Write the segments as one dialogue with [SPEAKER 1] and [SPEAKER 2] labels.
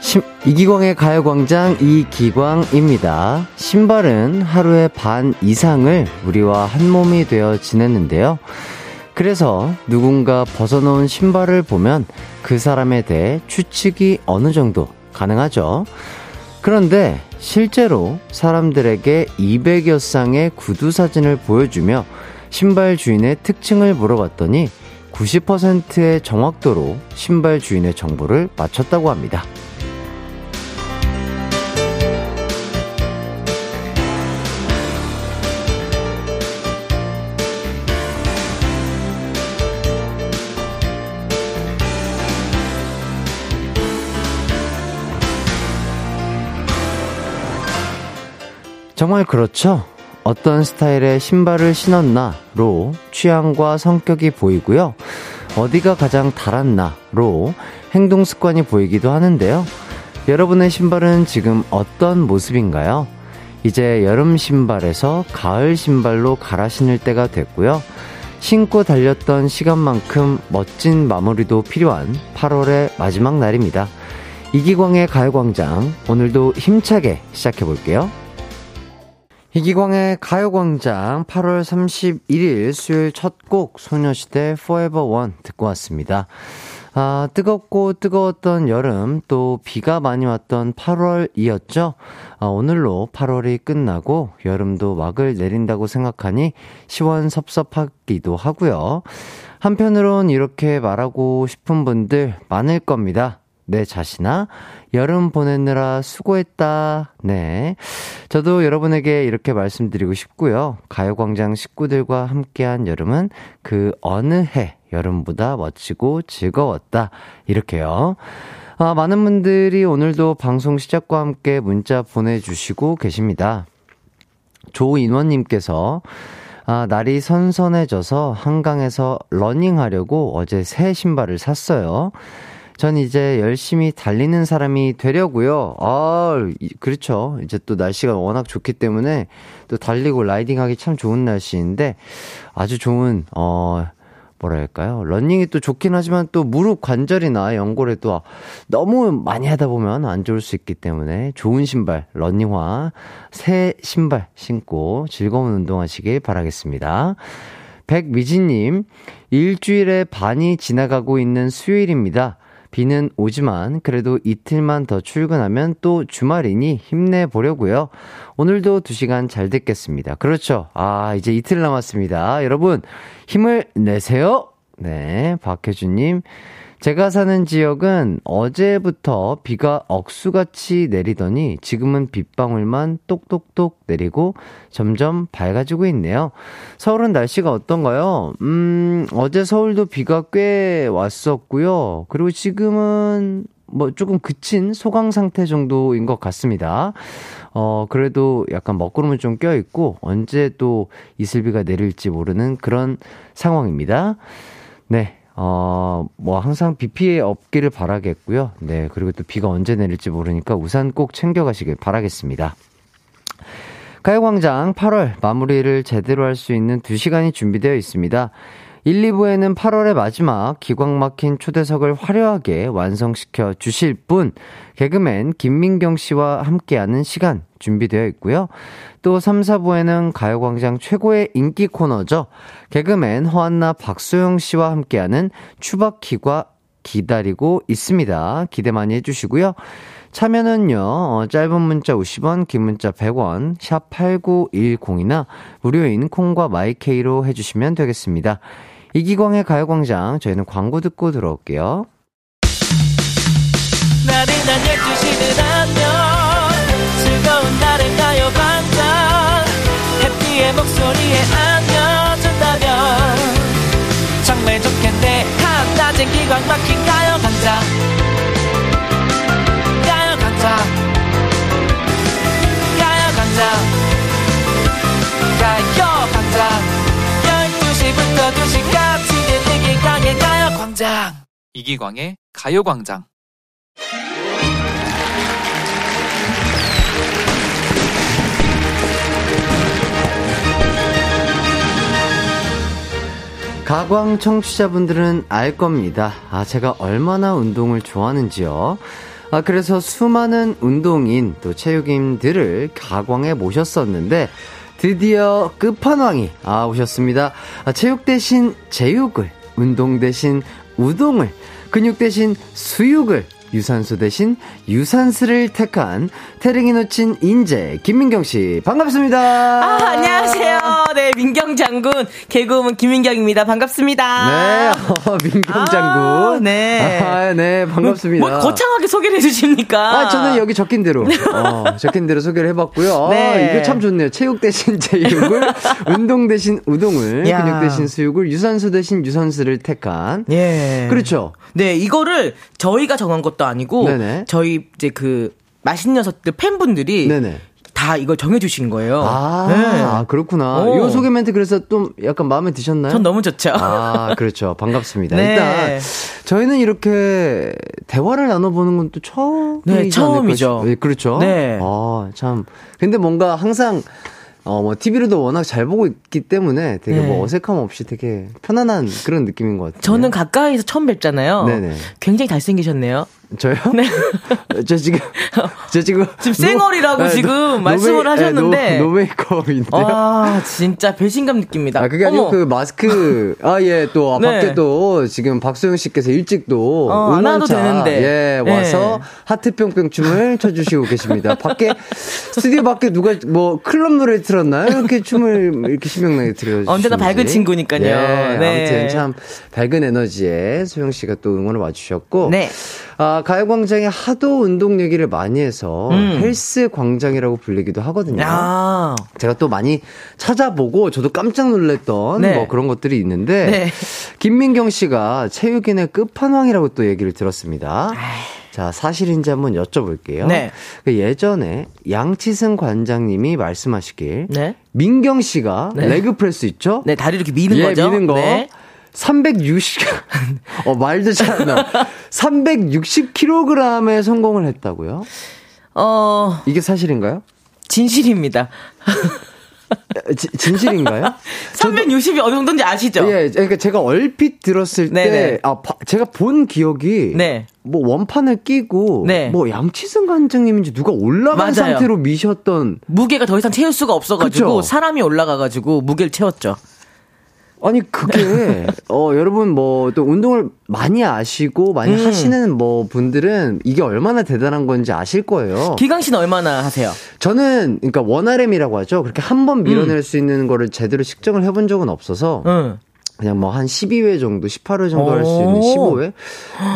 [SPEAKER 1] 심, 이기광의 가요광장 이기광입니다. 신발은 하루에 반 이상을 우리와 한 몸이 되어 지냈는데요. 그래서 누군가 벗어놓은 신발을 보면 그 사람에 대해 추측이 어느 정도 가능하죠. 그런데 실제로 사람들에게 200여 쌍의 구두 사진을 보여주며 신발 주인의 특징을 물어봤더니 90%의 정확도로 신발 주인의 정보를 맞췄다고 합니다. 정말 그렇죠? 어떤 스타일의 신발을 신었나로 취향과 성격이 보이고요. 어디가 가장 달았나로 행동 습관이 보이기도 하는데요. 여러분의 신발은 지금 어떤 모습인가요? 이제 여름 신발에서 가을 신발로 갈아 신을 때가 됐고요. 신고 달렸던 시간만큼 멋진 마무리도 필요한 8월의 마지막 날입니다. 이기광의 가요광장, 오늘도 힘차게 시작해 볼게요. 이기광의 가요광장 8월 31일 수요일 첫 곡 소녀시대 Forever One 듣고 왔습니다. 아, 뜨겁고 뜨거웠던 여름 또 비가 많이 왔던 8월이었죠. 아, 오늘로 8월이 끝나고 여름도 막을 내린다고 생각하니 시원섭섭하기도 하고요. 한편으론 이렇게 말하고 싶은 분들 많을 겁니다. 내 자신아, 여름 보내느라 수고했다. 네. 저도 여러분에게 이렇게 말씀드리고 싶고요. 가요광장 식구들과 함께한 여름은 그 어느 해 여름보다 멋지고 즐거웠다. 이렇게요. 아, 많은 분들이 오늘도 방송 시작과 함께 문자 보내주시고 계십니다. 조인원님께서 아, 날이 선선해져서 한강에서 러닝하려고 어제 새 신발을 샀어요. 전 이제 열심히 달리는 사람이 되려고요. 아, 그렇죠. 이제 또 날씨가 워낙 좋기 때문에 또 달리고 라이딩하기 참 좋은 날씨인데 아주 좋은 어 뭐랄까요? 러닝이 또 좋긴 하지만 또 무릎 관절이나 연골에 또 너무 많이 하다 보면 안 좋을 수 있기 때문에 좋은 신발, 러닝화, 새 신발 신고 즐거운 운동하시길 바라겠습니다. 백미진님, 일주일의 반이 지나가고 있는 수요일입니다. 비는 오지만 그래도 이틀만 더 출근하면 또 주말이니 힘내보려고요. 오늘도 2시간 잘 듣겠습니다. 그렇죠. 아, 이제 이틀 남았습니다. 여러분, 힘을 내세요. 네, 박혜준님. 제가 사는 지역은 어제부터 비가 억수같이 내리더니 지금은 빗방울만 똑똑똑 내리고 점점 밝아지고 있네요. 서울은 날씨가 어떤가요? 음, 어제 서울도 비가 꽤 왔었고요. 그리고 지금은 뭐 조금 그친 소강 상태 정도인 것 같습니다. 어, 그래도 약간 먹구름은 좀 껴있고 언제 또 이슬비가 내릴지 모르는 그런 상황입니다. 네, 어, 뭐 항상 비 피해 없기를 바라겠고요. 네, 그리고 또 비가 언제 내릴지 모르니까 우산 꼭 챙겨가시길 바라겠습니다. 가요광장 8월 마무리를 제대로 할 수 있는 2시간이 준비되어 있습니다. 1, 2부에는 8월의 마지막 기광 막힌 초대석을 화려하게 완성시켜 주실 분, 개그맨 김민경 씨와 함께하는 시간 준비되어 있고요. 또 3, 4부에는 가요광장 최고의 인기 코너죠. 개그맨 허한나 박소영 씨와 함께하는 추박키가 기다리고 있습니다. 기대 많이 해주시고요. 참여는요, 어, 짧은 문자 50원, 긴 문자 100원, 샵 8910이나 무료인 콩과 마이케이로 해주시면 되겠습니다. 이기광의 가요광장, 저희는 광고 듣고 들어올게요.
[SPEAKER 2] 나른한 12시는 안녕 즐거운 날의 가요광장 해피의 목소리에 안겨준다면 정말 좋겠네 한낮엔 기광 막힌 가요광장 가요광장 가요광장 가요광장 12시부터 2시까지는 이기광의 가요광장
[SPEAKER 3] 이기광의 가요광장 가광 청취자분들은 알 겁니다. 아, 제가 얼마나 운동을 좋아하는지요.
[SPEAKER 1] 아, 그래서 수많은 운동인 또 체육인들을 가광에 모셨었는데 드디어 끝판왕이 아, 오셨습니다. 아, 체육 대신 제육을, 운동 대신 우동을, 근육 대신 수육을, 유산소 대신 유산슬을 택한 태릉이 놓친 인재 김민경 씨 반갑습니다.
[SPEAKER 4] 아, 안녕하세요. 네, 민경 장군. 개그우먼 김민경입니다.
[SPEAKER 1] 네,
[SPEAKER 4] 반갑습니다.
[SPEAKER 1] 어, 민경
[SPEAKER 4] 아,
[SPEAKER 1] 장군.
[SPEAKER 4] 네.
[SPEAKER 1] 아, 네, 반갑습니다.
[SPEAKER 4] 뭘뭐 거창하게 소개를 해주십니까?
[SPEAKER 1] 아, 저는 여기 적힌 대로, 어, 적힌 대로 소개를 해봤고요.
[SPEAKER 4] 네.
[SPEAKER 1] 아, 이거 참 좋네요. 체육 대신 제육을, 운동 대신 우동을,
[SPEAKER 4] 야.
[SPEAKER 1] 근육 대신 수육을, 유산소 대신 유산소를 택한.
[SPEAKER 4] 예.
[SPEAKER 1] 그렇죠.
[SPEAKER 4] 네, 이거를 저희가 정한 것도 아니고,
[SPEAKER 1] 네네.
[SPEAKER 4] 저희 이제 그, 맛있는 녀석들 팬분들이
[SPEAKER 1] 네네.
[SPEAKER 4] 다 이걸 정해주신 거예요. 네.
[SPEAKER 1] 아, 아, 그렇구나.
[SPEAKER 4] 오.
[SPEAKER 1] 요 소개 멘트 그래서 좀 약간 마음에 드셨나요?
[SPEAKER 4] 전 너무 좋죠.
[SPEAKER 1] 아, 그렇죠. 반갑습니다.
[SPEAKER 4] 네.
[SPEAKER 1] 일단 저희는 이렇게 대화를 나눠보는 건 또 처음이지
[SPEAKER 4] 네,
[SPEAKER 1] 않을까
[SPEAKER 4] 처음이죠.
[SPEAKER 1] 싶- 네, 그렇죠.
[SPEAKER 4] 네.
[SPEAKER 1] 아, 참. 근데 뭔가 항상 어, 뭐 TV로도 워낙 잘 보고 있기 때문에 되게
[SPEAKER 4] 네.
[SPEAKER 1] 뭐 어색함 없이 되게 편안한 그런 느낌인 것 같아요.
[SPEAKER 4] 저는 가까이서 처음 뵙잖아요.
[SPEAKER 1] 네네.
[SPEAKER 4] 굉장히 잘생기셨네요.
[SPEAKER 1] 저요? 저 지금 저 지금
[SPEAKER 4] 지금 쌩얼이라고
[SPEAKER 1] 네,
[SPEAKER 4] 지금
[SPEAKER 1] 노-
[SPEAKER 4] 말씀을
[SPEAKER 1] 네,
[SPEAKER 4] 하셨는데.
[SPEAKER 1] 노, 노메이크업인데요.
[SPEAKER 4] 아, 진짜 배신감 느낍니다.
[SPEAKER 1] 아, 그게 아니고
[SPEAKER 4] 어머.
[SPEAKER 1] 그 마스크. 아, 예, 또, 아,
[SPEAKER 4] 네.
[SPEAKER 1] 밖에 또 지금 박소영 씨께서 일찍 또.
[SPEAKER 4] 어, 안 와도 되는데.
[SPEAKER 1] 예, 와서
[SPEAKER 4] 네.
[SPEAKER 1] 하트 뿅뿅 춤을 춰주시고 계십니다. 밖에, 스튜디오 밖에 누가 뭐 클럽 노래 틀었나요? 이렇게 춤을 이렇게 신명나게 들려주시고.
[SPEAKER 4] 언제나 밝은 친구니까요.
[SPEAKER 1] 예,
[SPEAKER 4] 네.
[SPEAKER 1] 아무튼 참 밝은 에너지에 소영 씨가 또 응원을 와주셨고.
[SPEAKER 4] 네.
[SPEAKER 1] 아, 가요광장에 하도 운동 얘기를 많이 해서
[SPEAKER 4] 음.
[SPEAKER 1] 헬스 광장이라고 불리기도 하거든요.
[SPEAKER 4] 아,
[SPEAKER 1] 제가 또 많이 찾아보고 저도 깜짝 놀랐던
[SPEAKER 4] 네.
[SPEAKER 1] 뭐 그런 것들이 있는데
[SPEAKER 4] 네.
[SPEAKER 1] 김민경 씨가 체육인의 끝판왕이라고 또 얘기를 들었습니다. 자 사실인지 한번 여쭤볼게요.
[SPEAKER 4] 네.
[SPEAKER 1] 그 예전에 양치승 관장님이 말씀하시길
[SPEAKER 4] 네.
[SPEAKER 1] 민경 씨가
[SPEAKER 4] 네.
[SPEAKER 1] 레그 프레스 있죠?
[SPEAKER 4] 네, 다리 이렇게 미는
[SPEAKER 1] 예,
[SPEAKER 4] 거죠?
[SPEAKER 1] 미는 거.
[SPEAKER 4] 네.
[SPEAKER 1] 360, 어, 말도 잘 안 나와. 360kg에 성공을 했다고요?
[SPEAKER 4] 어,
[SPEAKER 1] 이게 사실인가요?
[SPEAKER 4] 진실입니다.
[SPEAKER 1] 지- 진실인가요?
[SPEAKER 4] 360이 어느 정도인지 아시죠?
[SPEAKER 1] 예, 그러니까 제가 얼핏 들었을 때,
[SPEAKER 4] 네네.
[SPEAKER 1] 아, 바- 제가 본 기억이,
[SPEAKER 4] 네.
[SPEAKER 1] 뭐 원판을 끼고,
[SPEAKER 4] 네.
[SPEAKER 1] 뭐 양치승 관장님인지 누가 올라간
[SPEAKER 4] 맞아요.
[SPEAKER 1] 상태로 미셨던,
[SPEAKER 4] 무게가 더 이상 채울 수가 없어가지고
[SPEAKER 1] 그쵸?
[SPEAKER 4] 사람이 올라가가지고 무게를 채웠죠.
[SPEAKER 1] 아니
[SPEAKER 4] 네.
[SPEAKER 1] 그게, 어, 여러분 뭐 또 운동을 많이 아시고 많이
[SPEAKER 4] 음.
[SPEAKER 1] 하시는 뭐 분들은 이게 얼마나 대단한 건지 아실 거예요.
[SPEAKER 4] 기강 씨는 얼마나 하세요?
[SPEAKER 1] 저는 그러니까 원RM이라고 하죠. 그렇게 한 번
[SPEAKER 4] 음.
[SPEAKER 1] 밀어낼 수 있는 거를 제대로 측정을 해본 적은 없어서.
[SPEAKER 4] 응.
[SPEAKER 1] 그냥 뭐 한 12회 정도, 18회 정도 할 수 있는
[SPEAKER 4] 오.
[SPEAKER 1] 15회?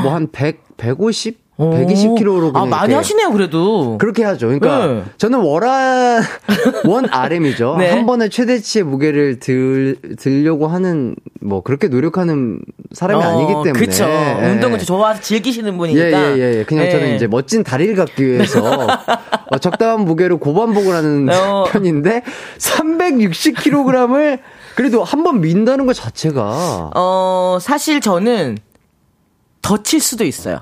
[SPEAKER 1] 뭐 한 100, 150? 120kg로
[SPEAKER 4] 아,
[SPEAKER 1] 그냥
[SPEAKER 4] 많이
[SPEAKER 1] 이렇게
[SPEAKER 4] 하시네요, 그래도.
[SPEAKER 1] 그렇게 하죠. 그러니까
[SPEAKER 4] 네.
[SPEAKER 1] 저는 월화 원 RM이죠.
[SPEAKER 4] 네.
[SPEAKER 1] 한 번에 최대치의 무게를 들 들려고 하는 뭐 그렇게 노력하는 사람이
[SPEAKER 4] 어,
[SPEAKER 1] 아니기 때문에
[SPEAKER 4] 그쵸.
[SPEAKER 1] 예.
[SPEAKER 4] 운동을 좋아 즐기시는 분이니까.
[SPEAKER 1] 예예예. 그냥 저는
[SPEAKER 4] 예.
[SPEAKER 1] 이제 멋진 다리를 갖기 위해서 어, 적당한 무게로 고반복을 하는
[SPEAKER 4] 어.
[SPEAKER 1] 편인데 360kg을 그래도 한 번 민다는 것 자체가
[SPEAKER 4] 어, 사실 저는 더 칠 수도 있어요.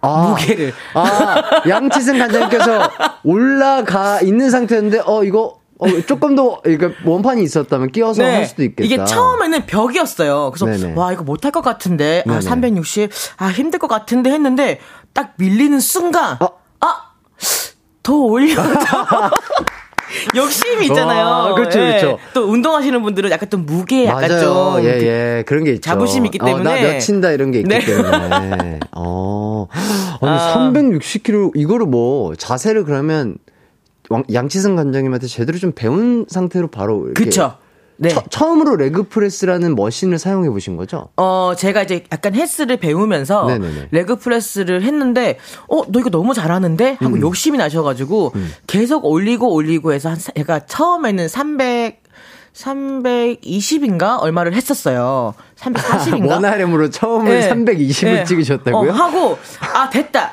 [SPEAKER 1] 아,
[SPEAKER 4] 무게를.
[SPEAKER 1] 아, 양치승 간장님께서 올라가 있는 상태였는데, 어, 이거, 어, 조금 더, 그러니까 원판이 있었다면 끼워서 할 수도 있겠다.
[SPEAKER 4] 네. 이게 처음에는 벽이었어요. 그래서
[SPEAKER 1] 네네.
[SPEAKER 4] 와 이거 못할 것 같은데
[SPEAKER 1] 네네.
[SPEAKER 4] 아 360, 아 힘들 것 같은데 했는데 딱 밀리는 순간
[SPEAKER 1] 아.
[SPEAKER 4] 아 더 올려서 욕심이 있잖아요. 예.
[SPEAKER 1] 와, 그렇죠, 그렇죠.
[SPEAKER 4] 또 운동하시는 분들은 약간 좀 무게 약간
[SPEAKER 1] 맞아요.
[SPEAKER 4] 좀
[SPEAKER 1] 예, 예. 그런 게 있죠.
[SPEAKER 4] 자부심이 있기
[SPEAKER 1] 어, 나
[SPEAKER 4] 때문에.
[SPEAKER 1] 며친다 이런 게 있기
[SPEAKER 4] 네.
[SPEAKER 1] 때문에. 어. 아니,
[SPEAKER 4] 아.
[SPEAKER 1] 360kg, 이거를 뭐, 자세를 그러면, 왕- 양치승 관장님한테 제대로 좀 배운 상태로 바로 이렇게.
[SPEAKER 4] 그쵸. 네.
[SPEAKER 1] 처, 처음으로 레그프레스라는 머신을 사용해 보신 거죠?
[SPEAKER 4] 어, 제가 이제 약간 헬스를 배우면서
[SPEAKER 1] 네네네.
[SPEAKER 4] 레그 프레스를 했는데, 어, 너 이거 너무 잘하는데? 하고
[SPEAKER 1] 음.
[SPEAKER 4] 욕심이 나셔가지고, 계속 올리고 올리고 해서, 한, 사- 제가 처음에는 300, 320인가? 얼마를 했었어요. 340인가? 네.
[SPEAKER 1] 원하렘으로 처음에 320을 찍으셨다고요?
[SPEAKER 4] 예. 어, 하고, 아, 됐다.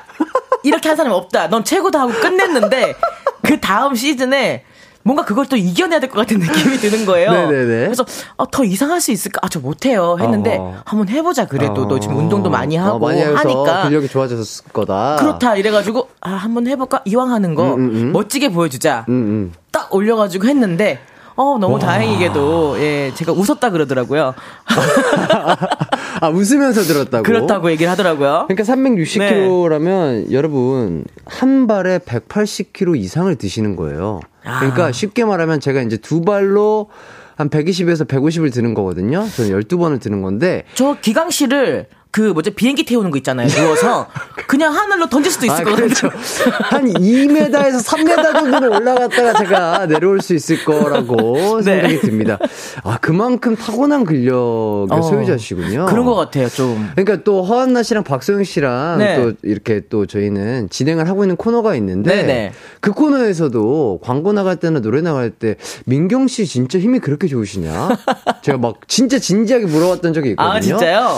[SPEAKER 4] 이렇게 한 사람이 없다. 넌 최고다 하고 끝냈는데, 그 다음 시즌에, 뭔가 그걸 또 이겨내야 될 것 같은 느낌이 드는 거예요.
[SPEAKER 1] 네네네.
[SPEAKER 4] 그래서 어, 더 이상할 수 있을까? 아, 저 못해요. 했는데
[SPEAKER 1] 어허.
[SPEAKER 4] 한번 해보자. 그래도 너 지금 운동도 많이 하고
[SPEAKER 1] 어, 많이 해서
[SPEAKER 4] 하니까
[SPEAKER 1] 근력이 좋아졌을 거다.
[SPEAKER 4] 그렇다. 이래가지고 아, 한번 해볼까? 이왕 하는 거 멋지게 보여주자.
[SPEAKER 1] 음.
[SPEAKER 4] 딱 올려가지고 했는데 어 너무 다행이게도 예 제가 웃었다 그러더라고요.
[SPEAKER 1] 아, 웃으면서 들었다고?
[SPEAKER 4] 그렇다고 네. 얘기를 하더라고요.
[SPEAKER 1] 그러니까 360kg라면 여러분 한 발에 180kg 이상을 드시는 거예요.
[SPEAKER 4] 아.
[SPEAKER 1] 그러니까 쉽게 말하면 제가 이제 두 발로 한 120에서 150을 드는 거거든요. 저는 12번을 드는 건데
[SPEAKER 4] 저 기강 씨를 그 뭐지 비행기 태우는 거 있잖아요. 누워서 그냥 하늘로 던질 수도 있을
[SPEAKER 1] 아,
[SPEAKER 4] 것 같아요.
[SPEAKER 1] 그렇죠. 한 2m에서 3m 정도는 올라갔다가 제가 내려올 수 있을 거라고
[SPEAKER 4] 네.
[SPEAKER 1] 생각이 듭니다. 아, 그만큼 타고난 근력의
[SPEAKER 4] 어,
[SPEAKER 1] 소유자시군요.
[SPEAKER 4] 그런 것 같아요. 좀
[SPEAKER 1] 그러니까 또 허한나 씨랑 박소영 씨랑
[SPEAKER 4] 네.
[SPEAKER 1] 또 이렇게 또 저희는 진행을 하고 있는 코너가 있는데
[SPEAKER 4] 네네.
[SPEAKER 1] 그 코너에서도 광고 나갈 때나 노래 나갈 때 민경 씨 진짜 힘이 그렇게 좋으시냐? 제가 막 진짜 진지하게 물어봤던 적이 있거든요.
[SPEAKER 4] 아 진짜요?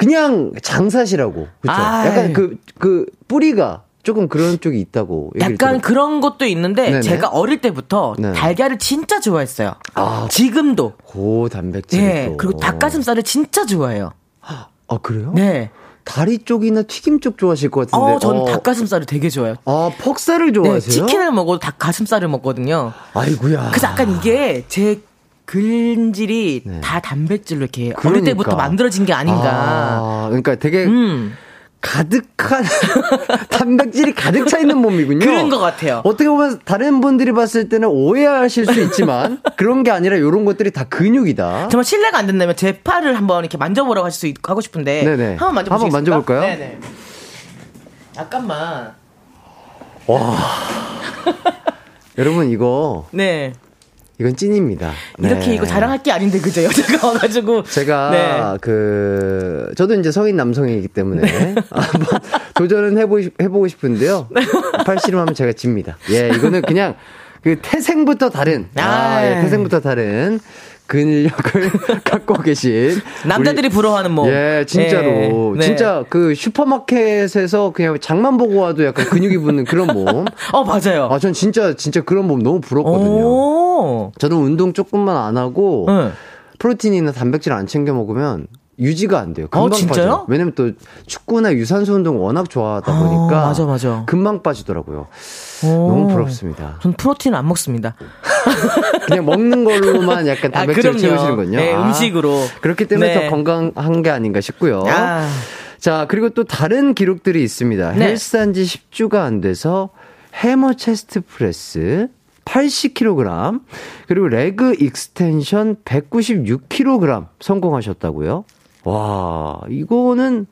[SPEAKER 1] 그냥 장사시라고. 그쵸?
[SPEAKER 4] 아이.
[SPEAKER 1] 약간 그, 그 뿌리가 조금 그런 쪽이 있다고. 얘기를
[SPEAKER 4] 약간
[SPEAKER 1] 들었-
[SPEAKER 4] 그런 것도 있는데
[SPEAKER 1] 네네.
[SPEAKER 4] 제가 어릴 때부터
[SPEAKER 1] 네.
[SPEAKER 4] 달걀을 진짜 좋아했어요.
[SPEAKER 1] 아.
[SPEAKER 4] 지금도
[SPEAKER 1] 고단백질.
[SPEAKER 4] 예 그리고 닭가슴살을 진짜 좋아해요.
[SPEAKER 1] 아, 그래요?
[SPEAKER 4] 네.
[SPEAKER 1] 다리 쪽이나 튀김 쪽 좋아하실 것 같은데.
[SPEAKER 4] 어, 저는 닭가슴살을 되게 좋아해요.
[SPEAKER 1] 아, 퍽살을
[SPEAKER 4] 네,
[SPEAKER 1] 좋아하세요?
[SPEAKER 4] 치킨을 먹어도 닭가슴살을 먹거든요.
[SPEAKER 1] 아이고야.
[SPEAKER 4] 그래서 약간 이게 제 근질이
[SPEAKER 1] 네.
[SPEAKER 4] 다 단백질로 이렇게 어릴
[SPEAKER 1] 그러니까.
[SPEAKER 4] 때부터 만들어진 게 아닌가.
[SPEAKER 1] 아, 그러니까 되게
[SPEAKER 4] 음.
[SPEAKER 1] 가득한 단백질이 가득 차 있는 몸이군요.
[SPEAKER 4] 그런 것 같아요.
[SPEAKER 1] 어떻게 보면 다른 분들이 봤을 때는 오해하실 수 있지만 그런 게 아니라 이런 것들이 다 근육이다.
[SPEAKER 4] 어? 정말 신뢰가 안 된다면 제 팔을 한번 이렇게 만져보라고 하실 수 있, 하고 싶은데
[SPEAKER 1] 네네.
[SPEAKER 4] 한번 만져볼 수
[SPEAKER 1] 한번
[SPEAKER 4] 있을까?
[SPEAKER 1] 만져볼까요?
[SPEAKER 4] 네네. 잠깐만.
[SPEAKER 1] 여러분 이거
[SPEAKER 4] 네.
[SPEAKER 1] 이건 찐입니다.
[SPEAKER 4] 이렇게
[SPEAKER 1] 네.
[SPEAKER 4] 이거 자랑할 게 아닌데 그제 여자가 와가지고
[SPEAKER 1] 제가
[SPEAKER 4] 네.
[SPEAKER 1] 그 저도 이제 성인 남성이기 때문에 한번 도전은 해보 해보고 싶은데요.
[SPEAKER 4] 네.
[SPEAKER 1] 팔씨름하면 제가 집니다. 예, 이거는 그냥 그 태생부터 다른 아, 예,
[SPEAKER 4] 아이.
[SPEAKER 1] 태생부터 다른 근력을 갖고 계신
[SPEAKER 4] 남자들이
[SPEAKER 1] 우리-
[SPEAKER 4] 부러워하는 몸.
[SPEAKER 1] 예, 진짜로.
[SPEAKER 4] 예, 네.
[SPEAKER 1] 진짜 그 슈퍼마켓에서 그냥 장만 보고 와도 약간 근육이 붙는 그런 몸.
[SPEAKER 4] 어 맞아요.
[SPEAKER 1] 아, 전 진짜, 진짜 그런 몸 너무 부럽거든요.
[SPEAKER 4] 오.
[SPEAKER 1] 저는 운동 조금만 안 하고,
[SPEAKER 4] 응.
[SPEAKER 1] 프로틴이나 단백질 안 챙겨 먹으면 유지가 안 돼요.
[SPEAKER 4] 어,
[SPEAKER 1] 금방
[SPEAKER 4] 진짜요?
[SPEAKER 1] 빠져요. 왜냐면 또 축구나 유산소 운동 워낙 좋아하다
[SPEAKER 4] 아,
[SPEAKER 1] 보니까
[SPEAKER 4] 맞아, 맞아.
[SPEAKER 1] 금방 빠지더라고요.
[SPEAKER 4] 오.
[SPEAKER 1] 너무 부럽습니다.
[SPEAKER 4] 전 프로틴 안 먹습니다.
[SPEAKER 1] 그냥 먹는 걸로만 약간
[SPEAKER 4] 아,
[SPEAKER 1] 단백질
[SPEAKER 4] 그럼요.
[SPEAKER 1] 채우시는군요.
[SPEAKER 4] 네,
[SPEAKER 1] 아,
[SPEAKER 4] 음식으로.
[SPEAKER 1] 그렇기 때문에
[SPEAKER 4] 네.
[SPEAKER 1] 더 건강한 게 아닌가 싶고요.
[SPEAKER 4] 아.
[SPEAKER 1] 자, 그리고 또 다른 기록들이 있습니다.
[SPEAKER 4] 네.
[SPEAKER 1] 헬스한 지 10주가 안 돼서 해머 체스트 프레스 80kg, 그리고 레그 익스텐션 196kg 성공하셨다고요? 와, 이거는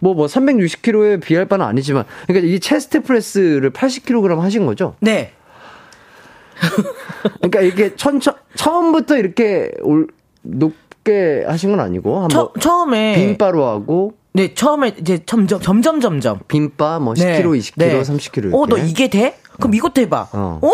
[SPEAKER 1] 뭐, 뭐, 360kg에 비할 바는 아니지만, 그러니까 이 체스트 프레스를 80kg 하신 거죠?
[SPEAKER 4] 네.
[SPEAKER 1] 그러니까 이렇게 천천, 처음부터 이렇게 올, 높게 하신 건 아니고, 한번
[SPEAKER 4] 처, 네. 처음에
[SPEAKER 1] 빈바로 하고,
[SPEAKER 4] 네 처음에 이제 점점 점점 점점
[SPEAKER 1] 빈바 뭐
[SPEAKER 4] 네.
[SPEAKER 1] 10kg, 20kg,
[SPEAKER 4] 네.
[SPEAKER 1] 30kg. 이렇게.
[SPEAKER 4] 어, 너 이게 돼? 그럼 이것도 해봐.
[SPEAKER 1] 어.
[SPEAKER 4] 어?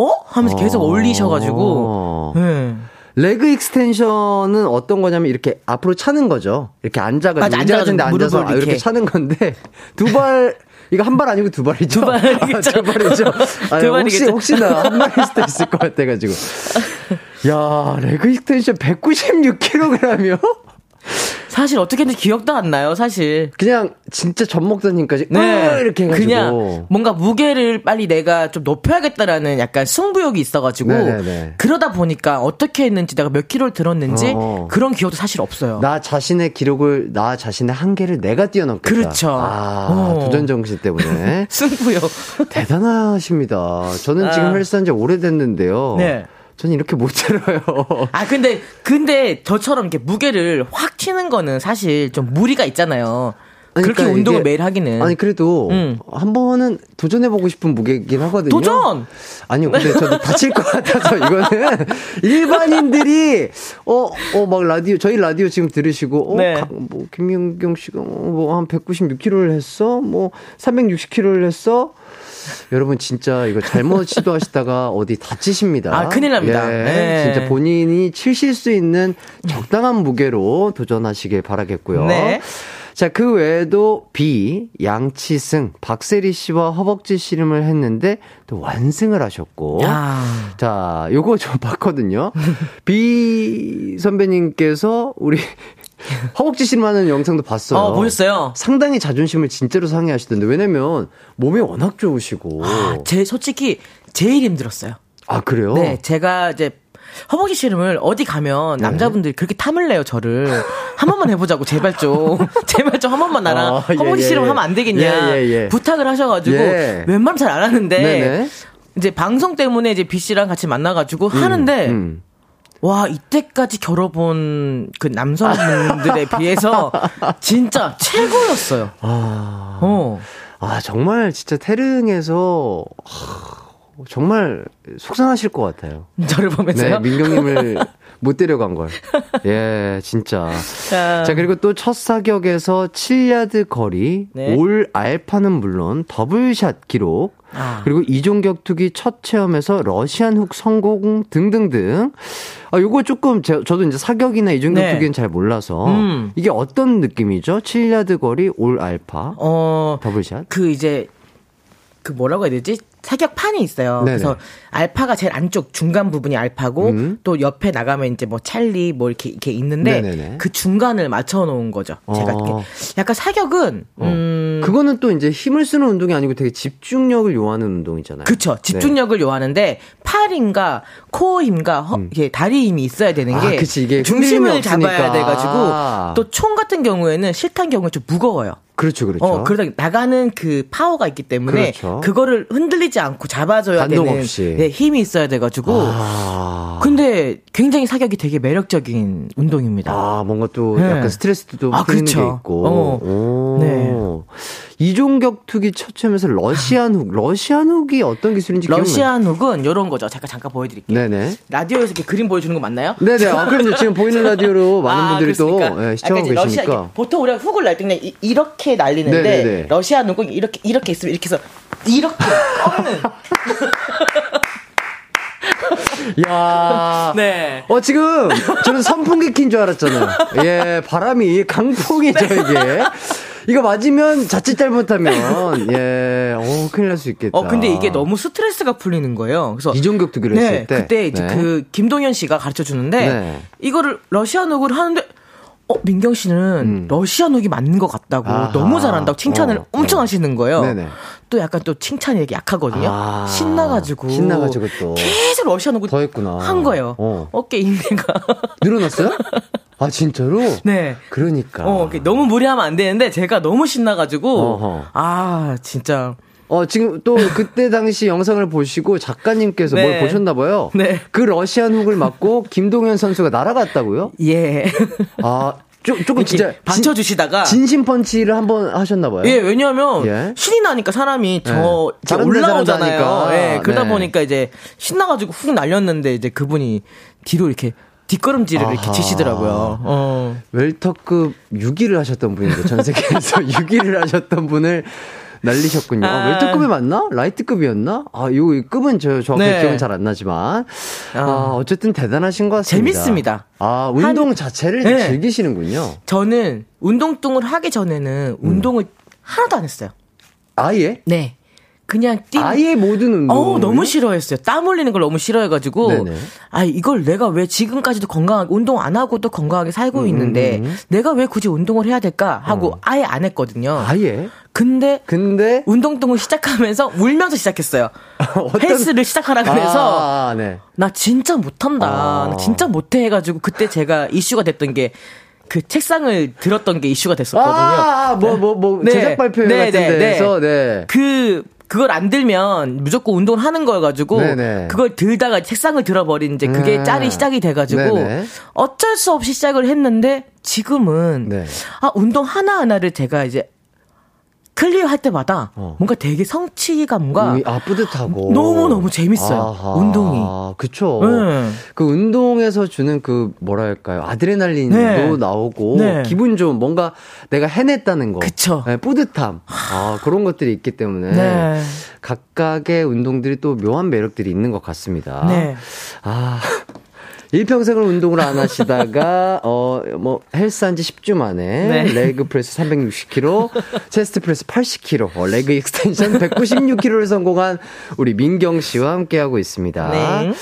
[SPEAKER 4] 어? 하면서 계속
[SPEAKER 1] 어.
[SPEAKER 4] 올리셔가지고. 네.
[SPEAKER 1] 레그 익스텐션은 어떤 거냐면 이렇게 앞으로 차는 거죠. 이렇게 앉아가지고
[SPEAKER 4] 맞아,
[SPEAKER 1] 의자가 있는데
[SPEAKER 4] 앉아가지고
[SPEAKER 1] 앉아서
[SPEAKER 4] 무릎을
[SPEAKER 1] 이렇게.
[SPEAKER 4] 이렇게.
[SPEAKER 1] 차는 건데 두 발 이거 한 발 아니고 두 발이죠.
[SPEAKER 4] 두 발이겠죠.
[SPEAKER 1] 아, 두 발이죠. 아니,
[SPEAKER 4] 두
[SPEAKER 1] 혹시
[SPEAKER 4] 발이겠죠.
[SPEAKER 1] 혹시나 한 발일 수도 있을 것 같아가지고. 야 레그 익스텐션 196kg이요?
[SPEAKER 4] 사실 어떻게 했는지 기억도 안 나요, 사실. 네.
[SPEAKER 1] 그냥 진짜 젖 먹던 힘까지 으, 어, 이렇게 해가지고
[SPEAKER 4] 그냥 뭔가 무게를 빨리 내가 좀 높여야겠다라는 약간 승부욕이 있어가지고
[SPEAKER 1] 네네네.
[SPEAKER 4] 그러다 보니까 어떻게 했는지 내가 몇 킬로를 들었는지
[SPEAKER 1] 어.
[SPEAKER 4] 그런 기억도 사실 없어요.
[SPEAKER 1] 나 자신의 기록을 나 자신의 한계를 내가 뛰어넘겠다.
[SPEAKER 4] 그렇죠.
[SPEAKER 1] 아
[SPEAKER 4] 어.
[SPEAKER 1] 도전 정신 때문에
[SPEAKER 4] 승부욕.
[SPEAKER 1] 대단하십니다. 저는
[SPEAKER 4] 아.
[SPEAKER 1] 지금 헬스한 지 오래됐는데요.
[SPEAKER 4] 네.
[SPEAKER 1] 저는 이렇게 못 자라요.
[SPEAKER 4] 아 근데 근데 저처럼 이렇게 무게를 확 치는 거는 사실 좀 무리가 있잖아요.
[SPEAKER 1] 아니,
[SPEAKER 4] 그렇게
[SPEAKER 1] 그러니까
[SPEAKER 4] 운동을
[SPEAKER 1] 이게-
[SPEAKER 4] 매일 하기는.
[SPEAKER 1] 아니 그래도
[SPEAKER 4] 음.
[SPEAKER 1] 한 번은 도전해보고 싶은 무게긴 하거든요.
[SPEAKER 4] 도전!
[SPEAKER 1] 아니요, 근데 저도 다칠 것 같아서 이거는 일반인들이 어어막 라디오 저희 라디오 지금 들으시고 어,
[SPEAKER 4] 네.
[SPEAKER 1] 가- 뭐 김민경 씨가 뭐한 196kg를 했어, 뭐 360kg를 했어. 여러분 진짜 이거 잘못 시도하시다가 어디 다치십니다.
[SPEAKER 4] 아, 큰일 납니다.
[SPEAKER 1] 예,
[SPEAKER 4] 네.
[SPEAKER 1] 진짜 본인이 치실 수 있는 적당한 무게로 도전하시길 바라겠고요.
[SPEAKER 4] 네.
[SPEAKER 1] 자, 그 외에도 B, 양치승, 박세리 씨와 허벅지 씨름을 했는데 또 완승을
[SPEAKER 4] 어?
[SPEAKER 1] 하셨고.
[SPEAKER 4] 야.
[SPEAKER 1] 자, 요거 좀 봤거든요. B 선배님께서 우리 허벅지 씨름하는 영상도 봤어요.
[SPEAKER 4] 어, 보셨어요?
[SPEAKER 1] 상당히 자존심을 진짜로 상해하시던데 왜냐면 몸이 워낙 좋으시고.
[SPEAKER 4] 아. 제 솔직히 제일 힘들었어요.
[SPEAKER 1] 아, 그래요?
[SPEAKER 4] 네, 제가 이제 허벅지 씨름을 어디 가면
[SPEAKER 1] 네.
[SPEAKER 4] 남자분들이 그렇게 탐을 내요 저를 한 번만 해보자고 제발 좀 제발 좀 한 번만 나랑
[SPEAKER 1] 어, 예,
[SPEAKER 4] 허벅지
[SPEAKER 1] 예,
[SPEAKER 4] 씨름
[SPEAKER 1] 예.
[SPEAKER 4] 하면 안 되겠냐
[SPEAKER 1] 예, 예, 예.
[SPEAKER 4] 부탁을 하셔가지고
[SPEAKER 1] 예.
[SPEAKER 4] 웬만하면 잘 안 하는데
[SPEAKER 1] 네네.
[SPEAKER 4] 이제 방송 때문에 이제 B 씨랑 같이 만나가지고 하는데
[SPEAKER 1] 음.
[SPEAKER 4] 와 이때까지 겨뤄본 그 남성분들에 비해서 진짜 최고였어요. 어.
[SPEAKER 1] 아, 정말 진짜 태릉에서 하, 정말 속상하실 것 같아요.
[SPEAKER 4] 저를
[SPEAKER 1] 네,
[SPEAKER 4] 보면서요.
[SPEAKER 1] 민경님을 못 데려간 걸. 예, 진짜.
[SPEAKER 4] 자,
[SPEAKER 1] 자, 그리고 또 첫 사격에서 7야드 거리,
[SPEAKER 4] 네.
[SPEAKER 1] 올 알파는 물론 더블샷 기록,
[SPEAKER 4] 아.
[SPEAKER 1] 그리고 이종 격투기 첫 체험에서 러시안 훅 성공 등등등. 아, 요거 조금 제, 저도 이제 사격이나 이종
[SPEAKER 4] 네.
[SPEAKER 1] 격투기는 잘 몰라서
[SPEAKER 4] 음.
[SPEAKER 1] 이게 어떤 느낌이죠? 7야드 거리, 올 알파,
[SPEAKER 4] 어,
[SPEAKER 1] 더블샷.
[SPEAKER 4] 그 이제 그 뭐라고 해야 되지? 사격판이 있어요.
[SPEAKER 1] 네네.
[SPEAKER 4] 그래서 알파가 제일 안쪽 중간 부분이 알파고
[SPEAKER 1] 음.
[SPEAKER 4] 또 옆에 나가면 이제 뭐 찰리 뭐 이렇게 이렇게 있는데
[SPEAKER 1] 네네네.
[SPEAKER 4] 그 중간을 맞춰 놓은 거죠. 제가
[SPEAKER 1] 어.
[SPEAKER 4] 이렇게 약간 사격은 음
[SPEAKER 1] 그거는 또 이제 힘을 쓰는 운동이 아니고 되게 집중력을 요하는 운동이잖아요.
[SPEAKER 4] 그쵸. 집중력을
[SPEAKER 1] 네.
[SPEAKER 4] 요하는데 팔인가 코어 힘과 허, 이게 다리 힘이 있어야 되는
[SPEAKER 1] 음. 아,
[SPEAKER 4] 게
[SPEAKER 1] 그치. 이게 흔들림이
[SPEAKER 4] 중심을
[SPEAKER 1] 없으니까.
[SPEAKER 4] 잡아야
[SPEAKER 1] 아.
[SPEAKER 4] 돼가지고 또 총 같은 경우에는 실탄 경우에 좀 무거워요.
[SPEAKER 1] 그렇죠, 그렇죠.
[SPEAKER 4] 어, 그러다 나가는 그 파워가 있기 때문에
[SPEAKER 1] 그렇죠.
[SPEAKER 4] 그거를 흔들리지 않고 잡아줘야
[SPEAKER 1] 반동
[SPEAKER 4] 되는
[SPEAKER 1] 없이.
[SPEAKER 4] 네, 힘이 있어야 돼가지고.
[SPEAKER 1] 아.
[SPEAKER 4] 근데 굉장히 사격이 되게 매력적인 운동입니다.
[SPEAKER 1] 아, 뭔가 또
[SPEAKER 4] 네.
[SPEAKER 1] 약간 스트레스도
[SPEAKER 4] 아,
[SPEAKER 1] 풀리는 게
[SPEAKER 4] 그렇죠.
[SPEAKER 1] 있고.
[SPEAKER 4] 어.
[SPEAKER 1] 오.
[SPEAKER 4] 네.
[SPEAKER 1] 이종격투기 첫 체험에서 러시안 훅. 러시안 훅이 어떤 기술인지 기억나요?
[SPEAKER 4] 러시안 훅은 이런 거죠. 잠깐 잠깐 보여드릴게요.
[SPEAKER 1] 네네.
[SPEAKER 4] 라디오에서 이렇게 그림 보여주는 거 맞나요?
[SPEAKER 1] 네네. 아, 그럼요. 지금 보이는 라디오로 많은
[SPEAKER 4] 아,
[SPEAKER 1] 분들이 또
[SPEAKER 4] 그렇습니까?
[SPEAKER 1] 예, 시청하고
[SPEAKER 4] 약간 이제 러시아
[SPEAKER 1] 계시니까.
[SPEAKER 4] 이게 보통 우리가 훅을 날 때 그냥 이, 이렇게 날리는데
[SPEAKER 1] 네네네.
[SPEAKER 4] 러시아 누구 이렇게 이렇게 있으면 이렇게 해서 이렇게 꺾는
[SPEAKER 1] 야
[SPEAKER 4] 네.
[SPEAKER 1] 어, 지금 저는 선풍기 킨 줄 알았잖아요. 예, 바람이 강풍이죠,
[SPEAKER 4] 네.
[SPEAKER 1] 이게. 이거 맞으면 자칫 잘못하면, 예, 어, 큰일 날 수 있겠다.
[SPEAKER 4] 어 근데 이게 너무 스트레스가 풀리는 거예요. 그래서
[SPEAKER 1] 이종격투기를
[SPEAKER 4] 네,
[SPEAKER 1] 했을 때.
[SPEAKER 4] 그때 이제
[SPEAKER 1] 네.
[SPEAKER 4] 그 김동현 씨가 가르쳐 주는데
[SPEAKER 1] 네.
[SPEAKER 4] 이거를 러시아 누구를 하는데 어 민경 씨는 러시아 누기 맞는 것 같다고
[SPEAKER 1] 음. 아하.
[SPEAKER 4] 너무 잘한다고 칭찬을
[SPEAKER 1] 어,
[SPEAKER 4] 엄청
[SPEAKER 1] 네.
[SPEAKER 4] 하시는 거예요.
[SPEAKER 1] 네네.
[SPEAKER 4] 또 약간 또 칭찬이 되게 약하거든요.
[SPEAKER 1] 아,
[SPEAKER 4] 신나가지고
[SPEAKER 1] 신나가지고 또.
[SPEAKER 4] 계속 러시아 누구
[SPEAKER 1] 더 했구나.
[SPEAKER 4] 한 거예요.
[SPEAKER 1] 어.
[SPEAKER 4] 어. 깨 인대가
[SPEAKER 1] 늘어났어요? 아 진짜로?
[SPEAKER 4] 네.
[SPEAKER 1] 그러니까.
[SPEAKER 4] 어, 이렇게 너무 무리하면 안 되는데 제가 너무 신나가지고
[SPEAKER 1] 어허.
[SPEAKER 4] 아 진짜
[SPEAKER 1] 어, 지금 또 그때 당시 영상을 보시고 작가님께서
[SPEAKER 4] 네.
[SPEAKER 1] 뭘 보셨나 봐요.
[SPEAKER 4] 네.
[SPEAKER 1] 그 러시안 훅을 맞고 김동현 선수가 날아갔다고요?
[SPEAKER 4] 예
[SPEAKER 1] 아, 조, 조금 진짜
[SPEAKER 4] 이렇게 받쳐주시다가
[SPEAKER 1] 진, 심 펀치를 한번 하셨나 봐요.
[SPEAKER 4] 예, 왜냐하면
[SPEAKER 1] 예.
[SPEAKER 4] 신이 나니까 사람이 더
[SPEAKER 1] 예.
[SPEAKER 4] 이렇게
[SPEAKER 1] 다른 데
[SPEAKER 4] 올라오잖아요.
[SPEAKER 1] 사람도 하니까.
[SPEAKER 4] 예, 그러다
[SPEAKER 1] 네.
[SPEAKER 4] 보니까 이제 신나가지고 훅 날렸는데 이제 그분이 뒤로 이렇게 뒷걸음질을 이렇게
[SPEAKER 1] 아하.
[SPEAKER 4] 치시더라고요. 어.
[SPEAKER 1] 웰터급 6위를 하셨던 분인데 전 세계에서 6위를 하셨던 분을 날리셨군요. 아,
[SPEAKER 4] 아.
[SPEAKER 1] 웰터급이 맞나? 라이트급이었나? 아, 요 이 급은 저 정확히
[SPEAKER 4] 네.
[SPEAKER 1] 기억은 잘 안 나지만 아, 어쨌든 대단하신 것 같습니다.
[SPEAKER 4] 재밌습니다.
[SPEAKER 1] 아, 운동 자체를
[SPEAKER 4] 네.
[SPEAKER 1] 즐기시는군요.
[SPEAKER 4] 저는 운동뚱을 하기 전에는
[SPEAKER 1] 음.
[SPEAKER 4] 운동을 하나도 안 했어요.
[SPEAKER 1] 아예?
[SPEAKER 4] 네. 그냥 뛰는
[SPEAKER 1] 아예 모든 운동.
[SPEAKER 4] 어우, 너무 싫어했어요. 땀 흘리는 걸 너무 싫어해가지고.
[SPEAKER 1] 네네.
[SPEAKER 4] 아, 이걸 내가 왜 지금까지도 건강하게, 운동 안 하고도 건강하게 살고 있는데,
[SPEAKER 1] 음.
[SPEAKER 4] 내가 왜 굳이 운동을 해야 될까? 하고 아예 안 했거든요.
[SPEAKER 1] 아예?
[SPEAKER 4] 근데,
[SPEAKER 1] 근데
[SPEAKER 4] 운동동을 시작하면서 울면서 시작했어요.
[SPEAKER 1] 어떤-
[SPEAKER 4] 헬스를 시작하라 그래서,
[SPEAKER 1] 아, 네.
[SPEAKER 4] 나 진짜 못한다.
[SPEAKER 1] 아.
[SPEAKER 4] 나 진짜 못해 해가지고, 그때 제가 이슈가 됐던 게, 그 책상을 들었던 게 이슈가 됐었거든요.
[SPEAKER 1] 아, 뭐 뭐 뭐
[SPEAKER 4] 네.
[SPEAKER 1] 제작 발표
[SPEAKER 4] 네,
[SPEAKER 1] 같은
[SPEAKER 4] 네,
[SPEAKER 1] 데서 네.
[SPEAKER 4] 그 그걸 안 들면 무조건 운동을 하는 걸 가지고
[SPEAKER 1] 네네.
[SPEAKER 4] 그걸 들다가 책상을 들어버린 이제 그게
[SPEAKER 1] 음.
[SPEAKER 4] 짤이 시작이 돼가지고
[SPEAKER 1] 네네.
[SPEAKER 4] 어쩔 수 없이 시작을 했는데 지금은
[SPEAKER 1] 네.
[SPEAKER 4] 아 운동 하나 하나를 제가 이제 클리어할 때마다
[SPEAKER 1] 어.
[SPEAKER 4] 뭔가 되게 성취감과
[SPEAKER 1] 아 뿌듯하고
[SPEAKER 4] 너무너무 재밌어요, 운동이.
[SPEAKER 1] 그쵸
[SPEAKER 4] 네.
[SPEAKER 1] 그 운동에서 주는 그 뭐랄까요 아드레날린도
[SPEAKER 4] 네.
[SPEAKER 1] 나오고
[SPEAKER 4] 네.
[SPEAKER 1] 기분 좋은 뭔가 내가 해냈다는 거
[SPEAKER 4] 그쵸.
[SPEAKER 1] 네, 뿌듯함 아 그런 것들이 있기 때문에
[SPEAKER 4] 네.
[SPEAKER 1] 각각의 운동들이 또 묘한 매력들이 있는 것 같습니다
[SPEAKER 4] 네.
[SPEAKER 1] 아 일평생을 운동을 안 하시다가 어 뭐 헬스 한 지 10주 만에
[SPEAKER 4] 네.
[SPEAKER 1] 레그 프레스 360kg, 체스트 프레스 80kg, 어, 레그 익스텐션 196kg를 성공한 우리 민경 씨와 함께 하고 있습니다.
[SPEAKER 4] 네.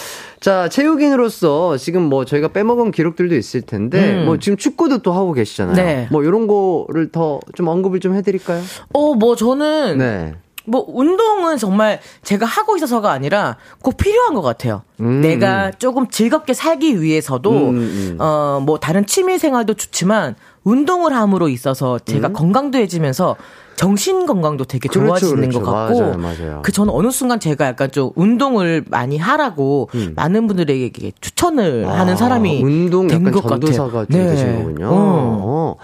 [SPEAKER 1] 자, 체육인으로서 지금 뭐 저희가 빼먹은 기록들도 있을 텐데
[SPEAKER 4] 음.
[SPEAKER 1] 뭐 지금 축구도 또 하고 계시잖아요.
[SPEAKER 4] 네.
[SPEAKER 1] 뭐 이런 거를 더 좀 언급을 좀 해드릴까요?
[SPEAKER 4] 어 뭐 저는
[SPEAKER 1] 네.
[SPEAKER 4] 뭐 운동은 정말 제가 하고 있어서가 아니라 꼭 필요한 것 같아요.
[SPEAKER 1] 음.
[SPEAKER 4] 내가 조금 즐겁게 살기 위해서도
[SPEAKER 1] 음, 음.
[SPEAKER 4] 어 뭐 다른 취미 생활도 좋지만 운동을 함으로 있어서 제가 건강도 해지면서 정신 건강도 되게
[SPEAKER 1] 음? 그렇죠,
[SPEAKER 4] 좋아지는 것
[SPEAKER 1] 그렇죠. 맞아요,
[SPEAKER 4] 같고
[SPEAKER 1] 맞아요.
[SPEAKER 4] 그 저는 어느 순간 제가 약간 좀 운동을 많이 하라고 많은 분들에게 추천을
[SPEAKER 1] 음. 아,
[SPEAKER 4] 하는 사람이
[SPEAKER 1] 운동
[SPEAKER 4] 된
[SPEAKER 1] 약간
[SPEAKER 4] 것 같아요. 네.
[SPEAKER 1] 전도사가 좀 되신 거군요.
[SPEAKER 4] 어.
[SPEAKER 1] 어.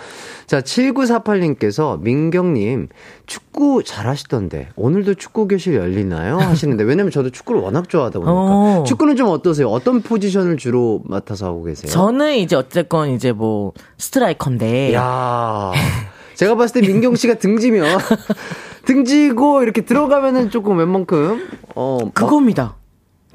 [SPEAKER 1] 자, 7948님께서 민경님 축구 잘하시던데 오늘도 축구 교실 열리나요? 하시는데 왜냐면 저도 축구를 워낙 좋아하다 보니까
[SPEAKER 4] 어.
[SPEAKER 1] 축구는 좀 어떠세요? 어떤 포지션을 주로 맡아서 하고 계세요?
[SPEAKER 4] 저는 네. 이제 어쨌건 이제 뭐 스트라이커인데
[SPEAKER 1] 야 제가 봤을 때 민경 씨가 등지면 등지고 이렇게 들어가면은 조금 웬만큼 어
[SPEAKER 4] 그겁니다.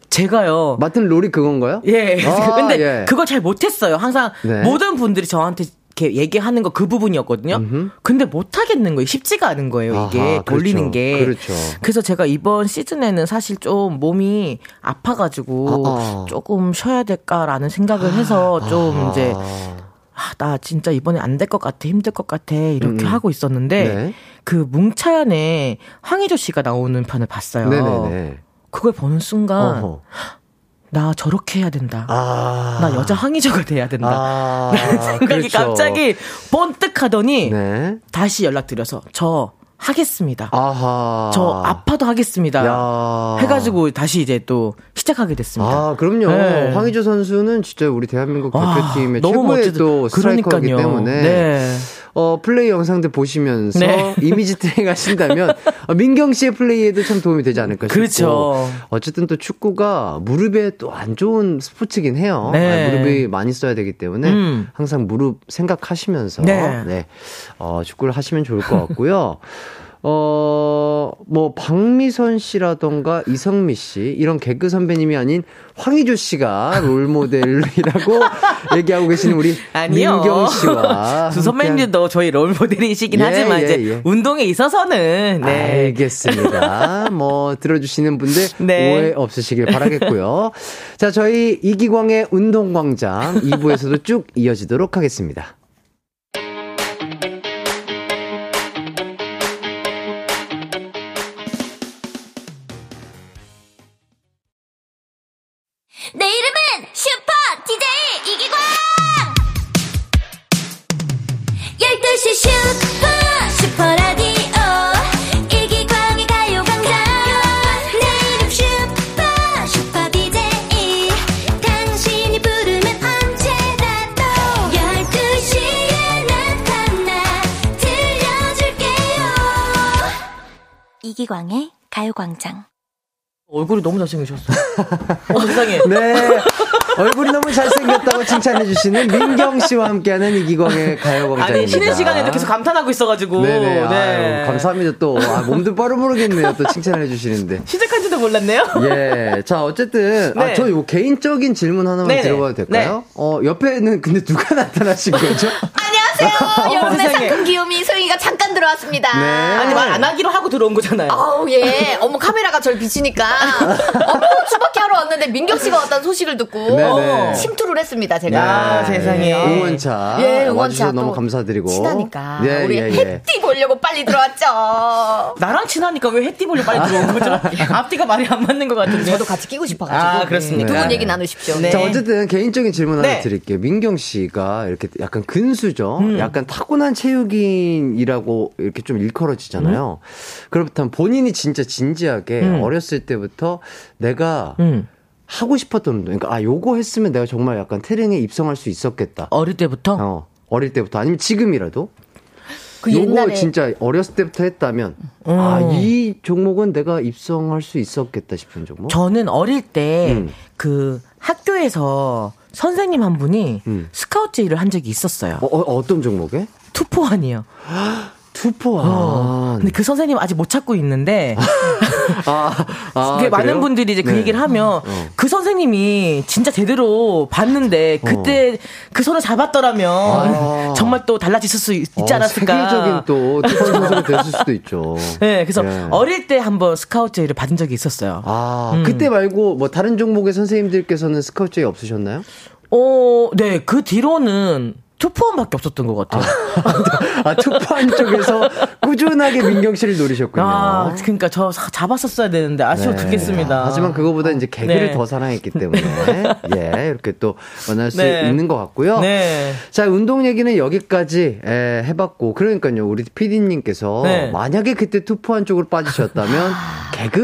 [SPEAKER 4] 제가요.
[SPEAKER 1] 마- 맡은 롤이 그건가요?
[SPEAKER 4] 예.
[SPEAKER 1] 아,
[SPEAKER 4] 근데
[SPEAKER 1] 예.
[SPEAKER 4] 그걸 잘 못했어요. 항상
[SPEAKER 1] 네.
[SPEAKER 4] 모든 분들이 저한테 이렇게 얘기하는 거 그 부분이었거든요. 근데 못하겠는 거예요. 쉽지가 않은 거예요. 이게
[SPEAKER 1] 음. 아하, 그렇죠.
[SPEAKER 4] 돌리는 게.
[SPEAKER 1] 그렇죠.
[SPEAKER 4] 래서 제가 이번 시즌에는 사실 좀 몸이 아파가지고
[SPEAKER 1] 아, 아.
[SPEAKER 4] 조금 쉬어야 될까라는 생각을 해서 어, 좀 이제 아, 나 진짜 이번에 안 될 것 같아, 힘들 것 같아, 이렇게 하고 있었는데,
[SPEAKER 1] 음, 네.
[SPEAKER 4] 그 뭉차연의 황희조 씨가 나오는 편을 봤어요.
[SPEAKER 1] 네네네.
[SPEAKER 4] 그걸 보는 순간,
[SPEAKER 1] 어허.
[SPEAKER 4] 나 저렇게 해야 된다.
[SPEAKER 1] 아.
[SPEAKER 4] 나 여자 항의자가 돼야 된다.
[SPEAKER 1] 아.
[SPEAKER 4] 생각이
[SPEAKER 1] 그렇죠.
[SPEAKER 4] 갑자기 번뜩 하더니
[SPEAKER 1] 네.
[SPEAKER 4] 다시 연락드려서 저 하겠습니다.
[SPEAKER 1] 아하.
[SPEAKER 4] 저 아파도 하겠습니다.
[SPEAKER 1] 야.
[SPEAKER 4] 해가지고 다시 이제 또 시작하게 됐습니다.
[SPEAKER 1] 아, 그럼요.
[SPEAKER 4] 네.
[SPEAKER 1] 황희조 선수는 진짜 우리 대한민국
[SPEAKER 4] 와,
[SPEAKER 1] 대표팀의
[SPEAKER 4] 너무
[SPEAKER 1] 최고의
[SPEAKER 4] 멋지다.
[SPEAKER 1] 또 스트라이커이기
[SPEAKER 4] 그러니까요.
[SPEAKER 1] 때문에
[SPEAKER 4] 네.
[SPEAKER 1] 어, 플레이 영상들 보시면서
[SPEAKER 4] 네.
[SPEAKER 1] 이미지 트레이닝 하신다면 어, 민경 씨의 플레이에도 참 도움이 되지 않을까 싶고
[SPEAKER 4] 그렇죠.
[SPEAKER 1] 어쨌든 또 축구가 무릎에 또 안 좋은 스포츠긴 해요. 아,
[SPEAKER 4] 네.
[SPEAKER 1] 무릎이 많이 써야 되기 때문에
[SPEAKER 4] 음.
[SPEAKER 1] 항상 무릎 생각하시면서 네.
[SPEAKER 4] 네.
[SPEAKER 1] 어, 축구를 하시면 좋을 것 같고요. 어, 뭐, 박미선 씨라던가 이성미 씨, 이런 개그 선배님이 아닌 황희조 씨가 롤 모델이라고 얘기하고 계시는 우리
[SPEAKER 4] 아니요.
[SPEAKER 1] 민경 씨와.
[SPEAKER 4] 두 선배님들도 저희 롤 모델이시긴
[SPEAKER 1] 예,
[SPEAKER 4] 하지만
[SPEAKER 1] 예,
[SPEAKER 4] 이제
[SPEAKER 1] 예.
[SPEAKER 4] 운동에 있어서는 네.
[SPEAKER 1] 알겠습니다. 뭐 들어주시는 분들
[SPEAKER 4] 네.
[SPEAKER 1] 오해 없으시길 바라겠고요. 자, 저희 이기광의 운동광장 2부에서도 쭉 이어지도록 하겠습니다.
[SPEAKER 5] 내 이름은 슈퍼 DJ 이기광 12시 슈퍼 슈퍼라디오 이기광의 가요광장 내 이름 슈퍼 슈퍼 DJ 당신이 부르면 언제나 또 12시에 나타나 들려줄게요 이기광의 가요광장
[SPEAKER 4] 얼굴이 너무 잘생기셨어. 어, 세상에.
[SPEAKER 1] 네. 얼굴이 너무 잘생겼다고 칭찬해주시는 민경 씨와 함께하는 이기광의 가요광장입니다.
[SPEAKER 4] 아니 쉬는 시간에도 계속 감탄하고 있어가지고.
[SPEAKER 1] 네네.
[SPEAKER 4] 네.
[SPEAKER 1] 아유, 감사합니다. 또 아, 몸도 빠르 모르겠네요. 또 칭찬을 해주시는데.
[SPEAKER 4] 시작한지도 몰랐네요.
[SPEAKER 1] 예. 자, 어쨌든. 아,
[SPEAKER 4] 네.
[SPEAKER 1] 저 요 개인적인 질문 하나만
[SPEAKER 4] 네네.
[SPEAKER 1] 드려봐도 될까요?
[SPEAKER 4] 네.
[SPEAKER 1] 어, 옆에는 근데 누가 나타나신 거죠?
[SPEAKER 5] 안녕하세요. 여러분의
[SPEAKER 4] 세상에.
[SPEAKER 5] 상큼 귀요미 소영이가 잠깐 들어왔습니다.
[SPEAKER 1] 네.
[SPEAKER 4] 아니 말 안 하기로 하고 들어온 거잖아요.
[SPEAKER 5] 아우 예. 어머 카메라가 절 비치니까 어머 수밖에 하러 왔는데 민경 씨가 왔다는 소식을 듣고
[SPEAKER 1] 네네.
[SPEAKER 5] 침투를 했습니다 제가.
[SPEAKER 4] 야, 세상에.
[SPEAKER 1] 네.
[SPEAKER 4] 음.
[SPEAKER 1] 응원차.
[SPEAKER 5] 예, 응원차
[SPEAKER 1] 아, 와주셔서
[SPEAKER 5] 또
[SPEAKER 1] 너무 감사드리고.
[SPEAKER 5] 친하니까 아,
[SPEAKER 1] 예,
[SPEAKER 5] 우리
[SPEAKER 1] 예, 예.
[SPEAKER 5] 해띠 보려고 빨리 들어왔죠.
[SPEAKER 4] 나랑 친하니까 왜 해띠볼려 빨리 들어온 거죠? 앞뒤가 말이 안 맞는 것 아. 같은데.
[SPEAKER 5] 저도 같이 끼고 싶어가지고
[SPEAKER 4] 아, 그렇습니까?
[SPEAKER 5] 두 분
[SPEAKER 4] 네.
[SPEAKER 5] 얘기 나누십시오. 그
[SPEAKER 4] 네.
[SPEAKER 1] 자, 어쨌든 개인적인 질문 하나
[SPEAKER 4] 네.
[SPEAKER 1] 드릴게요. 민경 씨가 이렇게 약간 근수죠.
[SPEAKER 5] 음.
[SPEAKER 1] 약간 타고난 체육인이라고 이렇게 좀 일컬어지잖아요.
[SPEAKER 5] 음.
[SPEAKER 1] 그렇다면 본인이 진짜 진지하게 어렸을 때부터 내가
[SPEAKER 4] 음.
[SPEAKER 1] 하고 싶었던 운동. 그러니까 아, 요거 했으면 내가 정말 약간 태릉에 입성할 수 있었겠다.
[SPEAKER 4] 어릴 때부터
[SPEAKER 1] 어. 어릴 때부터 아니면 지금이라도
[SPEAKER 5] 그
[SPEAKER 1] 요거
[SPEAKER 5] 옛날에
[SPEAKER 1] 진짜 어렸을 때부터 했다면
[SPEAKER 4] 음.
[SPEAKER 1] 아 이 종목은 내가 입성할 수 있었겠다 싶은 종목.
[SPEAKER 4] 저는 어릴 때
[SPEAKER 1] 음.
[SPEAKER 4] 그 학교에서 선생님 한 분이
[SPEAKER 1] 음.
[SPEAKER 4] 스카우트 일을 한 적이 있었어요.
[SPEAKER 1] 어, 어, 어떤 종목에?
[SPEAKER 4] 투포환이요.
[SPEAKER 1] 투포환.
[SPEAKER 4] 어.
[SPEAKER 1] 네.
[SPEAKER 4] 근데 그 선생님 아직 못 찾고 있는데
[SPEAKER 1] 아, 아,
[SPEAKER 4] 그게 많은
[SPEAKER 1] 그래요?
[SPEAKER 4] 분들이 이제 그
[SPEAKER 1] 네.
[SPEAKER 4] 얘기를 하면 그 선생님이 진짜 제대로 봤는데 그때 그 손을 잡았더라면
[SPEAKER 1] 어. 아.
[SPEAKER 4] 정말 또 달라졌을 수 있- 있지
[SPEAKER 1] 어,
[SPEAKER 4] 않았을까. 그렇죠.
[SPEAKER 1] 세계적인 또 투포환 선수가 됐을 수도 있죠.
[SPEAKER 4] 네, 그래서
[SPEAKER 1] 예.
[SPEAKER 4] 어릴 때 한번 스카우트 일을 받은 적이 있었어요.
[SPEAKER 1] 아,
[SPEAKER 4] 음.
[SPEAKER 1] 그때 말고 뭐 다른 종목의 선생님들께서는 스카우트에 없으셨나요?
[SPEAKER 4] 어, 네, 그 뒤로는 투포원밖에 없었던 것 같아요.
[SPEAKER 1] 아, 투판 쪽에서 꾸준하게 민경 씨를 노리셨군요.
[SPEAKER 4] 아, 그러니까 저 사- 잡았었어야 되는데 아쉬워
[SPEAKER 1] 네.
[SPEAKER 4] 죽겠습니다.
[SPEAKER 1] 하지만 그거보다 이제 개그를
[SPEAKER 4] 네.
[SPEAKER 1] 더 사랑했기 때문에 예 이렇게 또 만날 수
[SPEAKER 4] 네.
[SPEAKER 1] 있는 것 같고요.
[SPEAKER 4] 네.
[SPEAKER 1] 자 운동 얘기는 여기까지 예, 해봤고 그러니까요 우리 PD님께서
[SPEAKER 4] 네.
[SPEAKER 1] 만약에 그때 투포한 쪽으로 빠지셨다면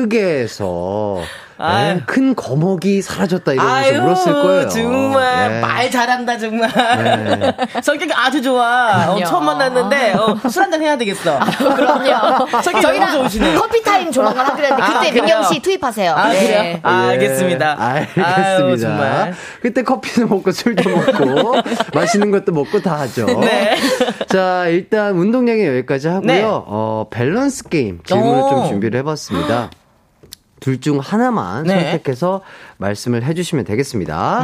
[SPEAKER 1] 개그계에서
[SPEAKER 4] 아유.
[SPEAKER 1] 예, 큰 거목이 사라졌다 이러면서
[SPEAKER 4] 아유,
[SPEAKER 1] 울었을 거예요.
[SPEAKER 4] 정말
[SPEAKER 1] 예.
[SPEAKER 4] 말 잘한다 정말.
[SPEAKER 1] 네.
[SPEAKER 4] 성격이 아주 좋아. 어,
[SPEAKER 5] 그럼요. 아,
[SPEAKER 4] 처음 만났는데 어, 술 한잔 해야 되겠어.
[SPEAKER 5] 그럼요.
[SPEAKER 4] 성격이
[SPEAKER 5] 저희랑
[SPEAKER 4] 너무 좋으시네.
[SPEAKER 5] 커피 타임 조만간 하기로 했는데
[SPEAKER 4] 아,
[SPEAKER 5] 그때
[SPEAKER 4] 그래요?
[SPEAKER 5] 민경 씨 투입하세요.
[SPEAKER 4] 아
[SPEAKER 5] 네.
[SPEAKER 4] 그래요? 아,
[SPEAKER 1] 예,
[SPEAKER 4] 알겠습니다.
[SPEAKER 1] 알겠습니다.
[SPEAKER 4] 아유, 정말.
[SPEAKER 1] 그때 커피도 먹고 술도 먹고 맛있는 것도 먹고 다 하죠.
[SPEAKER 4] 네.
[SPEAKER 1] 자, 일단 운동 얘기 여기까지 하고요.
[SPEAKER 4] 네.
[SPEAKER 1] 어, 밸런스 게임 질문을
[SPEAKER 4] 오.
[SPEAKER 1] 좀 준비를 해봤습니다. 둘 중 하나만
[SPEAKER 4] 네. 음.
[SPEAKER 1] 선택해서 말씀을 해주시면 되겠습니다.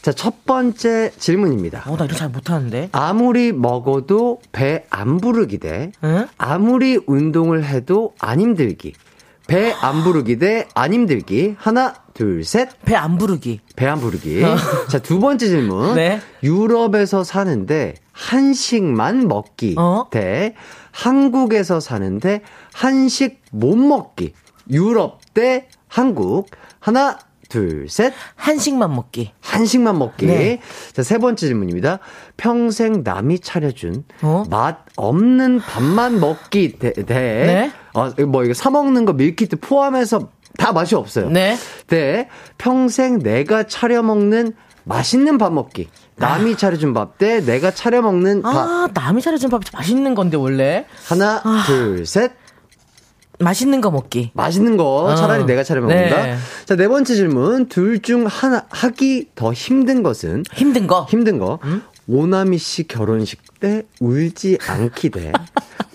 [SPEAKER 1] 자, 첫 번째 질문입니다.
[SPEAKER 4] 어, 나 이거 잘 못하는데.
[SPEAKER 1] 아무리 먹어도 배 안 부르기 대
[SPEAKER 4] 응?
[SPEAKER 1] 아무리 운동을 해도 안 힘들기. 배 안 부르기 대 안 힘들기. 하나, 둘, 셋.
[SPEAKER 4] 배 안 부르기.
[SPEAKER 1] 배 안 부르기. 자, 두 번째 질문.
[SPEAKER 4] 어. 네.
[SPEAKER 1] 유럽에서 사는데 한식만 먹기
[SPEAKER 4] 어?
[SPEAKER 1] 대 한국에서 사는데 한식 못 먹기. 유럽 대 한국. 하나, 둘, 셋.
[SPEAKER 4] 한식만 먹기.
[SPEAKER 1] 한식만 먹기.
[SPEAKER 4] 네.
[SPEAKER 1] 자, 세 번째 질문입니다. 평생 남이 차려준
[SPEAKER 4] 어?
[SPEAKER 1] 맛 없는 밥만 먹기 대, 대
[SPEAKER 4] 네.
[SPEAKER 1] 어, 뭐 이거 사 먹는 거 밀키트 포함해서 다 맛이 없어요.
[SPEAKER 4] 네.
[SPEAKER 1] 대 평생 내가 차려 먹는 맛있는 밥 먹기. 남이 차려준 밥 대 내가 차려 먹는 밥.
[SPEAKER 4] 아, 남이 차려준 밥이 맛있는 건데 원래
[SPEAKER 1] 하나,
[SPEAKER 4] 아.
[SPEAKER 1] 둘, 셋.
[SPEAKER 4] 맛있는 거 먹기.
[SPEAKER 1] 맛있는 거
[SPEAKER 4] 어.
[SPEAKER 1] 차라리 내가 차려 먹는다.
[SPEAKER 4] 네.
[SPEAKER 1] 자, 네 번째 질문. 둘 중 하나 하기 더 힘든 것은
[SPEAKER 4] 힘든 거.
[SPEAKER 1] 힘든 거. 오나미 씨 결혼식 때 울지 않기 대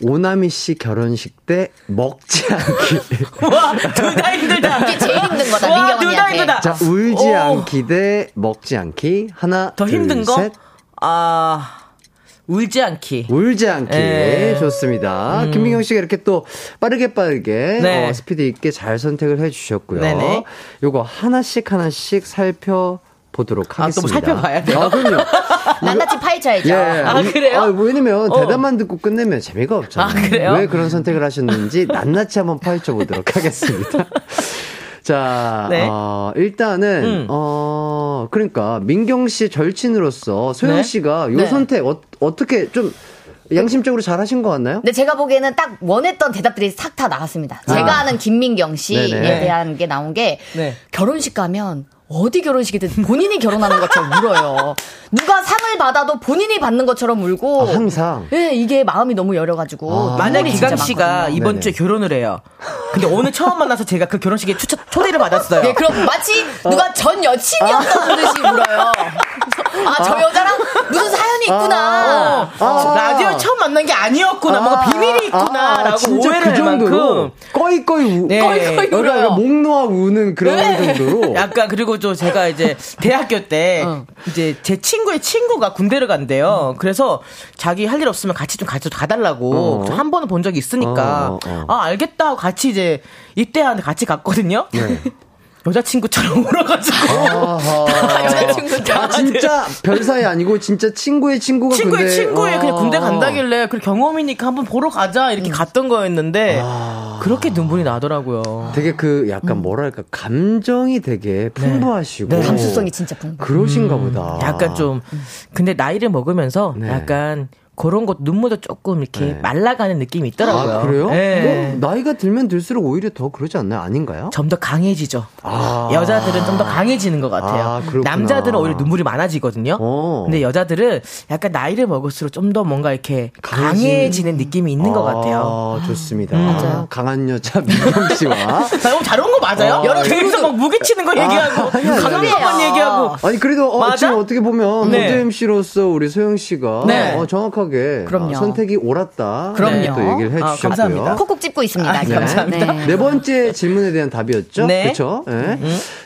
[SPEAKER 1] 오나미 씨 결혼식 때 먹지 않기.
[SPEAKER 4] 와, 둘 다 힘들다.
[SPEAKER 5] 이게 제일 힘든 거다,
[SPEAKER 4] 와,
[SPEAKER 5] 민경
[SPEAKER 4] 둘다
[SPEAKER 5] 언니한테.
[SPEAKER 4] 힘들다.
[SPEAKER 1] 자, 울지
[SPEAKER 4] 오.
[SPEAKER 1] 않기 대 먹지 않기. 하나,
[SPEAKER 4] 더
[SPEAKER 1] 둘,
[SPEAKER 4] 힘든 거?
[SPEAKER 1] 셋.
[SPEAKER 4] 아, 울지 않기.
[SPEAKER 1] 울지 않기.
[SPEAKER 4] 예.
[SPEAKER 1] 좋습니다. 김민경 씨가 이렇게 또 빠르게 빠르게
[SPEAKER 4] 네.
[SPEAKER 1] 어, 스피드 있게 잘 선택을 해 주셨고요.
[SPEAKER 4] 네네.
[SPEAKER 1] 요거 하나씩 하나씩 살펴 보도록
[SPEAKER 4] 아, 또
[SPEAKER 1] 하겠습니다.
[SPEAKER 4] 살펴봐야 돼요?
[SPEAKER 1] 아, 그럼요.
[SPEAKER 5] 낱낱이 파헤쳐야죠.
[SPEAKER 1] 예.
[SPEAKER 4] 아, 그래요? 어.
[SPEAKER 1] 아, 왜냐면 대답만 듣고 끝내면 재미가 없잖아요.
[SPEAKER 4] 아, 그래요?
[SPEAKER 1] 왜 그런 선택을 하셨는지 낱낱이 한번 파헤쳐 보도록 하겠습니다. 자,
[SPEAKER 4] 네.
[SPEAKER 1] 어, 일단은
[SPEAKER 4] 음.
[SPEAKER 1] 어 그러니까 민경 씨 절친으로서 소영
[SPEAKER 4] 네.
[SPEAKER 1] 씨가 요
[SPEAKER 4] 네.
[SPEAKER 1] 선택 어, 어떻게 좀 양심적으로 잘 하신 것 같나요?
[SPEAKER 4] 네.
[SPEAKER 5] 근데 제가 보기에는 딱 원했던 대답들이 싹 다 나왔습니다. 제가 아는 김민경 씨에
[SPEAKER 1] 네네.
[SPEAKER 5] 대한 게 나온 게
[SPEAKER 4] 네.
[SPEAKER 5] 결혼식 가면 어디 결혼식이든 본인이 결혼하는 것처럼 울어요. 누가 상을 받아도 본인이 받는 것처럼 울고
[SPEAKER 1] 아, 항상.
[SPEAKER 5] 예, 이게 마음이 너무 여려가지고
[SPEAKER 1] 아.
[SPEAKER 4] 만약
[SPEAKER 5] 눈물이 진짜
[SPEAKER 4] 기강 씨가
[SPEAKER 5] 많거든요.
[SPEAKER 4] 이번
[SPEAKER 1] 네네.
[SPEAKER 4] 주에 결혼을 해요. 근데 오늘 처음 만나서 제가 그 결혼식에 추, 초대를 받았어요.
[SPEAKER 5] 예, 그럼 마치 누가 전 여친이었다는 듯이 울어요. 아, 저 여자랑 무슨 사연이 있구나.
[SPEAKER 1] 아, 아.
[SPEAKER 4] 어, 라디오 처음 만난 게 아니었구나. 뭔가 비밀이 있구나라고
[SPEAKER 5] 아,
[SPEAKER 1] 진짜
[SPEAKER 4] 오해를
[SPEAKER 1] 그
[SPEAKER 4] 할
[SPEAKER 1] 정도로
[SPEAKER 4] 만큼
[SPEAKER 1] 꺼이꺼이 우,
[SPEAKER 4] 네. 꺼이꺼이 네.
[SPEAKER 1] 그러니까
[SPEAKER 5] 울어요.
[SPEAKER 1] 목 놓아 우는 그런 정도로 어.
[SPEAKER 4] 약간 그리고 또 제가 이제 대학교 때 이제 제 친구의 친구가 군대를 간대요. 그래서 자기 할 일 없으면 같이 좀 같이 좀 가달라고
[SPEAKER 1] 어.
[SPEAKER 4] 저한 번은 본 적이 있으니까
[SPEAKER 1] 어, 어, 어.
[SPEAKER 4] 아 알겠다 하고 같이 이제 입대하는데 같이 갔거든요. 여자친구처럼 울어가지고
[SPEAKER 1] 네. 아하.
[SPEAKER 5] 여자친구처럼.
[SPEAKER 1] 아, 진짜 별 사이 아니고 진짜 친구의 친구가
[SPEAKER 4] 친구의
[SPEAKER 1] 군대-
[SPEAKER 4] 친구의
[SPEAKER 1] 어.
[SPEAKER 4] 그냥 군대 간다길래 그 경험이니까 한번 보러 가자
[SPEAKER 1] 음.
[SPEAKER 4] 이렇게 갔던 거였는데
[SPEAKER 1] 아.
[SPEAKER 4] 그렇게 눈물이 나더라고요.
[SPEAKER 1] 되게 그 약간 뭐랄까 감정이 되게 풍부하시고
[SPEAKER 4] 음. 네.
[SPEAKER 5] 감수성이 진짜 풍부.
[SPEAKER 1] 그러신가 보다.
[SPEAKER 4] 음. 약간 좀 근데 나이를 먹으면서
[SPEAKER 1] 아. 네.
[SPEAKER 4] 약간 그런 것 눈물도 조금 이렇게 말라가는 느낌이 있더라고요.
[SPEAKER 1] 아 그래요?
[SPEAKER 4] 네.
[SPEAKER 1] 뭐, 나이가 들면 들수록 오히려 더 그러지 않나요? 아닌가요?
[SPEAKER 4] 점 더 강해지죠.
[SPEAKER 1] 아.
[SPEAKER 4] 여자들은 좀 더 강해지는 것 같아요.
[SPEAKER 1] 아, 그렇구나.
[SPEAKER 4] 남자들은 오히려 눈물이 많아지거든요.
[SPEAKER 1] 어.
[SPEAKER 4] 근데 여자들은 약간 나이를 먹을수록 좀 더 뭔가 이렇게
[SPEAKER 1] 강해지는-
[SPEAKER 4] 강해지는 느낌이 있는 것 같아요.
[SPEAKER 1] 아,
[SPEAKER 4] 음.
[SPEAKER 1] 좋습니다. 강한 여자 민경 씨와
[SPEAKER 4] 나 아, 너무 잘온 거 맞아요? 여러 둘이서 막 무게 치는
[SPEAKER 1] 아,
[SPEAKER 4] 거 얘기하고 강한
[SPEAKER 5] 아니야.
[SPEAKER 4] 것만 얘기하고
[SPEAKER 1] 아니 그래도 어,
[SPEAKER 4] 맞아?
[SPEAKER 1] 지금 어떻게 보면
[SPEAKER 4] 네.
[SPEAKER 1] 모드 MC로서 우리 소영 씨가
[SPEAKER 4] 네.
[SPEAKER 1] 어, 정확하게
[SPEAKER 5] 그럼요.
[SPEAKER 1] 어, 선택이 옳았다.
[SPEAKER 5] 그럼요.
[SPEAKER 1] 네, 또 얘기를
[SPEAKER 4] 아,
[SPEAKER 1] 해주셨고요.
[SPEAKER 4] 감사합니다.
[SPEAKER 5] 콕콕 찝고 있습니다.
[SPEAKER 4] 아,
[SPEAKER 5] 지금.
[SPEAKER 4] 감사합니다.
[SPEAKER 5] 네.
[SPEAKER 1] 네 번째 질문에 대한 답이었죠?
[SPEAKER 4] 네.
[SPEAKER 1] 그렇죠? 예.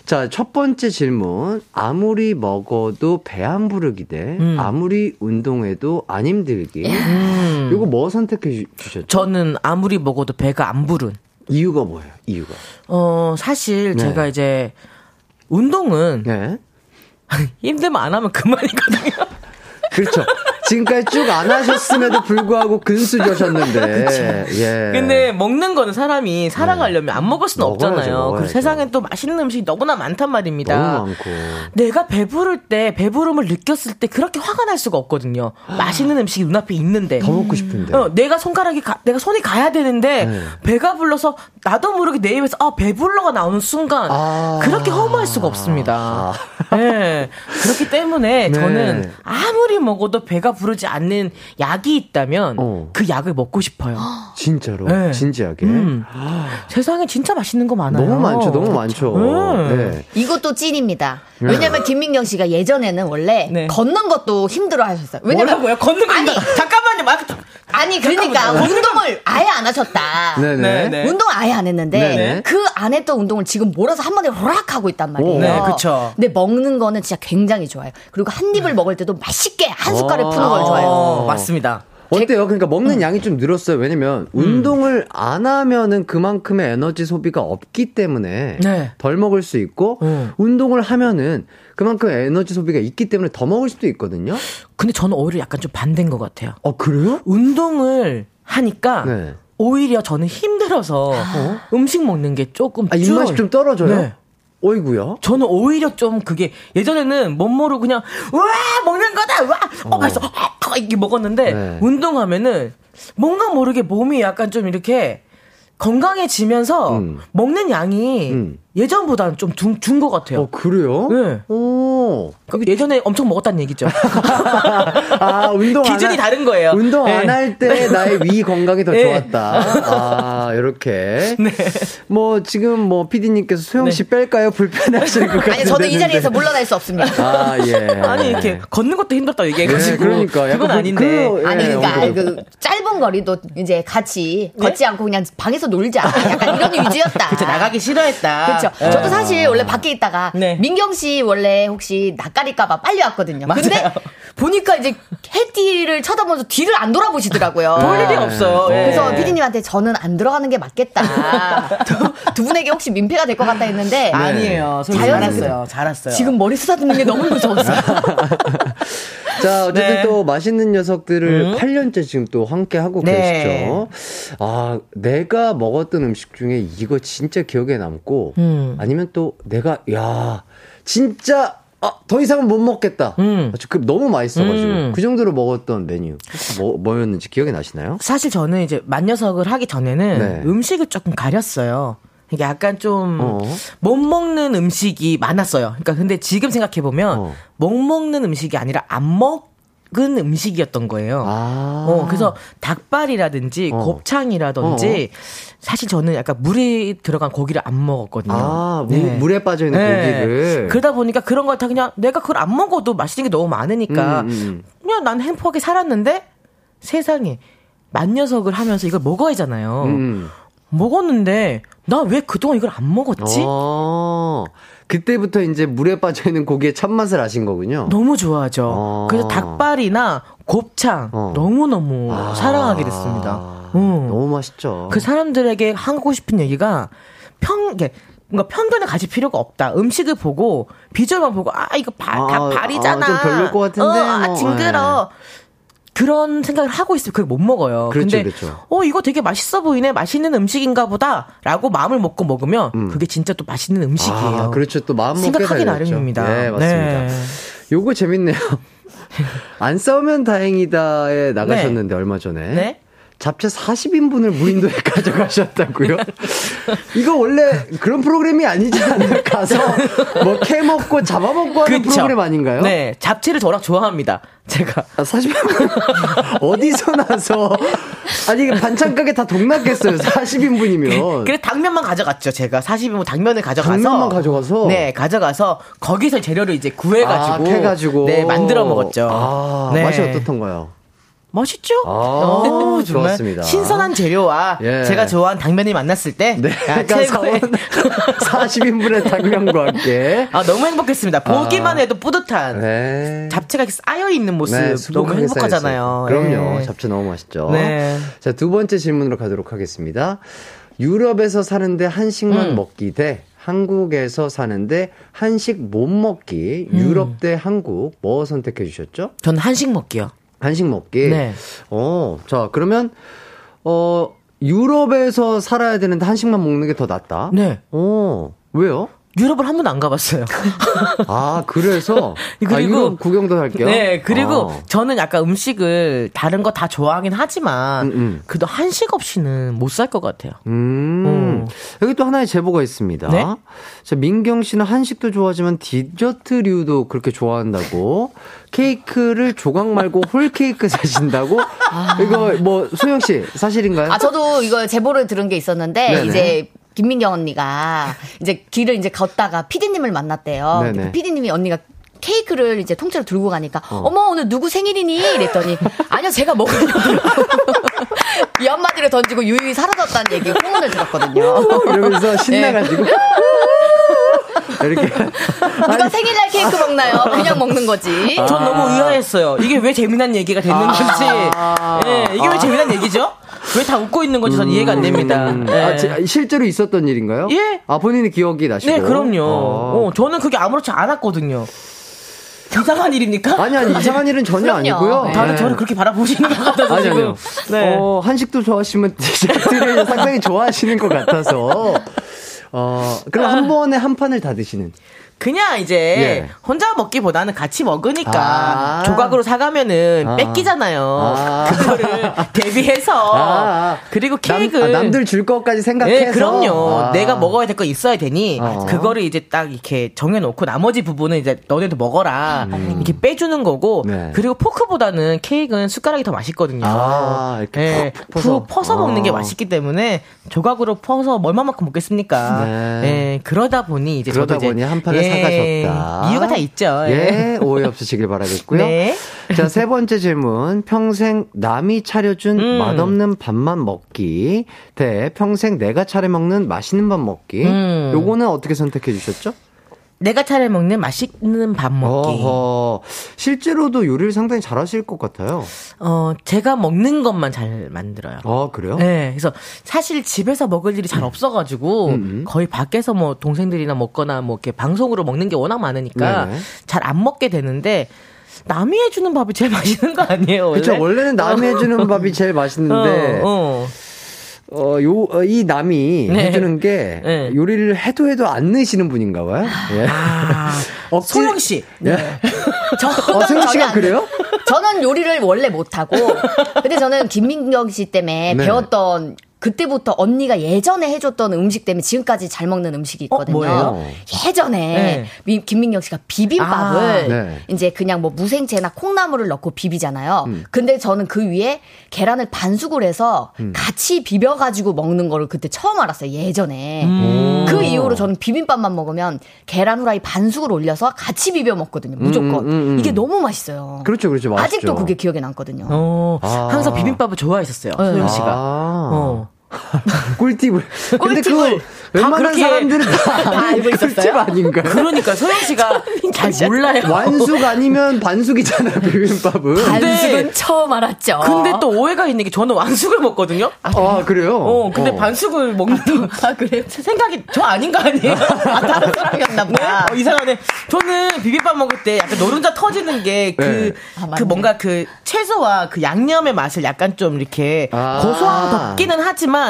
[SPEAKER 1] 자, 첫 번째 질문. 아무리 먹어도 배 안 부르기 대
[SPEAKER 4] 음.
[SPEAKER 1] 아무리 운동해도 안 힘들기.
[SPEAKER 4] 음.
[SPEAKER 1] 이거 뭐 선택해 주- 주셨죠?
[SPEAKER 4] 저는 아무리 먹어도 배가 안 부른.
[SPEAKER 1] 이유가 뭐예요? 이유가.
[SPEAKER 4] 어, 사실
[SPEAKER 1] 네.
[SPEAKER 4] 제가 이제 운동은
[SPEAKER 1] 네.
[SPEAKER 4] 힘들면 안 하면 그만이거든요.
[SPEAKER 1] 그렇죠. 지금까지 쭉 안 하셨음에도 불구하고 근수저셨는데. 예.
[SPEAKER 4] 근데 먹는 거는 사람이 살아가려면 안 먹을 수는
[SPEAKER 1] 네. 먹어야죠,
[SPEAKER 4] 없잖아요. 그리고
[SPEAKER 1] 먹어야죠.
[SPEAKER 4] 세상엔 또 맛있는 음식이 너무나 많단 말입니다.
[SPEAKER 1] 너무 많고.
[SPEAKER 4] 내가 배부를 때 배부름을 느꼈을 때 그렇게 화가 날 수가 없거든요. 맛있는 음식이 눈앞에 있는데.
[SPEAKER 1] 더 먹고 싶은데.
[SPEAKER 4] 어, 내가 손가락이 가- 내가 손이 가야 되는데
[SPEAKER 1] 네.
[SPEAKER 4] 배가 불러서 나도 모르게 내 입에서 아 배불러가 나오는 순간
[SPEAKER 1] 아.
[SPEAKER 4] 그렇게 허무할 수가 없습니다. 예. 그렇기 때문에
[SPEAKER 1] 네.
[SPEAKER 4] 저는 아무리 먹어도 배가 부르지 않는 약이 있다면
[SPEAKER 1] 어.
[SPEAKER 4] 그 약을 먹고 싶어요.
[SPEAKER 1] 진짜로.
[SPEAKER 4] 네.
[SPEAKER 1] 진지하게.
[SPEAKER 4] 음. 세상에 진짜 맛있는 거 많아요. 그렇죠.
[SPEAKER 1] 너무 많죠, 너무 많죠.
[SPEAKER 4] 음.
[SPEAKER 1] 네.
[SPEAKER 5] 이것도 찐입니다. 왜냐면 김민경 씨가 예전에는 원래
[SPEAKER 4] 네.
[SPEAKER 5] 걷는 것도 힘들어 하셨어요. 왜냐면
[SPEAKER 4] 뭐라고요? 걷는 거
[SPEAKER 5] 아니.
[SPEAKER 4] 아니 잠깐만요. 막
[SPEAKER 5] 아니 그러니까 운동을 아예 안 하셨다.
[SPEAKER 1] 네네.
[SPEAKER 4] 네네.
[SPEAKER 5] 운동 아예 안 했는데
[SPEAKER 1] 네네.
[SPEAKER 5] 그 안 했던 운동을 지금 몰아서 한 번에 호락 하고 있단 말이에요.
[SPEAKER 1] 오. 네,
[SPEAKER 4] 그쵸.
[SPEAKER 5] 근데 먹는 거는 진짜 굉장히 좋아요. 그리고 한
[SPEAKER 1] 네.
[SPEAKER 5] 입을 먹을 때도 맛있게 한 숟갈을 푸는 걸 좋아해요.
[SPEAKER 4] 어, 맞습니다.
[SPEAKER 1] 어때요? 그러니까 먹는 양이 좀 늘었어요. 왜냐면 운동을 안 하면은 그만큼의 에너지 소비가 없기 때문에
[SPEAKER 4] 네.
[SPEAKER 1] 덜 먹을 수 있고
[SPEAKER 4] 음.
[SPEAKER 1] 운동을 하면은 그만큼 에너지 소비가 있기 때문에 더 먹을 수도 있거든요.
[SPEAKER 4] 근데 저는 오히려 약간 좀 반대인 것 같아요.
[SPEAKER 1] 아 그래요?
[SPEAKER 4] 운동을 하니까
[SPEAKER 1] 네.
[SPEAKER 4] 오히려 저는 힘들어서 음식 먹는 게 조금
[SPEAKER 1] 아 입맛이
[SPEAKER 4] 줄어요.
[SPEAKER 1] 좀 떨어져요.
[SPEAKER 4] 네.
[SPEAKER 1] 어이구요.
[SPEAKER 4] 저는 오히려 좀 그게 예전에는 못 모르고 그냥 와 먹는 거다 와 어, 맛있어 어, 이게 먹었는데
[SPEAKER 1] 네.
[SPEAKER 4] 운동하면은 뭔가 모르게 몸이 약간 좀 이렇게 건강해지면서
[SPEAKER 1] 음.
[SPEAKER 4] 먹는 양이
[SPEAKER 1] 음.
[SPEAKER 4] 예전보다는 좀준것 같아요.
[SPEAKER 1] 어 그래요?
[SPEAKER 4] 네.
[SPEAKER 1] 오.
[SPEAKER 4] 그러니까 예전에 엄청 먹었다는 얘기죠.
[SPEAKER 1] 아 운동 안
[SPEAKER 4] 기준이
[SPEAKER 1] 할-
[SPEAKER 4] 다른 거예요.
[SPEAKER 1] 운동
[SPEAKER 4] 네.
[SPEAKER 1] 안 할 때 나의 위 건강이 더
[SPEAKER 4] 네.
[SPEAKER 1] 좋았다. 아 이렇게.
[SPEAKER 4] 네.
[SPEAKER 1] 뭐 지금 뭐 PD님께서 소영 씨 뺄까요? 불편하실 것 같은데.
[SPEAKER 5] 아니 저는 이 자리에서 물러날 수 없습니다.
[SPEAKER 1] 그러니까 아 예.
[SPEAKER 4] 아니 이렇게 걷는 것도 힘들다 얘기해가지고
[SPEAKER 1] 네, 그러니까 약간
[SPEAKER 4] 그건
[SPEAKER 1] 그-
[SPEAKER 4] 아닌데
[SPEAKER 1] 그-
[SPEAKER 5] 아니
[SPEAKER 1] 예,
[SPEAKER 5] 그러니까
[SPEAKER 1] 엉덩이.
[SPEAKER 5] 그 짧은 거리도 이제 같이 걷지 않고 그냥 방에서 놀자. 약간 이런 위주였다.
[SPEAKER 4] 네? 그쵸 나가기 싫어했다.
[SPEAKER 5] 그렇죠.
[SPEAKER 4] 예.
[SPEAKER 5] 저도 사실 원래 밖에 있다가
[SPEAKER 4] 네.
[SPEAKER 5] 민경 씨 원래 혹시 낯가릴까봐 빨리 왔거든요. 근데
[SPEAKER 4] 맞아요.
[SPEAKER 5] 보니까 이제 해띠를 쳐다보면서 뒤를 안 돌아보시더라고요. 네.
[SPEAKER 4] 볼 일이 없어요. 예.
[SPEAKER 5] 그래서 피디님한테 저는 안 들어가는 게 맞겠다. 두, 두 분에게 혹시 민폐가 될 것 같다 했는데
[SPEAKER 1] 네.
[SPEAKER 4] 아니에요. 솔직히
[SPEAKER 5] 자연스럽게.
[SPEAKER 4] 잘했어요. 잘했어요.
[SPEAKER 5] 지금 머리 쓰다듬는 게 너무 무서웠어요.
[SPEAKER 1] 자, 어쨌든
[SPEAKER 4] 네. 음?
[SPEAKER 1] 또 맛있는 녀석들을 8년째 지금 또 함께 하고
[SPEAKER 4] 네.
[SPEAKER 1] 계시죠. 아, 내가 먹었던 음식 중에 이거 진짜 기억에 남고,
[SPEAKER 4] 음.
[SPEAKER 1] 아니면 또 내가, 야, 진짜, 아, 더 이상은 못 먹겠다.
[SPEAKER 4] 음.
[SPEAKER 1] 아, 저 그, 너무 맛있어가지고.
[SPEAKER 4] 음.
[SPEAKER 1] 그 정도로 먹었던 메뉴. 혹시 뭐, 뭐였는지 기억이 나시나요?
[SPEAKER 4] 사실 저는 이제 만녀석을 하기 전에는
[SPEAKER 1] 네.
[SPEAKER 4] 음식을 조금 가렸어요. 이게 약간 좀
[SPEAKER 1] 어.
[SPEAKER 4] 못 먹는 음식이 많았어요. 그러니까 근데 지금 생각해 보면
[SPEAKER 1] 어.
[SPEAKER 4] 못 먹는 음식이 아니라 안 먹은 음식이었던 거예요.
[SPEAKER 1] 아.
[SPEAKER 4] 어, 그래서 닭발이라든지
[SPEAKER 1] 어.
[SPEAKER 4] 곱창이라든지 사실 저는 약간 물이 들어간 고기를 안 먹었거든요.
[SPEAKER 1] 아, 물,
[SPEAKER 4] 네.
[SPEAKER 1] 물에 빠져있는
[SPEAKER 4] 네.
[SPEAKER 1] 고기를.
[SPEAKER 4] 그러다 보니까 그런 걸 다 그냥 내가 그걸 안 먹어도 맛있는 게 너무 많으니까
[SPEAKER 1] 음, 음.
[SPEAKER 4] 그냥 난 행복하게 살았는데 세상에 만 녀석을 하면서 이걸 먹어야잖아요.
[SPEAKER 1] 음.
[SPEAKER 4] 먹었는데 나 왜 그동안 이걸 안 먹었지?
[SPEAKER 1] 어. 그때부터 이제 물에 빠져있는 고기의 참맛을 아신 거군요.
[SPEAKER 4] 너무 좋아하죠.
[SPEAKER 1] 어.
[SPEAKER 4] 그래서 닭발이나 곱창
[SPEAKER 1] 어.
[SPEAKER 4] 너무너무 사랑하게 됐습니다.
[SPEAKER 1] 아,
[SPEAKER 4] 음.
[SPEAKER 1] 너무 맛있죠.
[SPEAKER 4] 그 사람들에게 하고 싶은 얘기가 평, 이게 뭔가 편견을 가질 필요가 없다. 음식을 보고 비주얼만 보고 아 이거 발,
[SPEAKER 1] 아,
[SPEAKER 4] 닭 발이잖아.
[SPEAKER 1] 아, 좀 별로일 것 같은데,
[SPEAKER 4] 어, 아,
[SPEAKER 1] 뭐, 네.
[SPEAKER 4] 징그러. 그런 생각을 하고 있으면 그걸 못 먹어요.
[SPEAKER 1] 그렇죠,
[SPEAKER 4] 근데
[SPEAKER 1] 그렇죠.
[SPEAKER 4] 어 이거 되게 맛있어 보이네. 맛있는 음식인가 보다라고 마음을 먹고 먹으면 그게 진짜 또 맛있는 음식이에요.
[SPEAKER 1] 아, 그렇죠. 또 마음 먹게
[SPEAKER 4] 생각하기
[SPEAKER 1] 달렸죠.
[SPEAKER 4] 나름입니다.
[SPEAKER 1] 네, 맞습니다.
[SPEAKER 4] 네.
[SPEAKER 1] 요거 재밌네요. 안 싸우면 다행이다에 나가셨는데 얼마 전에
[SPEAKER 4] 네.
[SPEAKER 1] 잡채 40인분을 무인도에 가져가셨다고요? 이거 원래 그런 프로그램이 아니지 않나요? 가서 뭐 캐먹고 잡아먹고 하는
[SPEAKER 4] 그쵸.
[SPEAKER 1] 프로그램 아닌가요?
[SPEAKER 4] 네, 잡채를 저랑 좋아합니다. 제가
[SPEAKER 1] 아, 40인분 어디서 나서 아니 이게 반찬 가게 다 동났겠어요. 40인분이면
[SPEAKER 4] 네. 그래 당면만 가져갔죠. 제가 40인분 당면을 가져가서
[SPEAKER 1] 어. 당면만 가져가서?
[SPEAKER 4] 네 가져가서 거기서 재료를 이제
[SPEAKER 1] 아,
[SPEAKER 4] 구해가지고
[SPEAKER 1] 캐가지고
[SPEAKER 4] 네 만들어 먹었죠.
[SPEAKER 1] 아,
[SPEAKER 4] 네.
[SPEAKER 1] 맛이 어떻던가요?
[SPEAKER 4] 맛있죠?
[SPEAKER 1] 아,
[SPEAKER 4] 어, 정말
[SPEAKER 1] 좋았습니다.
[SPEAKER 4] 신선한 재료와
[SPEAKER 1] 예.
[SPEAKER 4] 제가 좋아하는 당면이 만났을 때
[SPEAKER 1] 네,
[SPEAKER 4] 아,
[SPEAKER 1] 약간
[SPEAKER 4] 최고의
[SPEAKER 1] 40인분의 당면과 함께
[SPEAKER 4] 아 너무 행복했습니다. 보기만 해도 뿌듯한
[SPEAKER 1] 아. 네.
[SPEAKER 4] 잡채가 이렇게 쌓여 있는 모습
[SPEAKER 1] 네,
[SPEAKER 4] 너무
[SPEAKER 1] 수북하게
[SPEAKER 4] 행복하잖아요.
[SPEAKER 1] 쌓여있어요. 그럼요.
[SPEAKER 4] 예.
[SPEAKER 1] 잡채 너무 맛있죠.
[SPEAKER 4] 네.
[SPEAKER 1] 자, 두 번째 질문으로 가도록 하겠습니다. 유럽에서 사는데 한식만
[SPEAKER 4] 음.
[SPEAKER 1] 먹기 대 한국에서 사는데
[SPEAKER 4] 음.
[SPEAKER 1] 한식 못 먹기 유럽 대 한국 뭐 선택해 주셨죠?
[SPEAKER 4] 저는 한식 먹기요.
[SPEAKER 1] 한식 먹기.
[SPEAKER 4] 네.
[SPEAKER 1] 어, 자, 그러면, 어, 유럽에서 살아야 되는데 한식만 먹는 게 더 낫다?
[SPEAKER 4] 네.
[SPEAKER 1] 어, 왜요?
[SPEAKER 4] 유럽을 한 번도 안 가봤어요.
[SPEAKER 1] 아, 그래서.
[SPEAKER 4] 그리고-
[SPEAKER 1] 아, 유럽 구경도 할게요.
[SPEAKER 4] 네, 그리고
[SPEAKER 1] 어.
[SPEAKER 4] 저는 약간 음식을 다른 거 다 좋아하긴 하지만
[SPEAKER 1] 음, 음.
[SPEAKER 4] 그래도 한식 없이는 못 살 것 같아요.
[SPEAKER 1] 음, 여기 또 하나의 제보가 있습니다.
[SPEAKER 4] 네?
[SPEAKER 1] 자, 민경 씨는 한식도 좋아하지만 디저트류도 그렇게 좋아한다고. 케이크를 조각 말고 홀케이크 사신다고? 이거 뭐, 소영 씨, 사실인가요?
[SPEAKER 5] 아, 저도 이거 제보를 들은 게 있었는데,
[SPEAKER 1] 네네.
[SPEAKER 5] 이제. 김민경 언니가 이제 길을 이제 걷다가 피디님을 만났대요. 근데
[SPEAKER 1] 네네.
[SPEAKER 5] 그 피디님이 언니가 케이크를 이제 통째로 들고 가니까 어. 머 오늘 누구 생일이니? 이랬더니 아니요 제가 먹으려고요. 이 한마디를 던지고 유유히 사라졌다는 얘기 소문을 들었거든요.
[SPEAKER 1] 이러면서 신나가지고. 이렇게.
[SPEAKER 5] 누가 생일날 케이크 먹나요? 그냥 먹는 거지.
[SPEAKER 1] 아,
[SPEAKER 4] 전 너무 의아했어요. 이게 왜 재미난 얘기가 되는 건지. 예, 이게 왜 재미난 얘기죠? 왜 다 웃고 있는 건지 전 이해가 안 됩니다.
[SPEAKER 1] 아. 음.
[SPEAKER 4] 예.
[SPEAKER 1] 아, 지- 아, 실제로 있었던 일인가요?
[SPEAKER 4] 예.
[SPEAKER 1] 아, 본인의 기억이 나시고.
[SPEAKER 4] 네, 그럼요.
[SPEAKER 1] 어.
[SPEAKER 4] 어, 저는 그게 아무렇지 않았거든요. 이상한 일입니까?
[SPEAKER 1] 아니, 아니, 이상한 일은 전혀
[SPEAKER 5] 그럼요.
[SPEAKER 1] 아니고요.
[SPEAKER 4] 다들
[SPEAKER 1] 네.
[SPEAKER 4] 저를 그렇게 바라보시는 것 같아서
[SPEAKER 1] 아니,
[SPEAKER 4] 지금.
[SPEAKER 1] 아니요.
[SPEAKER 4] 네.
[SPEAKER 1] 어, 한식도 좋아하시면 디저트를 상당히 좋아하시는 것 같아서. 어, 그럼
[SPEAKER 4] 아.
[SPEAKER 1] 한 번에 한 판을 다 드시는.
[SPEAKER 4] 그냥 이제
[SPEAKER 1] 예.
[SPEAKER 4] 혼자 먹기보다는 같이 먹으니까
[SPEAKER 1] 아.
[SPEAKER 4] 조각으로 사가면은
[SPEAKER 1] 아.
[SPEAKER 4] 뺏기잖아요.
[SPEAKER 1] 아.
[SPEAKER 4] 그거를 대비해서
[SPEAKER 1] 아, 아.
[SPEAKER 4] 그리고
[SPEAKER 1] 남-
[SPEAKER 4] 케이크
[SPEAKER 1] 아, 남들 줄 것까지 생각해서.
[SPEAKER 4] 네, 그럼요.
[SPEAKER 1] 아.
[SPEAKER 4] 내가 먹어야 될 거 있어야 되니
[SPEAKER 1] 어.
[SPEAKER 4] 그거를 이제 딱 이렇게 정해놓고 나머지 부분은 이제 너네도 먹어라 이렇게 빼주는 거고
[SPEAKER 1] 음. 네.
[SPEAKER 4] 그리고 포크보다는 케이크는 숟가락이 더 맛있거든요.
[SPEAKER 1] 아, 이렇게
[SPEAKER 4] 네,
[SPEAKER 1] 푹 퍼서.
[SPEAKER 4] 퍼서 퍼서 먹는 게
[SPEAKER 1] 어.
[SPEAKER 4] 맛있기 때문에 조각으로 퍼서 얼마만큼 먹겠습니까?
[SPEAKER 1] 네.
[SPEAKER 4] 네, 그러다 보니 이제
[SPEAKER 1] 그러다
[SPEAKER 4] 저도 이제
[SPEAKER 1] 보니 한 판을
[SPEAKER 4] 예,
[SPEAKER 1] 사가셨다.
[SPEAKER 4] 이유가 다 있죠.
[SPEAKER 1] 예, 오해 없으시길 바라겠고요.
[SPEAKER 4] 네.
[SPEAKER 1] 자, 세 번째 질문. 평생 남이 차려준
[SPEAKER 4] 음.
[SPEAKER 1] 맛없는 밥만 먹기 대 평생 내가 차려 먹는 맛있는 밥 먹기.
[SPEAKER 4] 음.
[SPEAKER 1] 요거는 어떻게 선택해 주셨죠?
[SPEAKER 4] 내가 차려 먹는 맛있는 밥 먹기.
[SPEAKER 1] 어허. 실제로도 요리를 상당히 잘하실 것 같아요.
[SPEAKER 4] 어, 제가 먹는 것만 잘 만들어요.
[SPEAKER 1] 아, 그래요?
[SPEAKER 4] 네, 그래서 사실 집에서 먹을 일이 잘 없어가지고
[SPEAKER 1] 음, 음.
[SPEAKER 4] 거의 밖에서 뭐 동생들이나 먹거나 뭐 이렇게 방송으로 먹는 게 워낙 많으니까
[SPEAKER 1] 네네.
[SPEAKER 4] 잘 안 먹게 되는데 남이 해주는 밥이 제일 맛있는 거 아니에요? 원래?
[SPEAKER 1] 그쵸, 원래는 남이 해주는 밥이 제일
[SPEAKER 4] 어,
[SPEAKER 1] 맛있는데, 어,
[SPEAKER 4] 어.
[SPEAKER 1] 요, 어, 이 남이
[SPEAKER 4] 네.
[SPEAKER 1] 해주는 게,
[SPEAKER 4] 네.
[SPEAKER 1] 요리를 해도 해도 안 넣으시는 분인가 봐요. 예.
[SPEAKER 4] 아, 네.
[SPEAKER 1] 억지-
[SPEAKER 4] 소영 씨.
[SPEAKER 1] 예. 어, 세훈
[SPEAKER 5] 저는
[SPEAKER 1] 씨가
[SPEAKER 5] 안-
[SPEAKER 1] 그래요?
[SPEAKER 5] 저는 요리를 원래 못하고, 근데 저는 김민경 씨 때문에
[SPEAKER 1] 네.
[SPEAKER 5] 배웠던 그때부터 언니가 예전에 해줬던 음식 때문에 지금까지 잘 먹는 음식이 있거든요.
[SPEAKER 4] 어, 뭐예요?
[SPEAKER 5] 예전에
[SPEAKER 4] 네.
[SPEAKER 5] 미- 김민경 씨가 비빔밥을
[SPEAKER 1] 아, 네.
[SPEAKER 5] 이제 그냥 뭐 무생채나 콩나물을 넣고 비비잖아요.
[SPEAKER 1] 음.
[SPEAKER 5] 근데 저는 그 위에 계란을 반숙을 해서
[SPEAKER 1] 음.
[SPEAKER 5] 같이 비벼가지고 먹는 거를 그때 처음 알았어요. 예전에.
[SPEAKER 4] 음.
[SPEAKER 5] 그 이후로 저는 비빔밥만 먹으면 계란 후라이 반숙을 올려서 같이 비벼 먹거든요. 무조건.
[SPEAKER 1] 음, 음, 음.
[SPEAKER 5] 이게 너무 맛있어요.
[SPEAKER 1] 그렇죠, 그렇죠. 맛있죠.
[SPEAKER 5] 아직도 그게 기억에 남거든요.
[SPEAKER 4] 어,
[SPEAKER 1] 아.
[SPEAKER 4] 항상 비빔밥을 좋아했었어요.
[SPEAKER 5] 네.
[SPEAKER 4] 소영 씨가.
[SPEAKER 1] 아.
[SPEAKER 4] 어.
[SPEAKER 1] 꿀팁을. 근데 그거
[SPEAKER 4] 꿀팁을
[SPEAKER 1] 웬만한
[SPEAKER 4] 그렇게
[SPEAKER 1] 사람들은 다,
[SPEAKER 5] 다 알고 있었어요?
[SPEAKER 1] 꿀팁 아닌가요?
[SPEAKER 4] 그러니까 소영 씨가 잘 몰라요.
[SPEAKER 1] 완숙 아니면 반숙이잖아, 비빔밥은.
[SPEAKER 5] 반숙은 처음 알았죠.
[SPEAKER 4] 근데 또 오해가 있는 게 저는 완숙을 먹거든요.
[SPEAKER 1] 아, 그래요?
[SPEAKER 4] 어, 근데 반숙을 먹는 아, 그래요? 생각이 저 아닌 거 아니에요? 아, 다른 사람이었나 보다. 네? 어, 이상하네. 저는 비빔밥 먹을 때 약간 노른자 터지는 게 그
[SPEAKER 1] 네.
[SPEAKER 4] 그
[SPEAKER 5] 아, 맞네.
[SPEAKER 4] 뭔가 그 채소와 그 양념의 맛을 약간 좀 이렇게
[SPEAKER 1] 아.
[SPEAKER 4] 고소하고 덥기는 하지만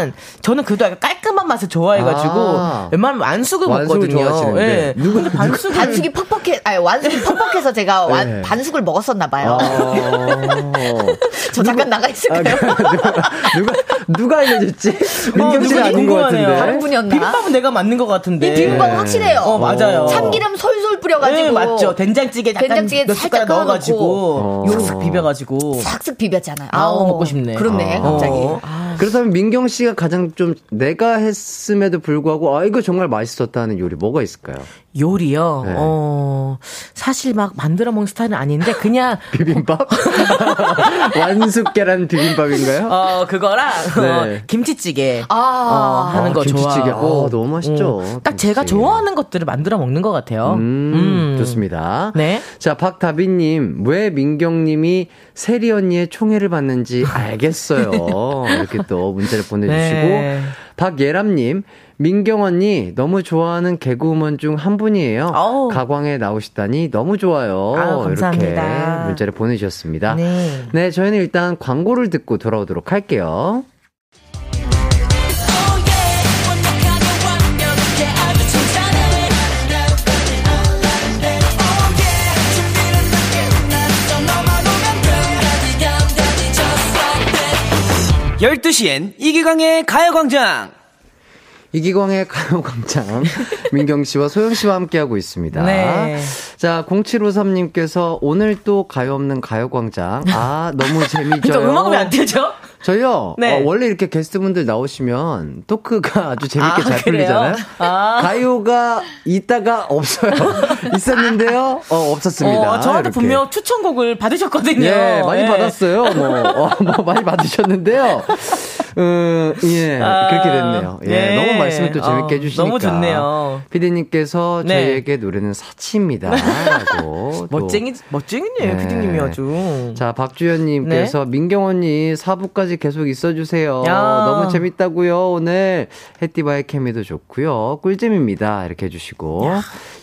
[SPEAKER 4] 저는 그래도 약간 깔끔한 맛을 좋아해가지고
[SPEAKER 1] 아.
[SPEAKER 4] 웬만하면 완숙을
[SPEAKER 1] 완숙을
[SPEAKER 4] 먹거든요.
[SPEAKER 1] 좋아하시는데.
[SPEAKER 4] 예.
[SPEAKER 1] 누구-
[SPEAKER 4] 근데 반숙을
[SPEAKER 5] 반숙이 퍽퍽해, 아니, 완숙이 퍽퍽해서 제가 완-
[SPEAKER 1] 네.
[SPEAKER 5] 반숙을 먹었었나 봐요.
[SPEAKER 1] 아.
[SPEAKER 5] 저 잠깐 나가
[SPEAKER 1] 아,
[SPEAKER 5] 있을까요?
[SPEAKER 1] 그- 누가 누가 알려줬지? 민경 씨는
[SPEAKER 4] 어, 누군지
[SPEAKER 1] 아닌 것
[SPEAKER 4] 궁금하네요.
[SPEAKER 5] 다른
[SPEAKER 1] 같은데.
[SPEAKER 5] 분이었나?
[SPEAKER 4] 비빔밥은 내가 맞는 것 같은데.
[SPEAKER 5] 이 비빔밥
[SPEAKER 1] 네.
[SPEAKER 5] 확실해요.
[SPEAKER 4] 어 맞아요.
[SPEAKER 5] 참기름 솔솔 뿌려가지고.
[SPEAKER 4] 네, 맞죠. 된장찌개 약간
[SPEAKER 5] 된장찌개
[SPEAKER 4] 몇
[SPEAKER 5] 살짝
[SPEAKER 4] 숟가락 넣어가지고
[SPEAKER 1] 어.
[SPEAKER 4] 요싹 비벼가지고
[SPEAKER 5] 싹쓱 비볐잖아요.
[SPEAKER 4] 아우
[SPEAKER 5] 아우,
[SPEAKER 4] 먹고 싶네.
[SPEAKER 5] 그렇네,
[SPEAKER 1] 어.
[SPEAKER 5] 갑자기.
[SPEAKER 4] 어.
[SPEAKER 1] 그렇다면 민경 씨가 가장 좀 내가 했음에도 불구하고 아 이거 정말 맛있었다는 요리 뭐가 있을까요?
[SPEAKER 4] 요리요.
[SPEAKER 1] 네.
[SPEAKER 4] 어 사실 막 만들어 먹는 스타일은 아닌데 그냥
[SPEAKER 1] 비빔밥? 완숙 계란 비빔밥인가요?
[SPEAKER 4] 어 그거랑
[SPEAKER 1] 네.
[SPEAKER 4] 어, 김치찌개. 어,
[SPEAKER 5] 아,
[SPEAKER 4] 하는
[SPEAKER 1] 아,
[SPEAKER 4] 거
[SPEAKER 1] 김치찌개.
[SPEAKER 4] 좋아하고
[SPEAKER 1] 아, 너무 맛있죠.
[SPEAKER 4] 음, 딱 제가
[SPEAKER 1] 김치찌개.
[SPEAKER 4] 좋아하는 것들을 만들어 먹는 것 같아요.
[SPEAKER 1] 음, 좋습니다.
[SPEAKER 4] 네.
[SPEAKER 1] 자, 박다빈님, 왜 민경님이 세리 언니의 총애를 받는지 알겠어요. 이렇게 또 문자를 보내주시고.
[SPEAKER 4] 네.
[SPEAKER 1] 박예람님, 민경 언니 너무 좋아하는 개그우먼 중 한 분이에요.
[SPEAKER 6] 어우.
[SPEAKER 1] 가광에 나오시다니 너무 좋아요.
[SPEAKER 6] 아유, 감사합니다.
[SPEAKER 1] 이렇게 문자를 보내주셨습니다.
[SPEAKER 6] 네.
[SPEAKER 1] 네, 저희는 일단 광고를 듣고 돌아오도록 할게요. 이기광의 가요광장 민경 씨와 소영 씨와 함께하고 있습니다.
[SPEAKER 6] 네.
[SPEAKER 1] 자, 0753님께서 오늘 또 가요 없는 가요광장. 아, 너무
[SPEAKER 4] 저
[SPEAKER 1] 재미져요.
[SPEAKER 4] 그러니까 음악은 왜안 되죠?
[SPEAKER 1] 저요.
[SPEAKER 4] 네.
[SPEAKER 1] 어, 원래 이렇게 게스트분들 나오시면 토크가 아주 재밌게
[SPEAKER 4] 아,
[SPEAKER 1] 잘
[SPEAKER 4] 그래요?
[SPEAKER 1] 풀리잖아요.
[SPEAKER 4] 아.
[SPEAKER 1] 가요가 있다가 없어요. 있었는데요. 어, 없었습니다.
[SPEAKER 4] 어, 저한테
[SPEAKER 1] 이렇게.
[SPEAKER 4] 분명 추천곡을 받으셨거든요.
[SPEAKER 1] 예, 많이
[SPEAKER 4] 예.
[SPEAKER 1] 받았어요. 뭐, 어, 뭐 많이 받으셨는데요. 음, 예,
[SPEAKER 4] 아,
[SPEAKER 1] 그렇게 됐네요. 예,
[SPEAKER 4] 예.
[SPEAKER 1] 너무 말씀을 또 재밌게
[SPEAKER 4] 어,
[SPEAKER 1] 해주시니까.
[SPEAKER 4] 너무 좋네요.
[SPEAKER 1] 피디님께서
[SPEAKER 4] 네.
[SPEAKER 1] 저희에게 노래는 사치입니다. 라고. 또
[SPEAKER 4] 멋쟁이 멋쟁이네요,
[SPEAKER 1] 네.
[SPEAKER 4] 피디님이 아주.
[SPEAKER 1] 자, 박주현님께서 민경 언니 4부까지 계속 있어주세요.
[SPEAKER 4] 네. 야.
[SPEAKER 1] 너무 재밌다고요 오늘 해띠바의 케미도 좋고요 꿀잼입니다. 이렇게 해주시고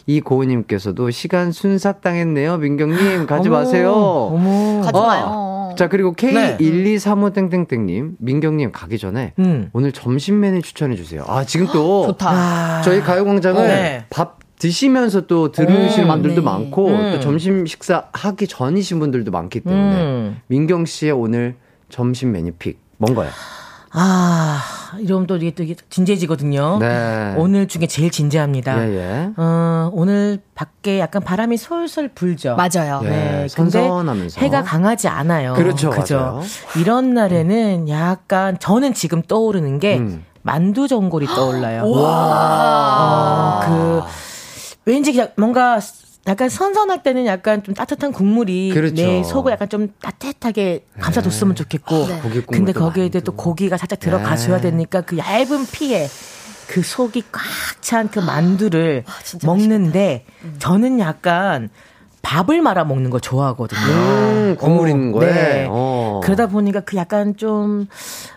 [SPEAKER 1] 이고은님께서도 시간 순삭 당했네요. 민경님 가지
[SPEAKER 4] 어머,
[SPEAKER 1] 마세요.
[SPEAKER 4] 어머.
[SPEAKER 5] 가지 마요.
[SPEAKER 1] 아, 자 그리고
[SPEAKER 4] 네.
[SPEAKER 1] K1235땡땡땡님 민경님 가기 전에
[SPEAKER 4] 음.
[SPEAKER 1] 오늘 점심 메뉴 추천해 주세요. 아 지금 또
[SPEAKER 5] 좋다.
[SPEAKER 1] 아,
[SPEAKER 6] 아.
[SPEAKER 1] 저희 가요광장을
[SPEAKER 4] 어, 네.
[SPEAKER 1] 밥 드시면서 또 들으시는
[SPEAKER 5] 음,
[SPEAKER 1] 분들도
[SPEAKER 5] 맞네.
[SPEAKER 1] 많고
[SPEAKER 4] 음.
[SPEAKER 1] 또 점심 식사 하기 전이신 분들도 많기 때문에
[SPEAKER 4] 음.
[SPEAKER 1] 민경 씨의 오늘 점심 메뉴 픽 뭔가요?
[SPEAKER 6] 아, 이러면 또 이게 또 이게
[SPEAKER 4] 어?
[SPEAKER 6] 진지해지거든요.
[SPEAKER 1] 네.
[SPEAKER 6] 오늘 중에 제일 진지합니다.
[SPEAKER 1] 예예.
[SPEAKER 6] 어, 오늘 밖에 약간 바람이 솔솔 불죠.
[SPEAKER 5] 맞아요.
[SPEAKER 1] 예.
[SPEAKER 6] 네,
[SPEAKER 1] 선선하면서.
[SPEAKER 6] 근데 해가 강하지 않아요.
[SPEAKER 1] 그렇죠, 맞아요.
[SPEAKER 6] 그죠. 이런 날에는 약간 저는 지금 떠오르는 게
[SPEAKER 1] 음.
[SPEAKER 6] 만두 전골이 떠올라요. 어, 그 왠지 그냥 뭔가 약간 선선할 때는 약간 좀 따뜻한 국물이
[SPEAKER 1] 그렇죠. 네.
[SPEAKER 6] 내 속을 약간 좀 따뜻하게 감싸줬으면 좋겠고
[SPEAKER 1] 아, 고기 국물도
[SPEAKER 6] 근데 거기에 이제
[SPEAKER 1] 많이
[SPEAKER 6] 또 고기가 살짝 들어가줘야
[SPEAKER 1] 음. 네.
[SPEAKER 6] 되니까 그 얇은 피에 그 속이 꽉 찬 그 만두를
[SPEAKER 1] 아,
[SPEAKER 5] 진짜
[SPEAKER 6] 먹는데
[SPEAKER 1] 음.
[SPEAKER 6] 저는 약간 밥을 말아 먹는 거 좋아하거든요.
[SPEAKER 1] 음, 국물
[SPEAKER 6] 어,
[SPEAKER 1] 있는 거에.
[SPEAKER 6] 네.
[SPEAKER 1] 어.
[SPEAKER 6] 그러다 보니까 그 약간 좀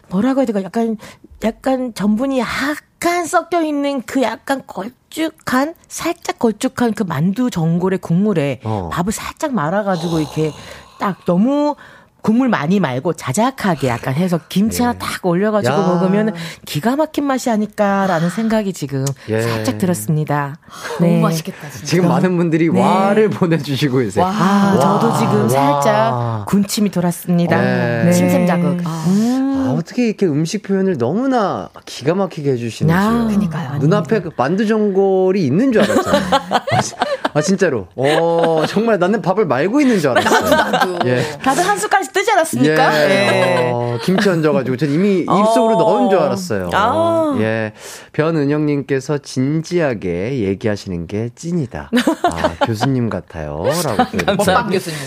[SPEAKER 6] 뭐라고 해야 될까? 약간 약간 전분이 약간 섞여 있는 그 약간 걸쭉한 살짝 걸쭉한 그 만두 전골의 국물에
[SPEAKER 1] 어.
[SPEAKER 6] 밥을 살짝 말아가지고 이렇게 딱 너무 국물 많이 말고 자작하게 약간 해서 김치 하나 딱 올려가지고
[SPEAKER 1] 예. 야.
[SPEAKER 6] 먹으면 기가 막힌 맛이 아닐까라는 생각이 지금
[SPEAKER 1] 예.
[SPEAKER 6] 살짝 들었습니다.
[SPEAKER 4] 네.
[SPEAKER 6] 네.
[SPEAKER 5] 너무 맛있겠다 진짜.
[SPEAKER 1] 지금 많은 분들이 와를 보내주시고 계세요.
[SPEAKER 6] 아,
[SPEAKER 1] 와.
[SPEAKER 6] 저도 지금
[SPEAKER 1] 와.
[SPEAKER 6] 살짝 군침이 돌았습니다.
[SPEAKER 1] 네.
[SPEAKER 5] 침샘 자극. 아.
[SPEAKER 1] 아, 어떻게 이렇게 음식 표현을 너무나 기가 막히게 해주시는지.
[SPEAKER 6] 야,
[SPEAKER 5] 그러니까요.
[SPEAKER 1] 눈앞에 그 만두 전골이 있는 줄 알았잖아요. 아, 진- 아, 진짜로. 어, 정말 나는 밥을 말고 있는 줄 알았어요. 나도, 나도. 예.
[SPEAKER 4] 다들 한 수까지 뜨지
[SPEAKER 1] 예.
[SPEAKER 4] 않았습니까? 예.
[SPEAKER 1] 어, 김치 얹어가지고 전 이미 입속으로
[SPEAKER 4] 어.
[SPEAKER 1] 넣은 줄 알았어요.
[SPEAKER 4] 아.
[SPEAKER 1] 예. 변은영님께서 진지하게 얘기하시는 게 찐이다. 아, 교수님 같아요. 라고 또
[SPEAKER 5] 먹방 교수님.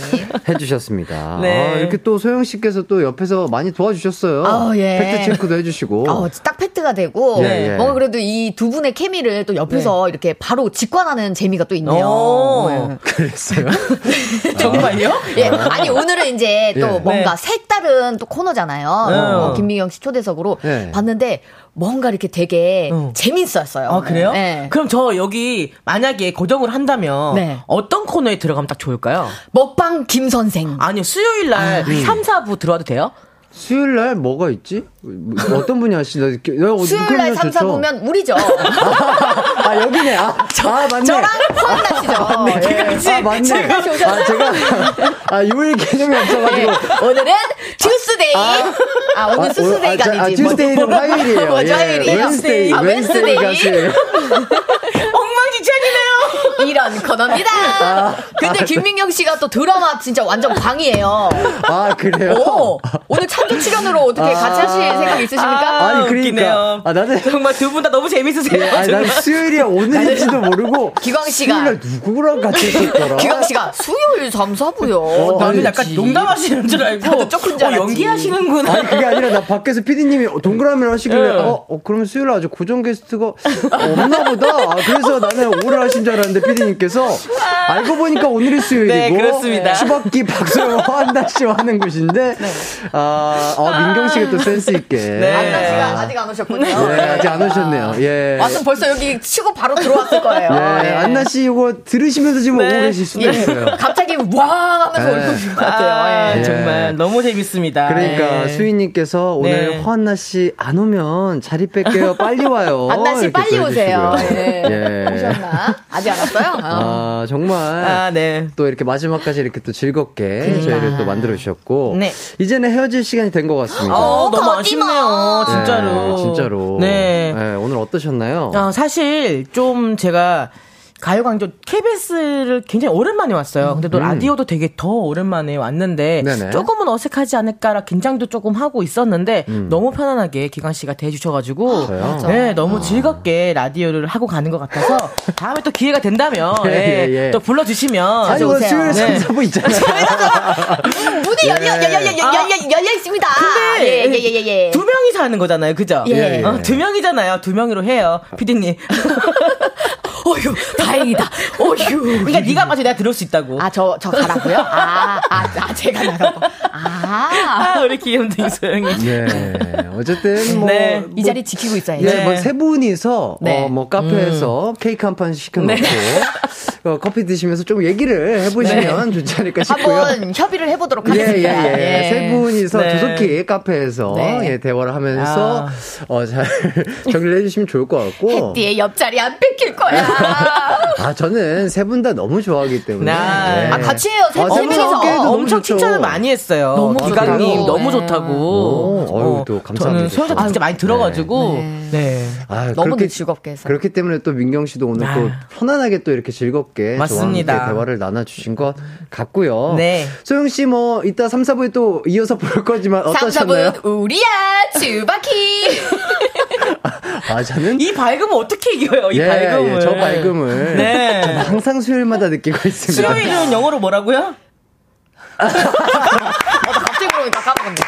[SPEAKER 1] 해주셨습니다.
[SPEAKER 4] 네.
[SPEAKER 1] 아, 이렇게 또 소영 씨께서 또 옆에서 많이 도와주셨어요.
[SPEAKER 5] 아, 예.
[SPEAKER 1] 팩트 체크도 해주시고.
[SPEAKER 5] 어, 딱 팩트가 되고
[SPEAKER 1] 예, 네. 예.
[SPEAKER 5] 뭔가 그래도 이 두 분의 케미를 또 옆에서 이렇게 바로 직관하는 재미가 또
[SPEAKER 4] 어.
[SPEAKER 5] 있네요.
[SPEAKER 4] 오.
[SPEAKER 5] 네.
[SPEAKER 1] 그랬어요.
[SPEAKER 4] 네. 정말요?
[SPEAKER 5] 예, 아니 오늘은 이제 또
[SPEAKER 1] 예.
[SPEAKER 5] 뭔가
[SPEAKER 4] 네.
[SPEAKER 5] 색다른 또 코너잖아요. 어, 김민경 씨 초대석으로
[SPEAKER 1] 네.
[SPEAKER 5] 봤는데 뭔가 이렇게 되게
[SPEAKER 6] 어.
[SPEAKER 5] 재밌었어요.
[SPEAKER 4] 아 그래요?
[SPEAKER 5] 예.
[SPEAKER 4] 그럼 저 여기 만약에 고정을 한다면
[SPEAKER 5] 네.
[SPEAKER 4] 어떤 코너에 들어가면 딱 좋을까요?
[SPEAKER 5] 먹방 김 선생.
[SPEAKER 4] 아니요 수요일 날 3, 4부 들어와도 돼요?
[SPEAKER 1] 수요일 날 뭐가 있지? 뭐, 어떤 분이 하시나?
[SPEAKER 5] 수요일 날 3, 4 보면 우리죠.
[SPEAKER 1] 아, 여기네. 아, 아 맞네.
[SPEAKER 5] 저랑 포함나 씨죠.
[SPEAKER 1] 예. 아, 맞네. 아, 제가, 아, 요일 개념이 없어가지고.
[SPEAKER 5] 예. 오늘은 투스데이. 아, 네. 오늘 수스데이가
[SPEAKER 1] 아,
[SPEAKER 5] 아,
[SPEAKER 1] 자,
[SPEAKER 5] 니지
[SPEAKER 1] 아, 튜스데이는 화요일이에요.
[SPEAKER 5] 맞아,
[SPEAKER 1] 예,
[SPEAKER 5] 뭐, 화요일이에요.
[SPEAKER 1] 웬스데이,
[SPEAKER 5] 아,
[SPEAKER 1] 웬스데이 가수예요.
[SPEAKER 4] 엉망진창이네요.
[SPEAKER 5] 이런 코너입니다. 근데 김민경 씨가 또 드라마 진짜 완전 광이에요.
[SPEAKER 1] 아, 그래요?
[SPEAKER 5] 오, 오늘 참조 출연으로 어떻게 같이 하실 생각 있으십니까?
[SPEAKER 1] 아, 아니, 그러니까.
[SPEAKER 4] 웃기네요.
[SPEAKER 1] 아, 나는-
[SPEAKER 4] 정말 두 분 다 너무 재밌으세요.
[SPEAKER 1] 예, 아니, 난
[SPEAKER 4] 정말.
[SPEAKER 1] 수요일이야 오늘인지도 모르고.
[SPEAKER 5] 기광 씨가-
[SPEAKER 1] 수요일 날 누구랑 같이 있었더라?
[SPEAKER 5] 기광 씨가 수요일
[SPEAKER 1] 어,
[SPEAKER 5] 잠사부요.
[SPEAKER 1] 아니,
[SPEAKER 4] 나는 약간 농담하시는 줄 알고
[SPEAKER 5] 나도 조금 줄
[SPEAKER 4] 어,
[SPEAKER 5] 알았지.
[SPEAKER 4] 연기하시는구나.
[SPEAKER 1] 아니 그게 아니라 나 밖에서 피디님이 동그라미를 하시길래
[SPEAKER 4] 예.
[SPEAKER 1] 어, 어, 그럼 수요일 날 아주 고정 게스트가 없나 보다 아, 그래서 나는 오래 하신 줄 알았는데 님께서 알고 보니까 오늘이 수요일이고
[SPEAKER 4] 네, 그렇습니다. 네.
[SPEAKER 1] 추박기 박소영 한나 씨와 하는 곳인데 아, 어, 민경 씨가 또 센스 있게
[SPEAKER 4] 한나
[SPEAKER 5] 씨가
[SPEAKER 1] 아,
[SPEAKER 5] 아직 안 오셨군요.
[SPEAKER 1] 네, 아직 안 오셨네요. 예.
[SPEAKER 4] 아,
[SPEAKER 5] 왔으면 벌써 여기 치고 바로 들어왔을 거예요.
[SPEAKER 1] 예,
[SPEAKER 5] 예.
[SPEAKER 1] 안나 씨 이거 들으시면서 지금
[SPEAKER 4] 네.
[SPEAKER 1] 오고 계실 수도 있어요.
[SPEAKER 5] 갑자기 와 하면서
[SPEAKER 1] 네.
[SPEAKER 5] 올것
[SPEAKER 4] 아,
[SPEAKER 5] 같아요. 예.
[SPEAKER 1] 예.
[SPEAKER 4] 정말 너무 재밌습니다.
[SPEAKER 1] 그러니까
[SPEAKER 4] 예.
[SPEAKER 1] 수희님께서 오늘
[SPEAKER 4] 네.
[SPEAKER 1] 허한나 씨 안 오면 자리 뺄게요. 빨리 와요.
[SPEAKER 5] 안나 씨
[SPEAKER 1] 이렇게
[SPEAKER 5] 빨리 오세요.
[SPEAKER 1] 보여주시고요.
[SPEAKER 5] 예.
[SPEAKER 1] 예.
[SPEAKER 5] 오셨나? 아직 안 왔어요? 어.
[SPEAKER 1] 아 정말
[SPEAKER 4] 아, 네.
[SPEAKER 1] 또 이렇게 마지막까지 이렇게 또 즐겁게
[SPEAKER 5] 그러니까.
[SPEAKER 1] 저희를 또 만들어 주셨고
[SPEAKER 4] 네.
[SPEAKER 1] 이제는 헤어질 시간이 된 것 같습니다.
[SPEAKER 4] 어, 너무
[SPEAKER 5] 거짓말.
[SPEAKER 4] 아쉽네요. 진짜로.
[SPEAKER 1] 네, 진짜로.
[SPEAKER 4] 네.
[SPEAKER 1] 네, 오늘 어떠셨나요?
[SPEAKER 4] 어, 사실 좀 제가 가요광장 KBS를 굉장히 오랜만에 왔어요. 근데 또 라디오도 되게 더 오랜만에 왔는데
[SPEAKER 1] 음. 네네.
[SPEAKER 4] 조금은 어색하지 않을까라 긴장도 조금 하고 있었는데 너무 편안하게 기광 씨가 대해주셔가지고
[SPEAKER 1] 음. 맞아요?
[SPEAKER 4] 네, 너무 즐겁게 라디오를 하고 가는 것 같아서 다음에 또 기회가 된다면
[SPEAKER 1] 예,
[SPEAKER 4] 예,
[SPEAKER 1] 예, 예.
[SPEAKER 4] 또 불러주시면
[SPEAKER 1] 아니 오늘
[SPEAKER 5] 오세요.
[SPEAKER 1] 수요일
[SPEAKER 4] 네.
[SPEAKER 1] 삼사부 있잖아요.
[SPEAKER 5] 문이 열려, 열려, 열려, 열려, 열려, 열려 있습니다.
[SPEAKER 4] 근데
[SPEAKER 5] 예, 예, 예, 예, 예.
[SPEAKER 4] 두 명이 사는 거잖아요, 그죠?
[SPEAKER 5] 예.
[SPEAKER 4] 어, 두 명이잖아요. 두 명으로 해요, 피디님.
[SPEAKER 5] 어휴, 다행이다. 어휴.
[SPEAKER 4] 그러니까 네가 빠져 내가 들을 수 있다고.
[SPEAKER 5] 아, 저, 저 가라고요? 아, 아, 아 제가 나가고. 아.
[SPEAKER 4] 아, 우리 귀염둥이 소영이.
[SPEAKER 1] 예. 어쨌든 뭐.
[SPEAKER 4] 네.
[SPEAKER 5] 이 자리 지키고 있어야지.
[SPEAKER 1] 예,
[SPEAKER 4] 네.
[SPEAKER 1] 뭐세 분이서
[SPEAKER 5] 네. 음.
[SPEAKER 1] 어, 뭐 카페에서 케이크 한 판 시켜놓고 어, 커피 드시면서 좀 얘기를 해보시면 좋지 않을까 싶고요.
[SPEAKER 5] 네. 한번 협의를 해보도록
[SPEAKER 1] 예, 예,
[SPEAKER 5] 하겠습니다.
[SPEAKER 1] 예.
[SPEAKER 5] 예.
[SPEAKER 1] 세 분이서
[SPEAKER 4] 네.
[SPEAKER 1] 조속히 카페에서
[SPEAKER 5] 네.
[SPEAKER 1] 예, 대화를 하면서
[SPEAKER 4] 아.
[SPEAKER 1] 어, 잘 정리를 해주시면 좋을 것 같고.
[SPEAKER 5] 햇띠의 옆자리 안 뺏길 거야.
[SPEAKER 1] 아, 저는 세 분 다 너무 좋아하기 때문에.
[SPEAKER 4] 나- 아,
[SPEAKER 5] 네. 같이 해요. 세-
[SPEAKER 1] 아,
[SPEAKER 5] 세
[SPEAKER 1] 세분
[SPEAKER 5] 명이서.
[SPEAKER 1] 함께 해도 너무
[SPEAKER 4] 엄청
[SPEAKER 1] 좋죠.
[SPEAKER 4] 칭찬을 많이 했어요.
[SPEAKER 5] 너무
[SPEAKER 4] 기강님
[SPEAKER 5] 좋다고.
[SPEAKER 4] 너무
[SPEAKER 5] 네.
[SPEAKER 4] 좋다고.
[SPEAKER 1] 오, 어유, 또 감사합니다.
[SPEAKER 4] 저는 소영자 진짜
[SPEAKER 5] 아,
[SPEAKER 4] 많이 들어가지고. 네.
[SPEAKER 1] 아,
[SPEAKER 5] 너무
[SPEAKER 1] 그렇게-
[SPEAKER 5] 즐겁게 해서.
[SPEAKER 1] 그렇기 때문에 또 민경 씨도 오늘
[SPEAKER 4] 아유.
[SPEAKER 1] 또 편안하게 또 이렇게 즐겁게
[SPEAKER 4] 맞습니다.
[SPEAKER 1] 저와 함께 대화를 나눠주신 것 같고요.
[SPEAKER 4] 네.
[SPEAKER 1] 소영 씨 뭐 이따 3, 4부에 또 이어서 볼 거지만 어떠셨나요?
[SPEAKER 5] 3사분 우리야 주바키.
[SPEAKER 1] 아, 저는
[SPEAKER 4] 이 밝음을 어떻게 이겨요? 이
[SPEAKER 1] 예,
[SPEAKER 4] 밝음을.
[SPEAKER 1] 예, 저 밝음을
[SPEAKER 4] 네.
[SPEAKER 1] 저는 항상 수요일마다 느끼고 있습니다.
[SPEAKER 4] 수영이는 영어로 뭐라고요?
[SPEAKER 5] 갑자기 그러니까 까먹었네.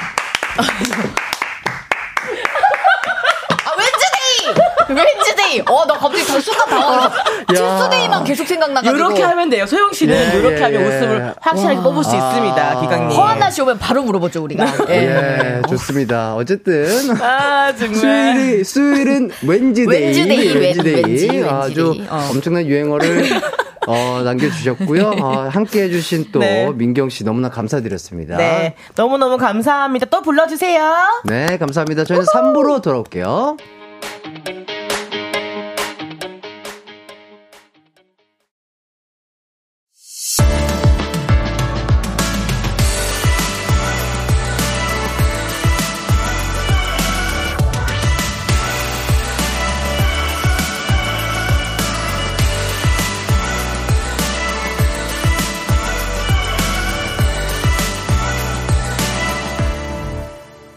[SPEAKER 5] 아 웬즈데이. 웬즈데이. 어 나 갑자기 다 순간 당황했어. 칠수데이만 계속 아, 생각나가지고.
[SPEAKER 4] 이렇게 하면 돼요. 소영 씨는
[SPEAKER 1] 예,
[SPEAKER 4] 이렇게
[SPEAKER 1] 예, 아.
[SPEAKER 4] 하면
[SPEAKER 1] 예.
[SPEAKER 4] 웃음을 확실하게 뽑을 수 있습니다. 기강님.
[SPEAKER 5] 허한나 씨 오면 바로 물어보죠 우리가. 예.
[SPEAKER 1] 예, 좋습니다. 어쨌든
[SPEAKER 4] 아 정말.
[SPEAKER 1] 수요일이 수요일은 웬즈데이,
[SPEAKER 5] 네. 웬즈데이, 웬- 웬지, 웬지데이.
[SPEAKER 1] 아주
[SPEAKER 5] 어.
[SPEAKER 1] 엄청난 유행어를 어, 남겨주셨고요. 어, 함께해주신 또
[SPEAKER 4] 네.
[SPEAKER 1] 민경 씨 너무나 감사드렸습니다.
[SPEAKER 4] 네. 너무너무 감사합니다. 또 불러주세요.
[SPEAKER 1] 네, 감사합니다. 저희는 3부로 돌아올게요.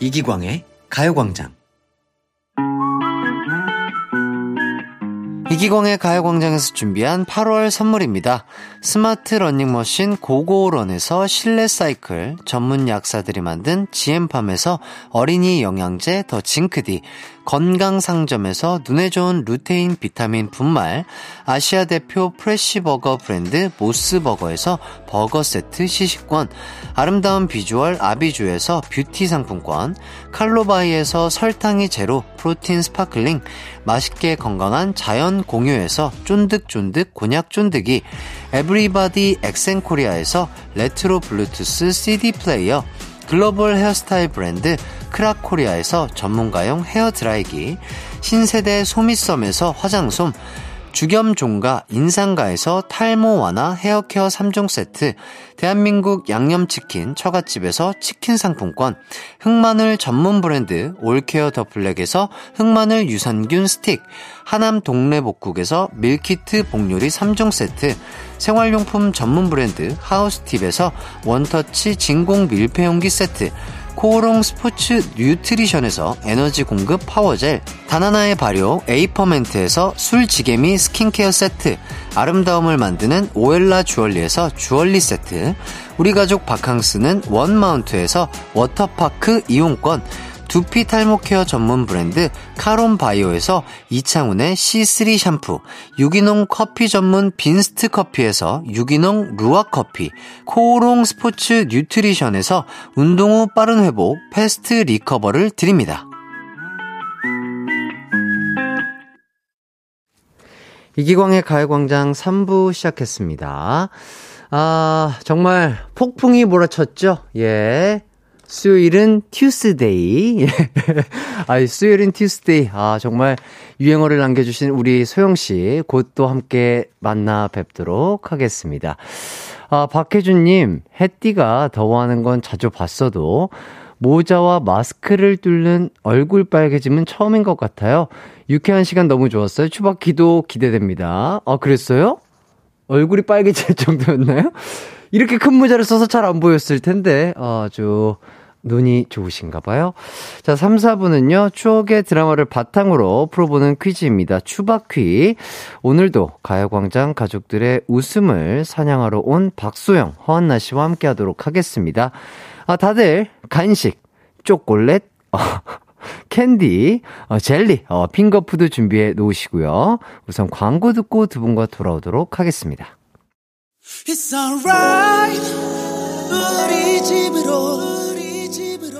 [SPEAKER 7] 이기광의 가요광장.
[SPEAKER 1] 이기광의 가요광장에서 준비한 8월 선물입니다. 스마트 러닝머신 고고런에서 실내 사이클, 전문 약사들이 만든 GM팜에서 어린이 영양제 더 징크디, 건강상점에서 눈에 좋은 루테인 비타민 분말, 아시아 대표 프레시버거 브랜드 모스버거에서 버거 세트 시식권, 아름다운 비주얼 아비주에서 뷰티 상품권, 칼로바이에서 설탕이 제로 프로틴 스파클링, 맛있게 건강한 자연 공유에서 쫀득쫀득 곤약 쫀득이, 에브리바디 엑센코리아에서 레트로 블루투스 CD 플레이어, 글로벌 헤어스타일 브랜드 크라코리아에서 전문가용 헤어드라이기, 신세대 소미썸에서 화장솜, 주겸종가 인상가에서 탈모 완화 헤어케어 3종 세트, 대한민국 양념치킨 처갓집에서 치킨 상품권, 흑마늘 전문 브랜드 올케어 더 블랙에서 흑마늘 유산균 스틱, 하남 동래복국에서 밀키트 복요리 3종 세트, 생활용품 전문 브랜드 하우스팁에서 원터치 진공 밀폐용기 세트, 코오롱 스포츠 뉴트리션에서 에너지 공급 파워젤, 다나나의 발효 에이퍼멘트에서 술지개미 스킨케어 세트, 아름다움을 만드는 오엘라 주얼리에서 주얼리 세트, 우리 가족 바캉스는 원마운트에서 워터파크 이용권, 두피 탈모 케어 전문 브랜드 카론바이오에서 이창훈의 C3 샴푸, 유기농 커피 전문 빈스트 커피에서 유기농 루아 커피, 코오롱 스포츠 뉴트리션에서 운동 후 빠른 회복, 패스트 리커버를 드립니다. 이기광의 가요광장 3부 시작했습니다. 아, 정말 폭풍이 몰아쳤죠? 예. 수요일은 튜스데이. 아, 수요일은 튜스데이. 아, 정말 유행어를 남겨주신 우리 소영씨, 곧 또 함께 만나 뵙도록 하겠습니다. 아, 박혜준님, 햇띠가 더워하는 건 자주 봤어도, 모자와 마스크를 뚫는 얼굴 빨개짐은 처음인 것 같아요. 유쾌한 시간 너무 좋았어요. 추바키도 기대됩니다. 아, 그랬어요? 얼굴이 빨개질 정도였나요? 이렇게 큰 모자를 써서 잘 안 보였을 텐데, 아주 눈이 좋으신가 봐요. 자, 3, 4부는요, 추억의 드라마를 바탕으로 풀어보는 퀴즈입니다. 추바퀴. 오늘도 가요광장 가족들의 웃음을 사냥하러 온 박소영, 허한나 씨와 함께 하도록 하겠습니다. 아, 다들 간식, 초콜릿, 어, 캔디, 어, 젤리, 어, 핑거푸드 준비해 놓으시고요. 우선 광고 듣고 두 분과 돌아오도록 하겠습니다.
[SPEAKER 2] It's alright 우리 집으로 우리 집으로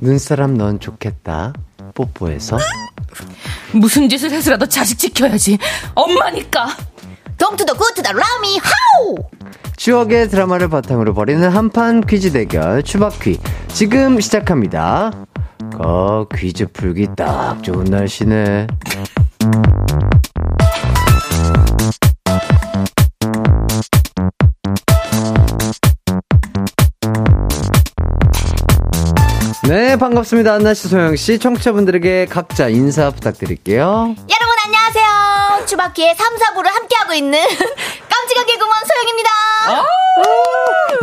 [SPEAKER 1] 눈사람 넌 좋겠다. 뽀뽀해서.
[SPEAKER 6] 무슨 짓을 해서라도 자식 지켜야지. 엄마니까.
[SPEAKER 5] 동투더 구투더 라미 하우!
[SPEAKER 1] 추억의 드라마를 바탕으로 벌이는 한판 퀴즈 대결 추바퀴 지금 시작합니다. 어 퀴즈 풀기 딱 좋은 날씨네. 네 반갑습니다 안나 씨 소영 씨 청취자분들에게 각자 인사 부탁드릴게요.
[SPEAKER 5] 여러분 안녕하세요. 추바키의 3, 4부를 함께하고 있는 깜찍한 개그먼 소영입니다.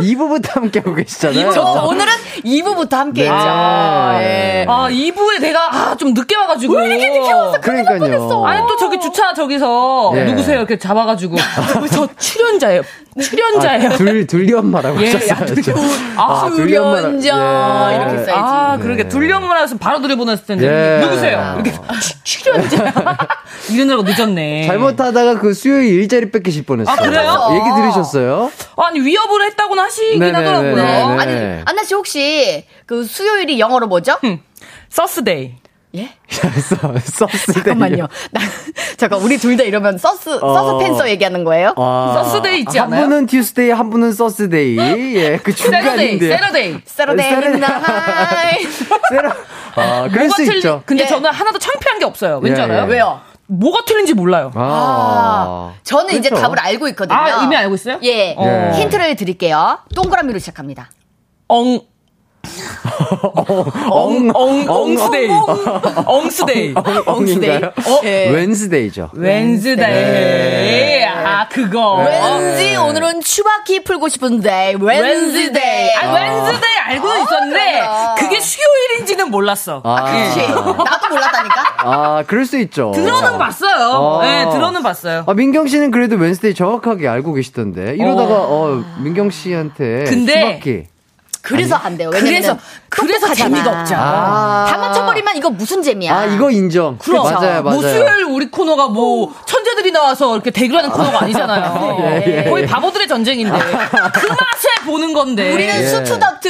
[SPEAKER 1] 이부부터 함께하고 계시잖아요.
[SPEAKER 5] 저 오늘은 2부부터 함께했죠.
[SPEAKER 1] 네.
[SPEAKER 5] 예.
[SPEAKER 8] 아, 2부에 내가, 아, 좀 늦게 와가지고. 왜 이렇게 늦게 왔어?
[SPEAKER 1] 그러니까요.
[SPEAKER 8] 아니, 또 저기 주차, 저기서.
[SPEAKER 1] 예.
[SPEAKER 8] 누구세요? 이렇게 잡아가지고. 저 출연자예요. 출연자예요.
[SPEAKER 1] 둘 둘리 엄마라고
[SPEAKER 8] 예, 야,
[SPEAKER 1] 하셨어요. 그렇죠.
[SPEAKER 8] 아,
[SPEAKER 1] 둘리 엄마라-
[SPEAKER 5] 출연자.
[SPEAKER 1] 예.
[SPEAKER 5] 이렇게 써야지.
[SPEAKER 8] 아, 그러게. 둘령만 해서 바로 들여보냈을 텐데.
[SPEAKER 1] 예.
[SPEAKER 8] 누구세요? 이렇게 추- 출연자. 어. 이러느라고 늦었네.
[SPEAKER 1] 잘못하다가 그 수요일 일자리 뺏기실 뻔했어요.
[SPEAKER 8] 아, 그래요?
[SPEAKER 1] 얘기 들으셨어요?
[SPEAKER 8] 아니, 위협을 했다고는 하시긴
[SPEAKER 1] 네네네네.
[SPEAKER 8] 하더라고요.
[SPEAKER 1] 네.
[SPEAKER 5] 아니, 안나 씨 혹시 그 수요일이 영어로 뭐죠?
[SPEAKER 8] 서스데이.
[SPEAKER 1] 써- 썼을 때.
[SPEAKER 5] 잠깐만요. 나, 잠깐 우리 둘 다 이러면 서스
[SPEAKER 1] 어.
[SPEAKER 5] 서스펜서 얘기하는 거예요?
[SPEAKER 1] 아,
[SPEAKER 8] 서스데이 있지
[SPEAKER 1] 한
[SPEAKER 8] 않아요?
[SPEAKER 1] 분은 튜스데이, 한 분은 서스데이. 예, 그
[SPEAKER 8] 세러데이,
[SPEAKER 1] 중간인데.
[SPEAKER 8] 세러데이.
[SPEAKER 5] Saturday
[SPEAKER 1] Saturday.
[SPEAKER 5] night.
[SPEAKER 1] 세러. 아, 그럴
[SPEAKER 8] 뭐가
[SPEAKER 1] 수
[SPEAKER 8] 틀린,
[SPEAKER 1] 있죠.
[SPEAKER 8] 근데
[SPEAKER 5] 예.
[SPEAKER 8] 저는 하나도 창피한 게 없어요. 왠지
[SPEAKER 1] 예,
[SPEAKER 8] 알아요?
[SPEAKER 1] 예.
[SPEAKER 5] 네. 왜요?
[SPEAKER 8] 뭐가 틀린지 몰라요.
[SPEAKER 1] 아.
[SPEAKER 5] 저는 이제
[SPEAKER 1] 그렇죠.
[SPEAKER 5] 답을 알고 있거든요.
[SPEAKER 8] 아, 이미 알고 있어요?
[SPEAKER 5] 예.
[SPEAKER 1] 예.
[SPEAKER 5] 힌트를 드릴게요. 동그라미로 시작합니다.
[SPEAKER 8] 엉. 엉, 엉,
[SPEAKER 1] 엉.
[SPEAKER 8] 엉스데이. 엉스데이.
[SPEAKER 1] 엉인가요?
[SPEAKER 8] 어?
[SPEAKER 1] 웬스데이죠.
[SPEAKER 5] 네.
[SPEAKER 8] 웬즈데이. 아, 그거.
[SPEAKER 1] 네.
[SPEAKER 5] 왠지 오늘은 추바키 풀고 싶은데 웬즈데이. 아,
[SPEAKER 8] 웬즈데이. 아, 웬즈데이 알고 있었는데,
[SPEAKER 5] 그래요.
[SPEAKER 8] 그게 수요일인지는 몰랐어.
[SPEAKER 1] 아,
[SPEAKER 5] 그치. 나도 몰랐다니까.
[SPEAKER 1] 아, 그럴 수 있죠.
[SPEAKER 8] 들어는 봤어요.
[SPEAKER 1] 어.
[SPEAKER 8] 예, 들어는 봤어요.
[SPEAKER 1] 아, 민경 씨는 그래도 웬스데이 정확하게 알고 계시던데. 이러다가, 어, 민경 씨한테.
[SPEAKER 8] 근데
[SPEAKER 1] 수박기.
[SPEAKER 5] 그래서 안 돼요.
[SPEAKER 8] 그래서,
[SPEAKER 5] 왜냐면
[SPEAKER 8] 그래서
[SPEAKER 5] 똑똑하잖아.
[SPEAKER 8] 재미가 없죠.
[SPEAKER 1] 아.
[SPEAKER 5] 다 맞춰버리면 이거 무슨 재미야?
[SPEAKER 1] 아, 이거 인정.
[SPEAKER 8] 그럼.
[SPEAKER 1] 네, 맞아요, 맞아요.
[SPEAKER 8] 뭐 수요일 우리 코너가 뭐
[SPEAKER 5] 어.
[SPEAKER 8] 천재들이 나와서 이렇게
[SPEAKER 1] 아.
[SPEAKER 8] 대결하는 코너가 아니잖아요.
[SPEAKER 1] 예,
[SPEAKER 8] 네, 거의 바보들의 전쟁인데. 그 맛에 보는 건데.
[SPEAKER 5] 우리는
[SPEAKER 1] 예.
[SPEAKER 5] 수투덕트.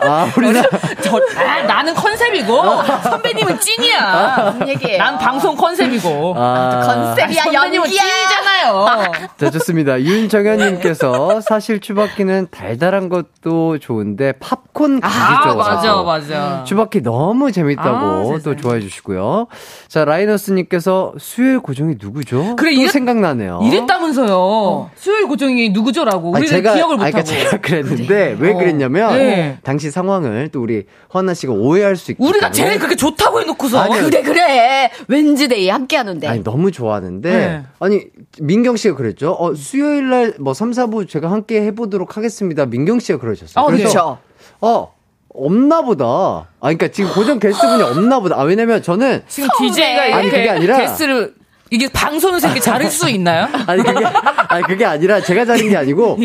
[SPEAKER 1] 아, 우리는.
[SPEAKER 8] 저, 아, 나는 컨셉이고
[SPEAKER 5] 어.
[SPEAKER 8] 선배님은 찐이야.
[SPEAKER 5] 무슨 얘기예요?
[SPEAKER 8] 난 방송 컨셉이고.
[SPEAKER 1] 아,
[SPEAKER 5] 컨셉이야
[SPEAKER 8] 선배님은
[SPEAKER 5] 연기야.
[SPEAKER 8] 찐이잖아요.
[SPEAKER 1] 자, 좋습니다. 윤정현님께서 사실 추바키는 달달한 것도 좋은데 팝콘
[SPEAKER 8] 아,
[SPEAKER 1] 가기 좋아서.
[SPEAKER 8] 맞아, 맞아.
[SPEAKER 1] 추바키 너무 재밌다고
[SPEAKER 8] 아,
[SPEAKER 1] 또
[SPEAKER 8] 세상에.
[SPEAKER 1] 좋아해 주시고요. 자, 라이너스님께서 수요일 고정이 누구죠?
[SPEAKER 8] 그래,
[SPEAKER 1] 또
[SPEAKER 8] 이랬-
[SPEAKER 1] 생각나네요.
[SPEAKER 8] 이랬다면서요. 수요일 고정이 누구죠라고.
[SPEAKER 1] 어? 아니,
[SPEAKER 8] 우리는 기억을
[SPEAKER 1] 아니,
[SPEAKER 8] 못하고.
[SPEAKER 1] 그러니까 제가 그랬는데 왜 그랬냐면
[SPEAKER 8] 네. 네.
[SPEAKER 1] 당시 상황을 또 우리 허나 씨가 오해할 수 있기
[SPEAKER 8] 우리가
[SPEAKER 1] 때문에
[SPEAKER 8] 제일 그렇게 좋다고 해놓고서
[SPEAKER 1] 아니요.
[SPEAKER 5] 어, 그래 그래 왠지 내일 함께 하는데
[SPEAKER 1] 아니 너무 좋아하는데
[SPEAKER 8] 네.
[SPEAKER 1] 아니 민경 씨가 그랬죠. 어 수요일 날뭐 3, 4부 제가 함께 해 보도록 하겠습니다. 민경 씨가 그러셨어요.
[SPEAKER 8] 어,
[SPEAKER 1] 그래서 어 없나 보다. 아 그러니까 지금 고정 게스트분이 없나 보다. 아 왜냐면 저는
[SPEAKER 8] 지금 DJ가 이렇게
[SPEAKER 1] 아니, 그게 아니라-
[SPEAKER 8] 게스트를 이게 방송을 이렇게 자를 수 있나요?
[SPEAKER 1] 아니 그게 아니 그게 아니라 제가 자른 게 아니고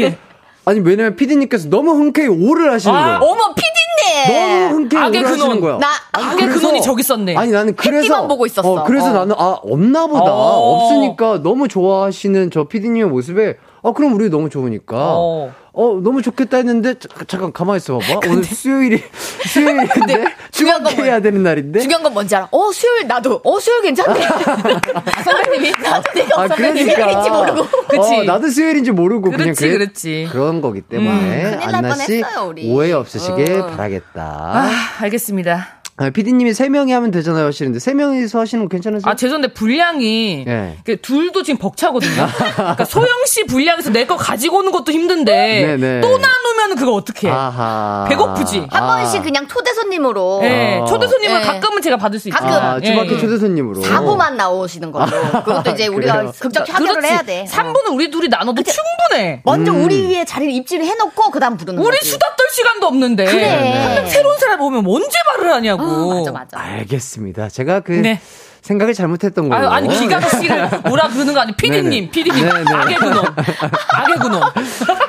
[SPEAKER 1] 아니 왜냐면 피디님께서 너무 흔쾌히 오를 하시는
[SPEAKER 8] 예. 아, 네.
[SPEAKER 1] 거예요.
[SPEAKER 5] 어머
[SPEAKER 1] 너무
[SPEAKER 5] 피디님
[SPEAKER 1] 아, 흔쾌히
[SPEAKER 8] 악의
[SPEAKER 1] 오를 하시는
[SPEAKER 8] 근원.
[SPEAKER 1] 거예요.
[SPEAKER 5] 나그
[SPEAKER 8] 악의 근원이 저기 있었네.
[SPEAKER 1] 아니 나는 그래서
[SPEAKER 5] 햇빛만 보고 있었어.
[SPEAKER 1] 어, 그래서
[SPEAKER 5] 어.
[SPEAKER 1] 나는 아 없나 보다.
[SPEAKER 8] 어.
[SPEAKER 1] 없으니까 너무 좋아하시는 저 피디님의 모습에 아 그럼 우리 너무 좋으니까 어,
[SPEAKER 8] 어.
[SPEAKER 1] 너무 좋겠다 했는데 자- 잠깐 가만히 있어 봐봐. 오늘 수요일이 수요일인데
[SPEAKER 5] 중요한 건
[SPEAKER 1] 주목해야 되는 날인데.
[SPEAKER 5] 중요한 건 뭔지 알아? 어 수요일 나도 어 수요일 괜찮네 아, 선배님이 나도 내가
[SPEAKER 1] 아,
[SPEAKER 5] 선배님이 일인지 모르고
[SPEAKER 8] 그치.
[SPEAKER 1] 어, 나도 수요일인지 모르고 그냥
[SPEAKER 8] 그렇지,
[SPEAKER 1] 그랬-
[SPEAKER 8] 그렇지.
[SPEAKER 1] 그런 거기 때문에
[SPEAKER 5] 큰일 날
[SPEAKER 1] 안나 씨
[SPEAKER 5] 뻔했어요, 우리.
[SPEAKER 1] 오해 없으시길
[SPEAKER 5] 어.
[SPEAKER 1] 바라겠다.
[SPEAKER 8] 아, 알겠습니다.
[SPEAKER 1] 아, 피디님이 세 명이 하면 되잖아요 하시는데 세 명이서 하시는 거 괜찮으세요?
[SPEAKER 8] 아, 죄송한데 분량이
[SPEAKER 1] 그- 예.
[SPEAKER 8] 그 둘도 지금 벅차거든요. 그러니까 소영 씨 분량에서 내 거 가지고 오는 것도 힘든데
[SPEAKER 1] 네네.
[SPEAKER 8] 또 나누면 그거 어떻게 해?
[SPEAKER 1] 아하. 아. 네.
[SPEAKER 8] 배고프지?
[SPEAKER 5] 한 번씩 그냥 초대 손님으로
[SPEAKER 8] 예, 초대 손님을
[SPEAKER 5] 예.
[SPEAKER 8] 가끔은 제가 받을 수 있어요.
[SPEAKER 5] 가끔.
[SPEAKER 1] 어. 아, 주바퀴
[SPEAKER 8] 예.
[SPEAKER 1] 초대 손님으로.
[SPEAKER 5] 사고만 나오시는 걸로 그것도 이제
[SPEAKER 1] 아, 그래요?
[SPEAKER 5] 우리가 극적 협의를 해야 돼
[SPEAKER 8] 3분은 우리 둘이 나눠도 충분해.
[SPEAKER 1] 어,
[SPEAKER 5] 먼저
[SPEAKER 1] 음.
[SPEAKER 5] 우리 위에 자리를 입지를 해놓고 그다음 부르는
[SPEAKER 8] 우리
[SPEAKER 5] 거지.
[SPEAKER 8] 수다 떨 시간도 없는데.
[SPEAKER 1] 네,
[SPEAKER 5] 그래. 어,
[SPEAKER 8] 새로운 사람 오면 언제 말을 하냐고.
[SPEAKER 5] 맞아 맞아.
[SPEAKER 1] 알겠습니다. 제가 그
[SPEAKER 8] 네.
[SPEAKER 1] 생각을 잘못했던 거예요.
[SPEAKER 8] 아유, 아니, 기강 씨를 뭐라 그러는 거 아니, 피디님,
[SPEAKER 1] 어. 네네.
[SPEAKER 8] 피디님,
[SPEAKER 1] 네네.
[SPEAKER 8] 악의 근원. 악의 근원.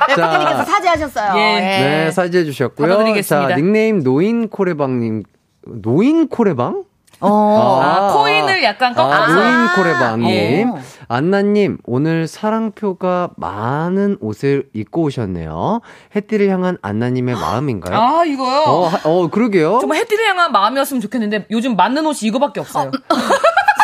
[SPEAKER 5] 대표님께서 사죄하셨어요.
[SPEAKER 8] 예.
[SPEAKER 5] 어, 예.
[SPEAKER 1] 네, 사죄해 주셨고요.
[SPEAKER 8] 감사드리겠습니다.
[SPEAKER 1] 자, 닉네임 노인 코레방 님. 노인 코레방?
[SPEAKER 5] 어.
[SPEAKER 8] 아, 코인을 약간
[SPEAKER 1] 아,
[SPEAKER 8] 꺾어서.
[SPEAKER 1] 노인 코레방 님.
[SPEAKER 8] 어.
[SPEAKER 1] 안나 님, 오늘 사랑표가 많은 옷을 입고 오셨네요. 햇띠를 향한 안나 님의 마음인가요?
[SPEAKER 8] 아, 이거요?
[SPEAKER 1] 어, 하- 어, 그러게요.
[SPEAKER 8] 정말 해띠를 향한 마음이었으면 좋겠는데, 요즘 맞는 옷이 이거밖에 없어요.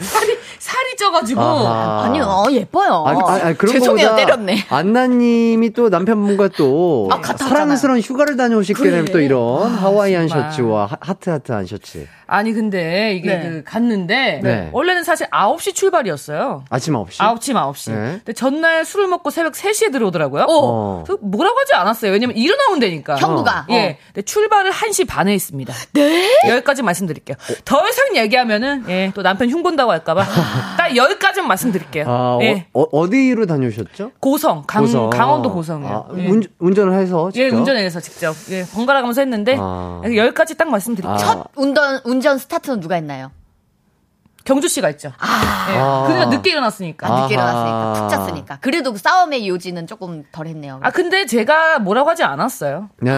[SPEAKER 8] 살이, 살이 쪄가지고.
[SPEAKER 1] 아하.
[SPEAKER 5] 아니요 어, 예뻐요.
[SPEAKER 1] 아, 아, 아, 그런
[SPEAKER 5] 죄송해요
[SPEAKER 1] 거보다
[SPEAKER 5] 때렸네.
[SPEAKER 1] 안나님이 또 남편분과 또
[SPEAKER 5] 아, 갔다
[SPEAKER 1] 사랑스러운 휴가를 다녀오실 게 되면 또 이런 하와이안
[SPEAKER 8] 아, 정말.
[SPEAKER 1] 셔츠와 하- 하트하트한 셔츠
[SPEAKER 8] 아니, 근데 이게
[SPEAKER 5] 네.
[SPEAKER 8] 그 갔는데,
[SPEAKER 1] 네.
[SPEAKER 8] 원래는 사실 9시 출발이었어요.
[SPEAKER 1] 아침 9시.
[SPEAKER 8] 9시, 9시.
[SPEAKER 1] 네.
[SPEAKER 8] 근데 전날 술을 먹고 새벽 3시에 들어오더라고요.
[SPEAKER 1] 어.
[SPEAKER 8] 그래서 뭐라고 하지 않았어요. 왜냐면 일어나면 되니까.
[SPEAKER 5] 형부가.
[SPEAKER 8] 예. 근데 출발을 1시 반에 했습니다. 네? 여기까지 말씀드릴게요. 더 이상 얘기하면은, 예, 또 남편 흉본다고 할까봐. 딱 여기까지만 말씀드릴게요.
[SPEAKER 1] 아,
[SPEAKER 8] 예.
[SPEAKER 1] 어, 디로 다녀오셨죠?
[SPEAKER 8] 고성, 강,
[SPEAKER 1] 고성.
[SPEAKER 8] 강원도 고성이요.
[SPEAKER 1] 아,
[SPEAKER 8] 예.
[SPEAKER 1] 운, 운전을 해서
[SPEAKER 8] 예,
[SPEAKER 1] 직접?
[SPEAKER 8] 운전해서 직접. 예, 번갈아 가면서 했는데,
[SPEAKER 1] 아.
[SPEAKER 8] 예, 여기까지 딱 말씀드릴게요.
[SPEAKER 1] 아.
[SPEAKER 5] 첫 운전 운전 스타트는 누가 했나요?
[SPEAKER 8] 경주 씨가 있죠. 예.
[SPEAKER 1] 아.
[SPEAKER 8] 그러니까 늦게 일어났으니까.
[SPEAKER 1] 아.
[SPEAKER 5] 늦게 일어났으니까
[SPEAKER 1] 아하.
[SPEAKER 5] 푹 잤으니까. 그래도 그 싸움의 요지는 조금 덜했네요.
[SPEAKER 8] 아, 근데 제가 뭐라고 하지 않았어요.
[SPEAKER 1] 네.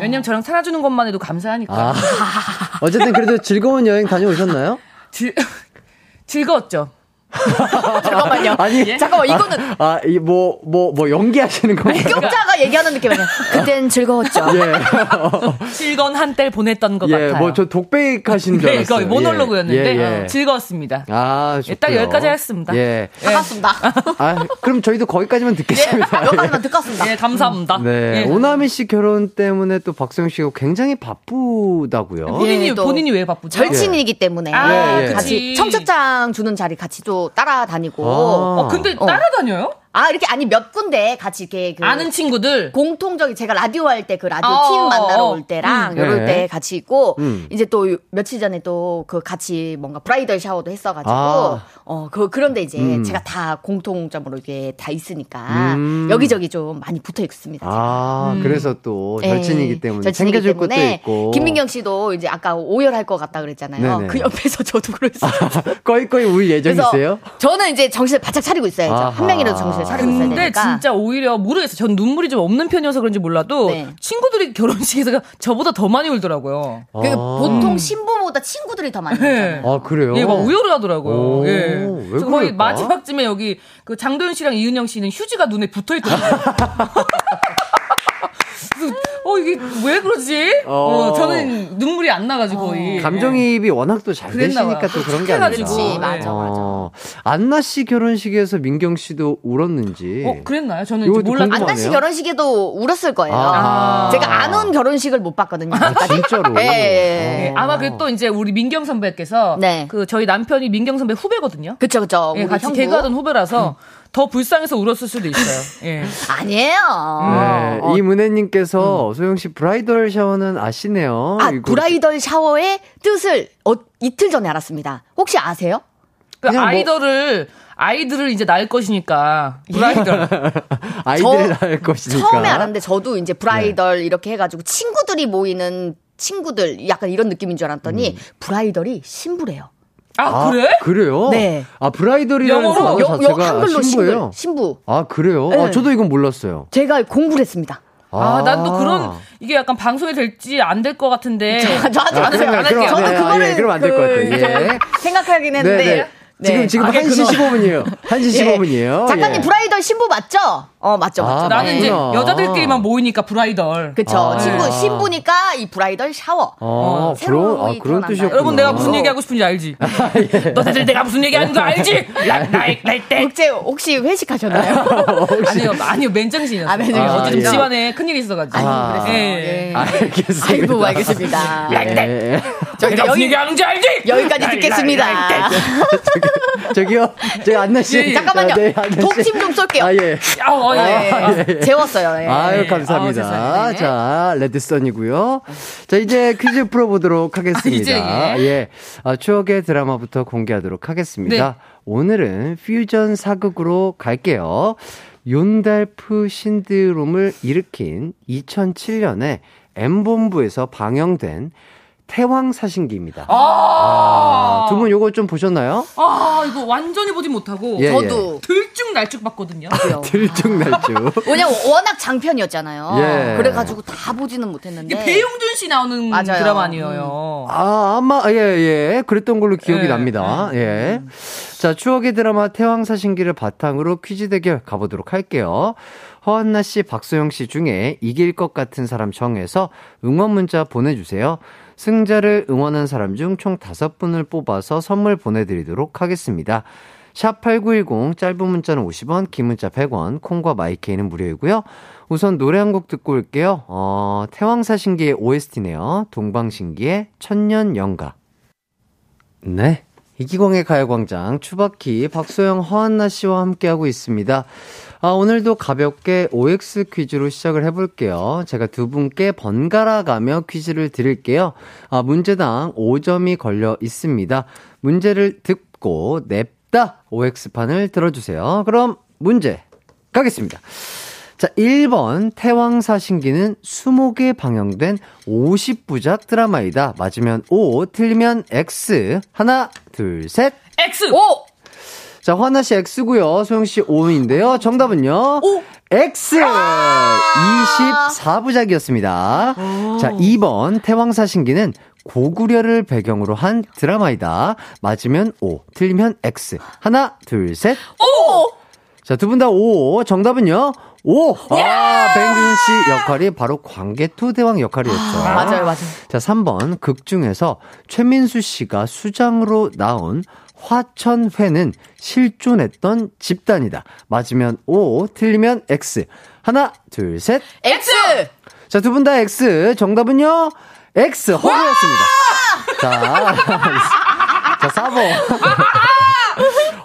[SPEAKER 8] 왜냐면 저랑 살아주는 것만 해도 감사하니까.
[SPEAKER 1] 아. 어쨌든 그래도 즐거운 여행 다녀오셨나요?
[SPEAKER 8] 즐, 즐거웠죠. 예.
[SPEAKER 5] 잠깐만요.
[SPEAKER 1] 아니,
[SPEAKER 5] 잠깐만 이거는
[SPEAKER 1] 아, 이 뭐, 뭐, 뭐 연기하시는 건가요?
[SPEAKER 5] 격자가
[SPEAKER 8] 그러니까.
[SPEAKER 5] 얘기하는 느낌 아니야. 그땐 즐거웠죠.
[SPEAKER 8] 즐거운 한때를 보냈던 것
[SPEAKER 1] 예,
[SPEAKER 8] 같아요.
[SPEAKER 1] 뭐 저 독백 하시는 줄
[SPEAKER 8] 네,
[SPEAKER 1] 알았어요.
[SPEAKER 8] 거의 모놀로그였는데 어,
[SPEAKER 1] 예, 예, 예.
[SPEAKER 8] 즐거웠습니다.
[SPEAKER 1] 아, 좋
[SPEAKER 8] 예, 딱 여기까지 하겠습니다.
[SPEAKER 1] 예.
[SPEAKER 5] 반갑습니다.
[SPEAKER 1] 아, 그럼 저희도 거기까지만 듣겠습니다.
[SPEAKER 5] 여기까지만 듣겠습니다.
[SPEAKER 8] 예, 감사합니다.
[SPEAKER 1] 네.
[SPEAKER 8] 예.
[SPEAKER 1] 오나미 씨 결혼 때문에 또 박소영 씨가 굉장히 바쁘다고요.
[SPEAKER 8] 본인이
[SPEAKER 5] 예, 또
[SPEAKER 8] 본인이 왜 바쁘죠?
[SPEAKER 5] 절친이기 때문에
[SPEAKER 8] 아,
[SPEAKER 1] 예, 예.
[SPEAKER 5] 같이
[SPEAKER 8] 그치.
[SPEAKER 5] 청첩장 주는 자리 같이 또 따라다니고
[SPEAKER 1] 아.
[SPEAKER 8] 어, 근데
[SPEAKER 5] 어.
[SPEAKER 8] 따라다녀요?
[SPEAKER 5] 아 이렇게 아니 몇 군데 같이 이렇게 그
[SPEAKER 8] 아는 친구들.
[SPEAKER 5] 공통적인 제가 라디오 할 때 그 라디오
[SPEAKER 8] 어,
[SPEAKER 5] 팀 만나러
[SPEAKER 8] 어.
[SPEAKER 5] 올 때랑
[SPEAKER 1] 음.
[SPEAKER 5] 요럴
[SPEAKER 1] 네.
[SPEAKER 5] 때 같이 있고
[SPEAKER 1] 음.
[SPEAKER 5] 이제 또 요- 며칠 전에 또 그 같이 뭔가 브라이덜 샤워도 했어가지고
[SPEAKER 1] 아.
[SPEAKER 5] 어그 그런데 이제
[SPEAKER 1] 음.
[SPEAKER 5] 제가 다 공통점으로 이게 다 있으니까
[SPEAKER 1] 음.
[SPEAKER 5] 여기저기 좀 많이 붙어 있습니다.
[SPEAKER 1] 아,
[SPEAKER 8] 음.
[SPEAKER 1] 그래서 또
[SPEAKER 5] 예.
[SPEAKER 1] 절친이기 때문에
[SPEAKER 5] 절친이기
[SPEAKER 1] 챙겨줄 것도
[SPEAKER 5] 때문에
[SPEAKER 1] 있고.
[SPEAKER 5] 김민경 씨도 이제 아까 오열할 것 같다 그랬잖아요.
[SPEAKER 1] 네네. 아,
[SPEAKER 5] 그 옆에서 저도 그랬어요.
[SPEAKER 1] 거의 거의 울 예정이세요?
[SPEAKER 5] 저는 이제 정신을 바짝 차리고 있어야죠.
[SPEAKER 1] 아하.
[SPEAKER 5] 한 명이라도 정신을 차리고 있어야
[SPEAKER 8] 근데
[SPEAKER 5] 되니까.
[SPEAKER 8] 진짜 오히려 모르겠어요. 전 눈물이 좀 없는 편이어서 그런지 몰라도
[SPEAKER 5] 네.
[SPEAKER 8] 친구들이 결혼식에서 저보다 더 많이 울더라고요.
[SPEAKER 1] 어.
[SPEAKER 5] 그 보통 신부보다 친구들이 더
[SPEAKER 8] 네.
[SPEAKER 5] 많이 오잖아요.
[SPEAKER 1] 아, 그래요?
[SPEAKER 8] 예, 막 우열을
[SPEAKER 1] 오,
[SPEAKER 8] 하더라고요. 예.
[SPEAKER 1] 왜
[SPEAKER 8] 그래서 거의
[SPEAKER 1] 그럴까?
[SPEAKER 8] 마지막쯤에 여기 그 장도연 씨랑 이은영 씨는 휴지가 눈에 붙어 있더라고요. 그래서 어 이게 왜 그러지? 어,
[SPEAKER 1] 어.
[SPEAKER 8] 저는 눈물이 안 나가지고 거의 예.
[SPEAKER 1] 감정이입이 워낙 또 잘
[SPEAKER 8] 그랬나 봐요.
[SPEAKER 1] 되시니까 또 그런 게 아니라.
[SPEAKER 8] 착해가지고. 그렇지, 맞아,
[SPEAKER 1] 어, 안나 씨 결혼식에서 민경 씨도 울었는지.
[SPEAKER 8] 어 그랬나요? 저는
[SPEAKER 1] 이거
[SPEAKER 8] 이제 몰라.
[SPEAKER 1] 궁금하네요.
[SPEAKER 5] 안나 씨 결혼식에도 울었을 거예요.
[SPEAKER 1] 아.
[SPEAKER 5] 제가 안 온 결혼식을 못 봤거든요.
[SPEAKER 1] 아, 진짜로. 어.
[SPEAKER 5] 예, 예,
[SPEAKER 8] 예,
[SPEAKER 5] 예.
[SPEAKER 8] 아마 그 또 이제 우리 민경 선배께서
[SPEAKER 5] 네.
[SPEAKER 8] 그 저희 남편이 민경 선배 후배거든요.
[SPEAKER 5] 그쵸, 그쵸.
[SPEAKER 8] 예,
[SPEAKER 5] 우리
[SPEAKER 8] 같이
[SPEAKER 1] 음.
[SPEAKER 5] 형부.
[SPEAKER 8] 개그하던 후배라서 더 불쌍해서 울었을 수도 있어요. 예.
[SPEAKER 5] 아니에요.
[SPEAKER 8] 어,
[SPEAKER 5] 어.
[SPEAKER 1] 네, 이문혜님께서
[SPEAKER 8] 음.
[SPEAKER 1] 소영 씨 브라이덜 샤워는 아시네요.
[SPEAKER 5] 아,
[SPEAKER 1] 이거
[SPEAKER 5] 브라이덜 샤워의 뜻을 어, 이틀 전에 알았습니다. 혹시 아세요?
[SPEAKER 8] 그
[SPEAKER 1] 그냥 뭐-
[SPEAKER 8] 아이들을 아이들을 이제 낳을 것이니까 브라이덜.
[SPEAKER 1] 아이들
[SPEAKER 5] 저
[SPEAKER 1] 낳을 것이니까. 네.
[SPEAKER 5] 처음에 알았는데 저도 이제 브라이덜 이렇게 해가지고 친구들이 모이는 친구들 약간 이런 느낌인 줄 알았더니
[SPEAKER 1] 음.
[SPEAKER 5] 브라이덜이 신부래요.
[SPEAKER 8] 아,
[SPEAKER 1] 아,
[SPEAKER 8] 그래?
[SPEAKER 1] 그래요?
[SPEAKER 5] 네.
[SPEAKER 1] 아 브라이덜이라는
[SPEAKER 8] 영어로,
[SPEAKER 1] 단어
[SPEAKER 5] 여- 여-
[SPEAKER 1] 자체가 신부예요.
[SPEAKER 5] 신부, 신부.
[SPEAKER 1] 아 그래요?
[SPEAKER 5] 네.
[SPEAKER 1] 아 저도 이건 몰랐어요.
[SPEAKER 5] 제가 공부를 했습니다.
[SPEAKER 8] 아, 난 또 그런 이게 약간 방송이 될지 안 될 것 같은데.
[SPEAKER 5] 저한테
[SPEAKER 8] 안 할게요, 안 할게요.
[SPEAKER 5] 저는
[SPEAKER 1] 네, 아,
[SPEAKER 5] 그거를
[SPEAKER 1] 예, 아, 그럼 안 될 것
[SPEAKER 5] 그-
[SPEAKER 1] 같아요. 예.
[SPEAKER 5] 생각하긴
[SPEAKER 1] 네,
[SPEAKER 5] 했는데.
[SPEAKER 1] 네. 지금 지금
[SPEAKER 5] 아,
[SPEAKER 1] 1시 15분이에요. 1시
[SPEAKER 5] 예.
[SPEAKER 1] 15분이에요.
[SPEAKER 5] 작가님 브라이덜 신부 맞죠? 어 맞죠 맞죠.
[SPEAKER 1] 아,
[SPEAKER 8] 나는 이제
[SPEAKER 1] 맞구나.
[SPEAKER 8] 여자들끼리만 모이니까 브라이덜.
[SPEAKER 5] 그쵸
[SPEAKER 1] 아,
[SPEAKER 5] 친구
[SPEAKER 1] 예.
[SPEAKER 5] 신부니까 이 브라이덜 샤워.
[SPEAKER 1] 아, 그런
[SPEAKER 5] 새로이
[SPEAKER 1] 아 그런
[SPEAKER 5] 태어난다.
[SPEAKER 1] 뜻이었구나.
[SPEAKER 8] 어, 여러분 내가 무슨
[SPEAKER 5] 어. 예.
[SPEAKER 8] 얘기하고 싶은지 알지? 너네들 내가 무슨 얘기하는 거 알지? 날때
[SPEAKER 5] 국제 혹시 회식하셨나요?
[SPEAKER 1] 어,
[SPEAKER 8] 아니요 아니요 맨정신이었어요.
[SPEAKER 5] 아, 맨정신.
[SPEAKER 8] 어제 좀
[SPEAKER 1] 아, 예.
[SPEAKER 8] 집안에 큰일이 있어가지고.
[SPEAKER 1] 아.
[SPEAKER 5] 그래서,
[SPEAKER 8] 예.
[SPEAKER 5] 예.
[SPEAKER 1] 알겠습니다.
[SPEAKER 5] 아이고 알겠습니다. 네.
[SPEAKER 1] 예.
[SPEAKER 8] 내가 무슨 얘기하는 지 알지?
[SPEAKER 5] 여기까지 듣겠습니다.
[SPEAKER 1] 저기요, 저기 안나 씨.
[SPEAKER 5] 잠깐만요.
[SPEAKER 1] 아, 네, 안나 씨.
[SPEAKER 5] 독침 좀 쏠게요.
[SPEAKER 1] 아 예.
[SPEAKER 8] 아, 어, 예. 아,
[SPEAKER 5] 예, 예. 재웠어요. 예.
[SPEAKER 1] 아유
[SPEAKER 8] 아우,
[SPEAKER 1] 감사합니다.
[SPEAKER 8] 세상에.
[SPEAKER 1] 자 레드썬이고요. 자 이제 퀴즈 풀어보도록 하겠습니다.
[SPEAKER 8] 아,
[SPEAKER 1] 예. 아, 추억의 드라마부터 공개하도록 하겠습니다.
[SPEAKER 8] 네.
[SPEAKER 1] 오늘은 퓨전 사극으로 갈게요. 욘달프 신드롬을 일으킨 2007년에 M본부에서 방영된 태왕사신기입니다. 아, 두 분 요거 좀 보셨나요?
[SPEAKER 8] 아, 이거 완전히 보지 못하고
[SPEAKER 1] 예,
[SPEAKER 5] 저도
[SPEAKER 8] 들쭉날쭉 봤거든요.
[SPEAKER 5] 아,
[SPEAKER 1] 들쭉날쭉.
[SPEAKER 5] 왜냐면 워낙 장편이었잖아요.
[SPEAKER 1] 예.
[SPEAKER 5] 그래가지고 다 보지는 못했는데.
[SPEAKER 8] 이게 배용준 씨 나오는
[SPEAKER 5] 네. 맞아요. 음.
[SPEAKER 8] 드라마 아니에요.
[SPEAKER 1] 아, 아마, 예, 예. 그랬던 걸로 기억이
[SPEAKER 8] 예,
[SPEAKER 1] 납니다. 예. 자, 추억의 드라마 태왕사신기를 바탕으로 퀴즈 대결 가보도록 할게요. 허한나 씨, 박소영 씨 중에 이길 것 같은 사람 정해서 응원 문자 보내주세요. 승자를 응원한 사람 중 총 다섯 분을 뽑아서 선물 보내드리도록 하겠습니다. 샵8910 짧은 문자는 50원, 긴 문자 100원, 콩과 마이케이는 무료이고요. 우선 노래 한 곡 듣고 올게요. 어, 태왕사신기의 OST네요. 동방신기의 천년연가. 네. 이기광의 가요광장, 추바키, 박소영, 허한나 씨와 함께하고 있습니다. 아, 오늘도 가볍게 OX 퀴즈로 시작을 해볼게요. 제가 두 분께 번갈아 가며 퀴즈를 드릴게요. 아, 문제당 5점이 걸려 있습니다. 문제를 듣고 냅다 OX판을 들어주세요. 그럼 문제 가겠습니다. 자, 1번 태왕사신기는 수목에 방영된 50부작 드라마이다. 맞으면 O, 틀리면 X. 하나, 둘, 셋.
[SPEAKER 8] X.
[SPEAKER 5] 오!
[SPEAKER 1] 자, 화나 씨 X고요. 소영 씨 O인데요. 정답은요. X. 24부작이었습니다. 자, 2번 태왕사신기는 고구려를 배경으로 한 드라마이다. 맞으면 O, 틀리면 X. 하나, 둘, 셋. 자, 두 분 다 O. 정답은요. 오!
[SPEAKER 5] 예!
[SPEAKER 1] 아, 뱅균 씨 역할이 바로 광개토 대왕 역할이었죠.
[SPEAKER 5] 맞아요, 맞아요.
[SPEAKER 1] 자, 3번. 극 중에서 최민수 씨가 수장으로 나온 화천회는 실존했던 집단이다. 맞으면 O, 틀리면 X. 하나, 둘, 셋.
[SPEAKER 5] X!
[SPEAKER 1] 자, 두 분 다 X. 정답은요? X. 허브였습니다. 자, 자, 4번.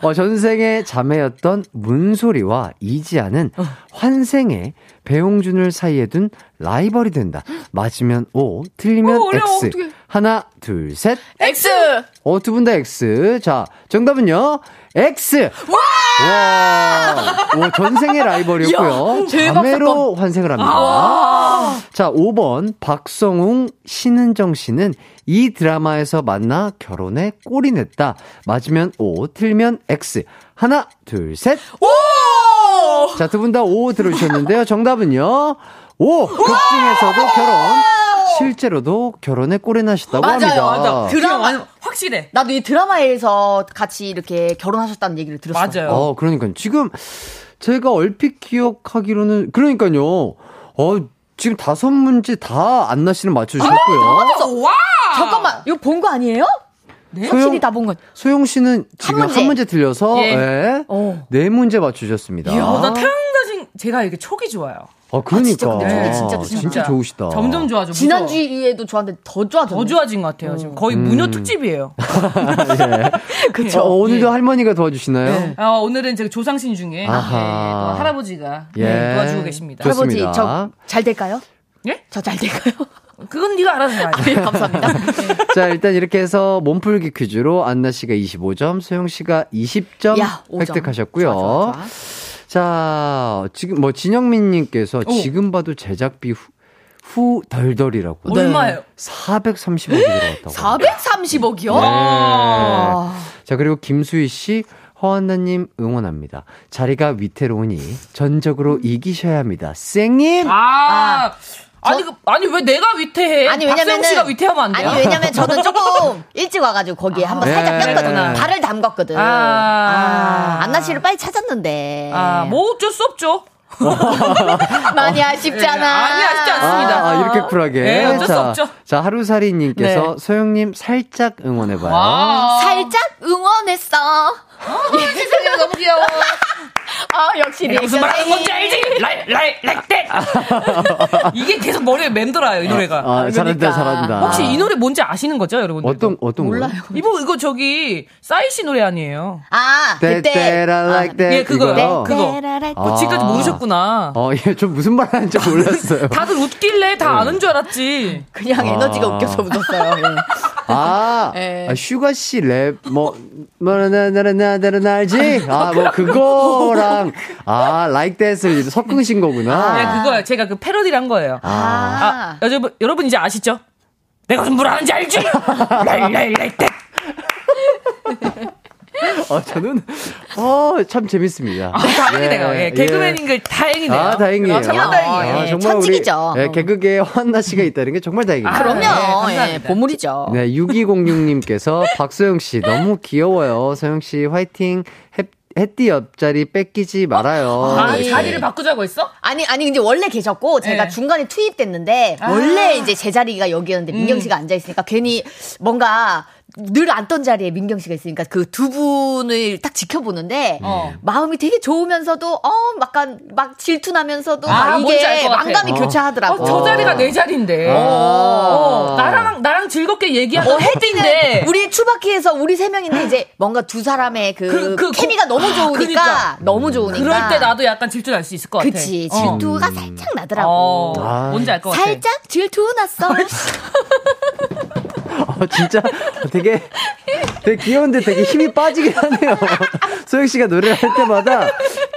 [SPEAKER 1] 어, 전생의 자매였던 문소리와 이지아는
[SPEAKER 8] 어.
[SPEAKER 1] 환생의 배용준을 사이에 둔 라이벌이 된다. 맞으면 O, 틀리면
[SPEAKER 8] 어려워,
[SPEAKER 1] X.
[SPEAKER 8] 어떡해.
[SPEAKER 1] 하나, 둘, 셋.
[SPEAKER 5] X!
[SPEAKER 1] 어, 두 분 다 X. 자, 정답은요? X! 와! 와, 전생의 라이벌이었고요. 자매로 환생을 합니다.
[SPEAKER 5] 아.
[SPEAKER 1] 자, 5번. 박성웅, 신은정 씨는 이 드라마에서 만나 결혼에 꼴이 냈다. 맞으면 O, 틀면 X. 하나, 둘, 셋. 자, 두 분 다 오 들어주셨는데요. 정답은요. 오! 극 중에서도 결혼. 실제로도 결혼에 꼴이 나셨다고
[SPEAKER 5] 맞아요,
[SPEAKER 1] 합니다.
[SPEAKER 5] 맞아. 드라마.
[SPEAKER 8] 드라마 확실해.
[SPEAKER 5] 나도 이 드라마에서 같이 이렇게 결혼하셨다는 얘기를 들었어요.
[SPEAKER 8] 맞아요.
[SPEAKER 1] 어, 그러니까요. 지금 제가 얼핏 기억하기로는 그러니까요. 어, 지금 다섯 문제 다 안나 씨는
[SPEAKER 5] 아,
[SPEAKER 1] 맞춰주셨고요.
[SPEAKER 8] 와!
[SPEAKER 5] 잠깐만, 이거 본 거 아니에요?
[SPEAKER 8] 네?
[SPEAKER 5] 확실히 다 본 건.
[SPEAKER 1] 소영 씨는 지금 한 문제,
[SPEAKER 5] 문제.
[SPEAKER 1] 들려서
[SPEAKER 8] 예.
[SPEAKER 1] 예,
[SPEAKER 5] 어.
[SPEAKER 1] 네 문제 맞추셨습니다.
[SPEAKER 5] 아.
[SPEAKER 8] 어, 나 태양사신 제가 이게 촉이 좋아요. 네.
[SPEAKER 1] 아, 그러니까.
[SPEAKER 5] 근데 저게 어, 진짜
[SPEAKER 1] 아,
[SPEAKER 5] 좋잖아.
[SPEAKER 1] 진짜 좋으시다.
[SPEAKER 8] 점점 좋아져. 무서워.
[SPEAKER 5] 지난주에도 음. 저한테 더 좋아졌네.
[SPEAKER 8] 더 좋아진 것 같아요. 지금
[SPEAKER 1] 음.
[SPEAKER 8] 거의 무녀 특집이에요.
[SPEAKER 1] 어,
[SPEAKER 5] 예.
[SPEAKER 1] 오늘도 할머니가 도와주시나요?
[SPEAKER 5] 네.
[SPEAKER 8] 아, 오늘은 제가 조상신 중에 예, 또
[SPEAKER 1] 아하.
[SPEAKER 8] 할아버지가
[SPEAKER 1] 예.
[SPEAKER 8] 네, 도와주고 계십니다.
[SPEAKER 1] 좋-
[SPEAKER 5] 할아버지
[SPEAKER 1] 좋습니다.
[SPEAKER 5] 저 잘 될까요?
[SPEAKER 8] 예?
[SPEAKER 5] 저 잘 될까요?
[SPEAKER 8] 그건 네가 알아서 해야 돼. 감사합니다.
[SPEAKER 1] 자, 일단 이렇게 해서 몸풀기 퀴즈로 안나 씨가 25점, 소영 씨가 20점
[SPEAKER 5] 야, 오점.
[SPEAKER 1] 획득하셨고요.
[SPEAKER 5] 좋아, 좋아, 좋아.
[SPEAKER 1] 자, 지금 뭐 진영민 님께서 지금 봐도 제작비 후, 후 덜덜이라고.
[SPEAKER 8] 네. 얼마예요?
[SPEAKER 1] 430억이 들어왔다고.
[SPEAKER 5] 430억이요?
[SPEAKER 1] 네. 자, 그리고 김수희 씨, 허한나님 응원합니다. 자리가 위태로우니 전적으로 이기셔야 합니다. 쌩님!
[SPEAKER 8] 음. 아, 아. 니 그, 아니 왜 내가 위태해?
[SPEAKER 5] 아니
[SPEAKER 8] 박세웅
[SPEAKER 5] 왜냐면
[SPEAKER 8] 씨가 위태하면 안 돼요?
[SPEAKER 5] 아니 왜냐면 저는 조금 일찍 와가지고 거기에 한번 살짝
[SPEAKER 1] 네.
[SPEAKER 5] 꼈거든. 발을 담궜거든.
[SPEAKER 8] 아.
[SPEAKER 5] 아, 안나 씨를 빨리 찾았는데.
[SPEAKER 8] 아, 뭐 어쩔 수 없죠.
[SPEAKER 5] 많이 아쉽잖아.
[SPEAKER 8] 예, 아니, 아쉽지 않아. 맞습니다.
[SPEAKER 1] 아, 아, 이렇게 쿨하게.
[SPEAKER 8] 네, 어쩔 수
[SPEAKER 1] 자,
[SPEAKER 8] 없죠. 네.
[SPEAKER 1] 자, 하루살이님께서 소영님 살짝 응원해봐요.
[SPEAKER 5] 살짝 응원했어.
[SPEAKER 8] 어. 아, 세상에 너무 귀여워.
[SPEAKER 5] 아 역시
[SPEAKER 8] 무슨 말 하는 건지 알지?
[SPEAKER 5] 네.
[SPEAKER 8] 라이, 라이, 라이, 땡! 이게 계속 머리에 맴돌아요, 이 노래가.
[SPEAKER 1] 아, 잘한다, 잘한다.
[SPEAKER 5] 아.
[SPEAKER 8] 혹시 이 노래 뭔지 아시는 거죠, 여러분들?
[SPEAKER 1] 어떤, 어떤 몰라요.
[SPEAKER 8] 이거, 이거 저기, 싸이 씨 노래 아니에요.
[SPEAKER 5] 아 그때 아,
[SPEAKER 1] 때때라 like that.
[SPEAKER 8] 예, 그거요.
[SPEAKER 1] 이거요?
[SPEAKER 8] 그거.
[SPEAKER 1] 아.
[SPEAKER 8] 뭐 지금까지 모르셨구나.
[SPEAKER 1] 어, 예, 좀 무슨 말 하는지 몰랐어요.
[SPEAKER 8] 다들 웃길래 다 아는 줄 알았지.
[SPEAKER 5] 네. 그냥 에너지가 웃겨서 웃었어요. 예.
[SPEAKER 1] 아,
[SPEAKER 8] 예.
[SPEAKER 1] 아, 슈가 씨 랩 뭐 뭐나나나나나 알지? 아, 뭐 그거랑 아, like that을 이제 섞으신
[SPEAKER 8] 네,
[SPEAKER 1] 거구나.
[SPEAKER 8] 그거요. 제가 그 패러디를 한 거예요. 아,
[SPEAKER 5] 아.
[SPEAKER 8] 여러분, 여러분 이제 아시죠? 내가 무슨 말 하는지 알지? 라이라이라이 땡!
[SPEAKER 1] 어, 저는 어, 참 재밌습니다.
[SPEAKER 8] 아, 다행이네요. 예, 개그맨인 걸 다행이네요.
[SPEAKER 1] 아, 다행이에요.
[SPEAKER 8] 아, 정말
[SPEAKER 5] 야,
[SPEAKER 8] 다행이에요.
[SPEAKER 5] 예.
[SPEAKER 1] 아, 정말
[SPEAKER 5] 천직이죠.
[SPEAKER 1] 우리 예, 개그계에 허한나 씨가 있다는 게 정말 다행이에요.
[SPEAKER 8] 아,
[SPEAKER 5] 그럼요.
[SPEAKER 8] 네, 감사합니다.
[SPEAKER 5] 예, 보물이죠.
[SPEAKER 1] 네, 6206님께서 박소영 씨 너무 귀여워요. 소영 씨 화이팅. 햇- 햇띠 옆자리 뺏기지 말아요. 네.
[SPEAKER 8] 아,
[SPEAKER 5] 예,
[SPEAKER 1] 이렇게.
[SPEAKER 8] 자리를 바꾸자고 했어?
[SPEAKER 5] 아니 아니 근데 원래 계셨고 제가
[SPEAKER 8] 네. 아.
[SPEAKER 5] 중간에 투입됐는데 원래 이제 제 자리가
[SPEAKER 8] 음.
[SPEAKER 5] 여기였는데 민경 씨가 앉아 있으니까 괜히 뭔가 늘 앉던 자리에 민경 씨가 있으니까 그 두 분을 딱 지켜보는데
[SPEAKER 8] 어.
[SPEAKER 5] 마음이 되게 좋으면서도 어 약간 막 질투나면서도
[SPEAKER 8] 아,
[SPEAKER 5] 막
[SPEAKER 8] 뭔지 알것
[SPEAKER 5] 이게
[SPEAKER 8] 같아.
[SPEAKER 5] 망감이
[SPEAKER 8] 어.
[SPEAKER 5] 교차하더라고. 아.
[SPEAKER 8] 어, 저 자리가 내 자리인데. 어, 나랑, 나랑 즐겁게 얘기하는
[SPEAKER 5] 어,
[SPEAKER 8] 헤딩인데.
[SPEAKER 5] 우리 추바키에서 우리 세 명인데 이제 뭔가 두 사람의 그,
[SPEAKER 8] 그- 그
[SPEAKER 5] 케미가
[SPEAKER 8] 고-
[SPEAKER 5] 너무
[SPEAKER 8] 아,
[SPEAKER 5] 좋으니까
[SPEAKER 8] 그러니까.
[SPEAKER 5] 너무 좋으니까
[SPEAKER 8] 그럴 때 나도 약간 질투 날 수 있을 것 같아.
[SPEAKER 5] 그치
[SPEAKER 8] 어.
[SPEAKER 5] 질투가 살짝 나더라고.
[SPEAKER 8] 어,
[SPEAKER 1] 아.
[SPEAKER 8] 뭔지 알 것 같아.
[SPEAKER 5] 살짝 질투 났어.
[SPEAKER 1] 어, 진짜 되게 되게 귀여운데 되게 힘이 빠지긴 하네요. 소영 씨가 노래를 할 때마다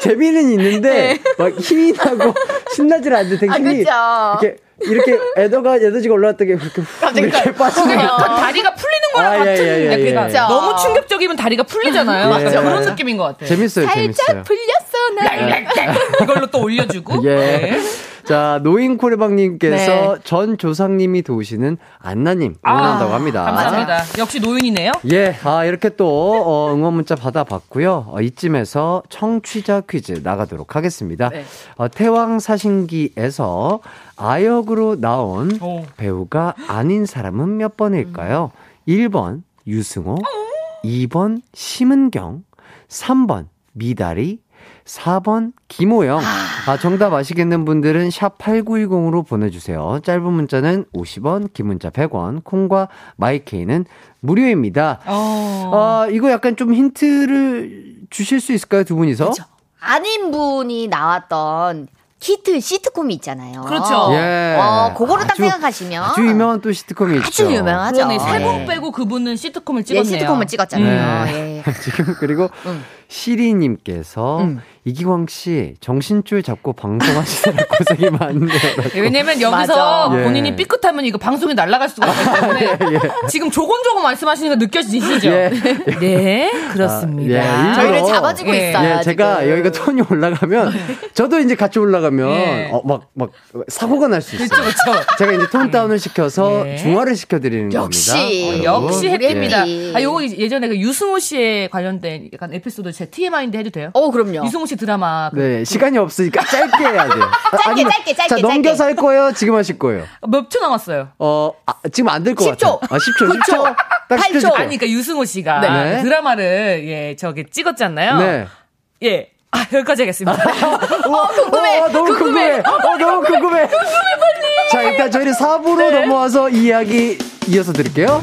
[SPEAKER 1] 재미는 있는데 막 힘이 나고 신나질 않는데 되게
[SPEAKER 5] 아,
[SPEAKER 1] 힘이
[SPEAKER 5] 그쵸.
[SPEAKER 1] 이렇게 이렇게 에너가 에너지가 올라왔던 게 그렇게 훅 이렇게 빠지는
[SPEAKER 8] 그게
[SPEAKER 1] 거.
[SPEAKER 8] 약간 다리가 풀리는 거랑
[SPEAKER 1] 아, 예,
[SPEAKER 8] 같은
[SPEAKER 1] 예, 예,
[SPEAKER 8] 느낌.
[SPEAKER 1] 예.
[SPEAKER 5] 그쵸.
[SPEAKER 8] 너무 충격적이면 다리가 풀리잖아요.
[SPEAKER 1] 맞아요.
[SPEAKER 8] 약간 그런
[SPEAKER 1] 맞아요.
[SPEAKER 8] 느낌인 것 같아.
[SPEAKER 1] 재밌어요, 재밌어요.
[SPEAKER 5] 살짝 풀렸어 나.
[SPEAKER 8] 이걸로 또 올려주고.
[SPEAKER 1] 예.
[SPEAKER 8] 네.
[SPEAKER 1] 자, 노인 코레방님께서 전 조상님이 도우시는 안나님 응원한다고 합니다.
[SPEAKER 8] 아, 감사합니다. 역시 노인이네요.
[SPEAKER 1] 예, 아, 이렇게 또, 어, 응원 문자 받아봤고요. 어, 이쯤에서 청취자 퀴즈 나가도록 하겠습니다.
[SPEAKER 8] 네.
[SPEAKER 1] 어, 태왕 사신기에서 아역으로 나온
[SPEAKER 8] 오.
[SPEAKER 1] 배우가 아닌 사람은 몇 번일까요? 1번 유승호,
[SPEAKER 8] 어?
[SPEAKER 1] 2번 심은경, 3번 미다리, 4번 김호영. 아, 정답 아시겠는 분들은 샵 8910으로 보내주세요. 짧은 문자는 50원, 긴 문자 100원, 콩과 마이케이는 무료입니다.
[SPEAKER 8] 어.
[SPEAKER 1] 아, 이거 약간 좀 힌트를 주실 수 있을까요, 두 분이서?
[SPEAKER 5] 아닌 분이 나왔던 히트 시트콤이 있잖아요.
[SPEAKER 8] 그렇죠.
[SPEAKER 1] 예.
[SPEAKER 5] 어, 그거를 딱
[SPEAKER 1] 아주-
[SPEAKER 5] 생각하시면
[SPEAKER 1] 아주 유명한 또 시트콤이 있죠.
[SPEAKER 5] 아주 유명하죠.
[SPEAKER 8] 그러네. 세번
[SPEAKER 5] 예.
[SPEAKER 8] 빼고 그분은 시트콤을
[SPEAKER 5] 예,
[SPEAKER 8] 찍었네요.
[SPEAKER 5] 시트콤을 찍었잖아요. 예.
[SPEAKER 1] 지금 그리고 시리님께서 이기광 씨 정신줄 잡고 방송하시느라 고생이 많네요. 라고.
[SPEAKER 8] 음. 왜냐면 여기서
[SPEAKER 1] 맞아.
[SPEAKER 8] 본인이
[SPEAKER 1] 예.
[SPEAKER 8] 삐끗하면 이거 방송에 날아갈 수가 있기 때문에 지금 조곤조곤 말씀하시니까 느껴지시죠?
[SPEAKER 1] 예.
[SPEAKER 8] 네, 그렇습니다.
[SPEAKER 1] 아, 예,
[SPEAKER 5] 저희를
[SPEAKER 1] 어.
[SPEAKER 5] 잡아주고
[SPEAKER 8] 예.
[SPEAKER 5] 있어요.
[SPEAKER 1] 예, 제가
[SPEAKER 5] 지금.
[SPEAKER 1] 여기가 톤이 올라가면 저도 이제 같이 올라가면
[SPEAKER 8] 예.
[SPEAKER 1] 어, 막, 막 사고가 날 수 있어요.
[SPEAKER 8] 그렇죠, 그렇죠.
[SPEAKER 1] 제가 이제 톤 다운을 시켜서
[SPEAKER 8] 예.
[SPEAKER 1] 중화를 시켜드리는
[SPEAKER 5] 역시.
[SPEAKER 1] 겁니다. 어, 여러분.
[SPEAKER 8] 역시
[SPEAKER 5] 우리
[SPEAKER 8] 해피입니다.
[SPEAKER 5] 해피.
[SPEAKER 8] 아, 요거 예전에 그 유승호 씨에 관련된 약간 에피소드 제 TMI인데 해도 돼요?
[SPEAKER 5] 어, 그럼요.
[SPEAKER 8] 유승호 씨 드라마 그
[SPEAKER 1] 네, 시간이 없으니까 짧게 해야 돼요. 아,
[SPEAKER 5] 짧게,
[SPEAKER 1] 아니면-
[SPEAKER 5] 짧게,
[SPEAKER 1] 자,
[SPEAKER 5] 짧게, 짧게.
[SPEAKER 1] 넘겨서 할 거예요? 지금 하실 거예요?
[SPEAKER 8] 아, 몇초 남았어요?
[SPEAKER 1] 어, 아, 지금 안 될 것
[SPEAKER 5] 10초.
[SPEAKER 1] 같아요. 아, 10초, 10초. 딱 10초.
[SPEAKER 8] 아,
[SPEAKER 5] 8초.
[SPEAKER 1] 줄게요.
[SPEAKER 8] 아니, 그러니까 유승호 씨가
[SPEAKER 1] 네.
[SPEAKER 8] 그 드라마를 예, 저기 찍었잖아요.
[SPEAKER 1] 네.
[SPEAKER 8] 예. 아, 여기까지 하겠습니다.
[SPEAKER 1] 우와,
[SPEAKER 5] 궁금해.
[SPEAKER 1] 어, 너무 궁금해. 어, 너무 궁금해. 궁금해, 빨리. 자, 일단 저희는 4부로 넘어와서 이야기 이어서 드릴게요.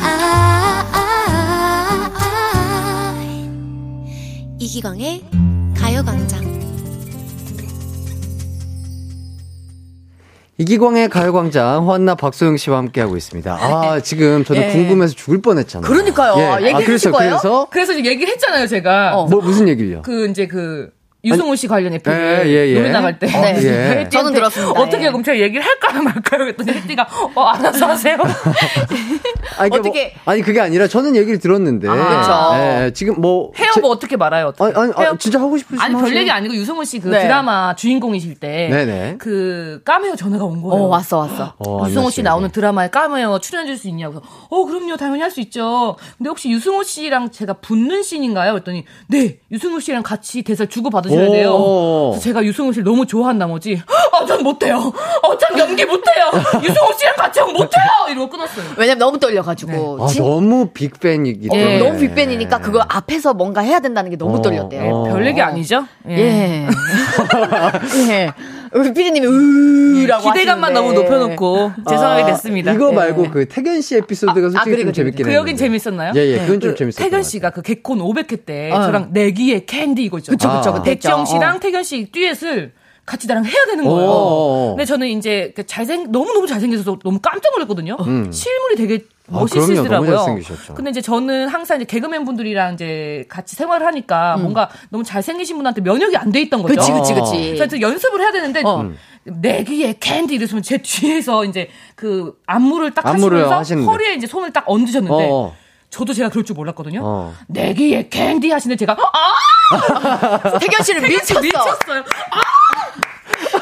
[SPEAKER 9] 아, 하이라이트 이기광의 가요광장.
[SPEAKER 1] 이기광의 가요광장, 환나 박소영 씨와 함께하고 있습니다. 아, 지금 저는 궁금해서 죽을 뻔했잖아요.
[SPEAKER 5] 그러니까요. 얘기해
[SPEAKER 1] 그래서,
[SPEAKER 5] 주실 거예요?
[SPEAKER 1] 그래서,
[SPEAKER 8] 그래서 이제 얘기를 했잖아요, 제가.
[SPEAKER 5] 어.
[SPEAKER 1] 뭐, 무슨 얘기를요?
[SPEAKER 8] 그 이제 그 유승우 씨 관련 에피소드
[SPEAKER 1] 예, 예, 예.
[SPEAKER 8] 그 노래 나갈 때
[SPEAKER 1] 어, 네. 예.
[SPEAKER 8] 혜띠한테
[SPEAKER 5] 저는 들었습니다.
[SPEAKER 8] 어떻게
[SPEAKER 5] 예.
[SPEAKER 8] 그럼 제가 얘기를 할까요 말까요 그랬더니 혜띠가 어 알아서 하세요
[SPEAKER 1] 아니, 그러니까
[SPEAKER 5] 어떻게-
[SPEAKER 1] 뭐, 아니, 그게 아니라 저는 얘기를 들었는데. 예, 지금 뭐.
[SPEAKER 8] 헤어 뭐 어떻게 말아요 어떻게
[SPEAKER 1] 아니, 아니,
[SPEAKER 8] 헤어- 뭐-
[SPEAKER 1] 아, 진짜 하고 싶으시면
[SPEAKER 8] 아니 별
[SPEAKER 1] 하세요.
[SPEAKER 8] 얘기 아니고 유승우 씨 그
[SPEAKER 5] 네.
[SPEAKER 8] 드라마 주인공이실
[SPEAKER 1] 네네.
[SPEAKER 8] 때 그 까메오 전화가 온
[SPEAKER 5] 어,
[SPEAKER 8] 거예요
[SPEAKER 5] 왔어, 왔어.
[SPEAKER 1] 어,
[SPEAKER 8] 유승호 씨
[SPEAKER 1] 안녕하세요.
[SPEAKER 8] 나오는 드라마에 까메오 출연해 줄 수 있냐고. 그래서 어, 그럼요. 당연히 할 수 있죠. 근데 혹시 유승호 씨랑 제가 붙는 씬인가요? 그랬더니 네. 유승호 씨랑 같이 대사 주고 받으셔야 돼요.
[SPEAKER 1] 오.
[SPEAKER 8] 그래서 제가 유승호 씨를 너무 좋아한 나머지 아, 전못 해요. 어, 전 연기 못 해요. 유승호 씨랑 같이 하면 못 해요. 이러고 끊었어요.
[SPEAKER 5] 왜냐면 너무 떨려가지고.
[SPEAKER 1] 아,
[SPEAKER 5] 진-
[SPEAKER 1] 너무 빅팬이기
[SPEAKER 5] 어,
[SPEAKER 1] 때문에.
[SPEAKER 5] 너무 빅팬이니까 그걸 앞에서 뭔가 해야 된다는 게 너무
[SPEAKER 1] 어,
[SPEAKER 5] 떨렸대요.
[SPEAKER 1] 어.
[SPEAKER 8] 네, 별 얘기 아니죠? 예.
[SPEAKER 5] 예. 예. 우리 피디님이 으라고
[SPEAKER 8] 기대감만 너무 높여 놓고 죄송하게 됐습니다.
[SPEAKER 1] 아, 이거
[SPEAKER 8] 예.
[SPEAKER 1] 말고 그 태견 씨 에피소드가 솔직히
[SPEAKER 5] 그리고
[SPEAKER 1] 좀
[SPEAKER 5] 그리고
[SPEAKER 1] 재밌긴
[SPEAKER 8] 그 여긴
[SPEAKER 1] 했는데.
[SPEAKER 8] 재밌었나요?
[SPEAKER 1] 예, 예, 그건 좀
[SPEAKER 8] 그
[SPEAKER 1] 재밌었어요.
[SPEAKER 8] 태견 씨가 그 개콘 500회 때 저랑 내기의 캔디 이거 있죠.
[SPEAKER 5] 아. 그쵸, 그쵸,
[SPEAKER 1] 아.
[SPEAKER 5] 어. 그쵸.
[SPEAKER 8] 백지영 씨랑 태견 씨 듀엣을 같이 나랑 해야 되는 거예요.
[SPEAKER 1] 오.
[SPEAKER 8] 근데 저는 이제 그 잘생 너무 너무 잘생겨서 너무 깜짝 놀랐거든요. 실물이 되게
[SPEAKER 1] 음. 아, 그럼요.
[SPEAKER 8] 멋있으시더라고요.
[SPEAKER 1] 너무 잘생기셨죠.
[SPEAKER 8] 근데 이제 저는 항상 이제 개그맨 분들이랑 이제 같이 생활을 하니까 뭔가 너무 잘생기신 분한테 면역이 안 돼 있던 거죠.
[SPEAKER 5] 음. 그치, 그치, 어.
[SPEAKER 8] 그래서
[SPEAKER 5] 그치.
[SPEAKER 8] 하여튼 연습을 해야 되는데 내 귀에 캔디 이랬으면 제 뒤에서 이제 그 안무를 딱
[SPEAKER 1] 안무를
[SPEAKER 8] 하시면서
[SPEAKER 1] 하시는데.
[SPEAKER 8] 허리에 이제 손을 딱 얹으셨는데
[SPEAKER 1] 어.
[SPEAKER 8] 저도 제가 그럴 줄 몰랐거든요.
[SPEAKER 1] 어.
[SPEAKER 8] 내 귀에 캔디 하시는데 제가 아
[SPEAKER 5] 태견 씨를
[SPEAKER 8] 미쳤어.
[SPEAKER 5] 미쳤어. 음,
[SPEAKER 8] 미쳤어요.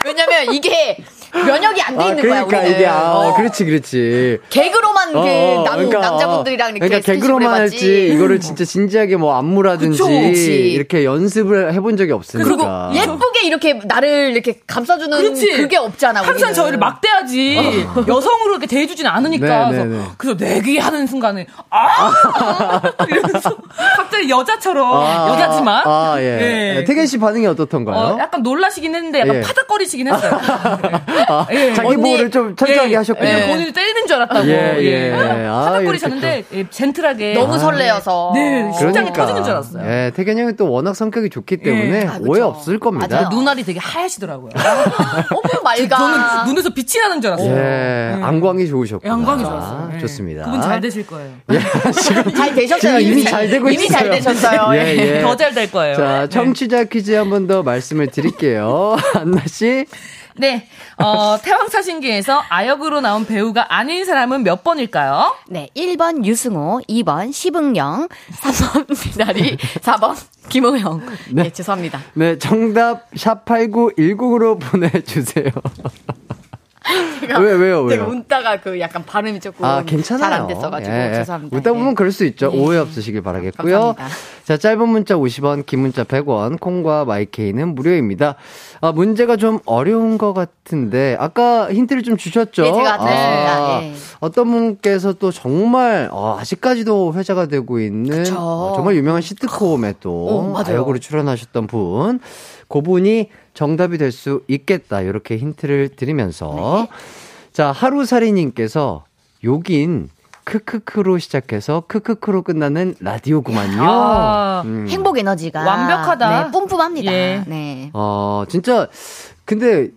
[SPEAKER 5] 왜냐면 이게 면역이 안 돼
[SPEAKER 1] 아,
[SPEAKER 5] 있는
[SPEAKER 1] 그러니까
[SPEAKER 5] 거야, 우리는.
[SPEAKER 1] 이게 아,
[SPEAKER 5] 어.
[SPEAKER 1] 그렇지, 그렇지.
[SPEAKER 5] 개그로만 그
[SPEAKER 1] 어,
[SPEAKER 5] 남,
[SPEAKER 1] 그러니까,
[SPEAKER 5] 남자분들이랑 이렇게
[SPEAKER 1] 그러니까
[SPEAKER 5] 스킨십을
[SPEAKER 1] 개그로만
[SPEAKER 5] 해봤지.
[SPEAKER 1] 할지 이거를 진짜 진지하게 뭐 안무라든지
[SPEAKER 5] 그쵸, 그치.
[SPEAKER 1] 이렇게 연습을 해본 적이
[SPEAKER 5] 그리고
[SPEAKER 1] 없으니까.
[SPEAKER 5] 예쁘게 이렇게 나를 이렇게 감싸주는
[SPEAKER 8] 그렇지.
[SPEAKER 5] 그게 없잖아.
[SPEAKER 8] 항상
[SPEAKER 5] 우리는.
[SPEAKER 8] 저희를 막대하지 여성으로 이렇게 대해주진 않으니까
[SPEAKER 1] 어. 네, 네,
[SPEAKER 8] 그래서,
[SPEAKER 1] 네.
[SPEAKER 8] 그래서 내귀 하는 순간에 아 이러면서 갑자기 여자처럼 여자지만 네.
[SPEAKER 1] 아, 예. 예, 태견 씨 반응이 어떻던가요?
[SPEAKER 8] 어, 약간 놀라시긴 했는데 약간
[SPEAKER 1] 예.
[SPEAKER 8] 파닥거리시긴 했어요.
[SPEAKER 1] 아,
[SPEAKER 8] 예.
[SPEAKER 1] 자기
[SPEAKER 5] 언니-
[SPEAKER 1] 보호를 좀 철저하게
[SPEAKER 8] 예,
[SPEAKER 1] 하셨군요.
[SPEAKER 8] 예, 본인을 때리는 줄 알았다고.
[SPEAKER 1] 예, 예. 아,
[SPEAKER 8] 파닥거리셨는데 예, 젠틀하게.
[SPEAKER 5] 너무 설레어서.
[SPEAKER 8] 네, 심장이
[SPEAKER 1] 그러니까.
[SPEAKER 8] 터지는 줄 알았어요. 예.
[SPEAKER 1] 예, 태견 형이 또 워낙 성격이 좋기 때문에
[SPEAKER 5] 아, 그쵸.
[SPEAKER 1] 오해 없을 겁니다.
[SPEAKER 5] 맞아요.
[SPEAKER 8] 눈알이 되게 하얗시더라고요.
[SPEAKER 5] 어머 맑아.
[SPEAKER 8] 저는 눈에서 빛이 나는 줄 알았어요.
[SPEAKER 1] 예, 안광이 좋으셨고.
[SPEAKER 8] 양광이 좋았어요. 예.
[SPEAKER 1] 좋습니다.
[SPEAKER 8] 그분 잘 되실 거예요.
[SPEAKER 5] 잘 되셨어요.
[SPEAKER 1] 지금 이미 잘 되고
[SPEAKER 5] 이미 잘
[SPEAKER 1] 있어요.
[SPEAKER 5] 되셨어요.
[SPEAKER 1] 예, 예.
[SPEAKER 8] 더 잘 될 거예요.
[SPEAKER 5] 네.
[SPEAKER 1] 자, 청취자 퀴즈 한 번 더 말씀을 드릴게요. 안나 씨.
[SPEAKER 8] 네. 어, 태왕사신기에서 아역으로 나온 배우가 아닌 사람은 몇 번일까요?
[SPEAKER 5] 네, 1번 유승호, 2번 시흥령, 3번 미나리, 4번 김호영. 네, 죄송합니다.
[SPEAKER 1] 네, 정답 샵8910으로 보내주세요. 왜, 왜요,
[SPEAKER 5] 제가
[SPEAKER 1] 왜요?
[SPEAKER 5] 웃다가 그 약간 발음이 조금
[SPEAKER 1] 아, 괜찮아요.
[SPEAKER 5] 잘 안 됐어가지고
[SPEAKER 1] 예, 예.
[SPEAKER 5] 죄송합니다.
[SPEAKER 1] 웃다 보면
[SPEAKER 5] 예.
[SPEAKER 1] 그럴 수 있죠.
[SPEAKER 5] 예.
[SPEAKER 1] 오해 없으시길 바라겠고요.
[SPEAKER 5] 감사합니다.
[SPEAKER 1] 자, 짧은 문자 50원, 긴 문자 100원, 콩과 마이케이는 무료입니다. 아, 문제가 좀 어려운 것 같은데, 아까 힌트를 좀 주셨죠? 아,
[SPEAKER 5] 예, 제가 드렸습니다. 예.
[SPEAKER 1] 어떤 분께서 또 정말, 어, 아직까지도 회자가 되고 있는,
[SPEAKER 5] 그쵸.
[SPEAKER 1] 어, 정말 유명한 시트콤에 또,
[SPEAKER 5] 어, 맞아요.
[SPEAKER 1] 아역으로 출연하셨던 분, 그분이 정답이 될 수 있겠다, 이렇게 힌트를 드리면서,
[SPEAKER 5] 네.
[SPEAKER 1] 자, 하루살이님께서 요긴 크크크로 시작해서 크크크로 끝나는 라디오구만요.
[SPEAKER 8] 아.
[SPEAKER 1] 음.
[SPEAKER 5] 행복 에너지가
[SPEAKER 8] 완벽하다.
[SPEAKER 5] 네, 뿜뿜합니다.
[SPEAKER 8] 예.
[SPEAKER 5] 네.
[SPEAKER 1] 어, 진짜 근데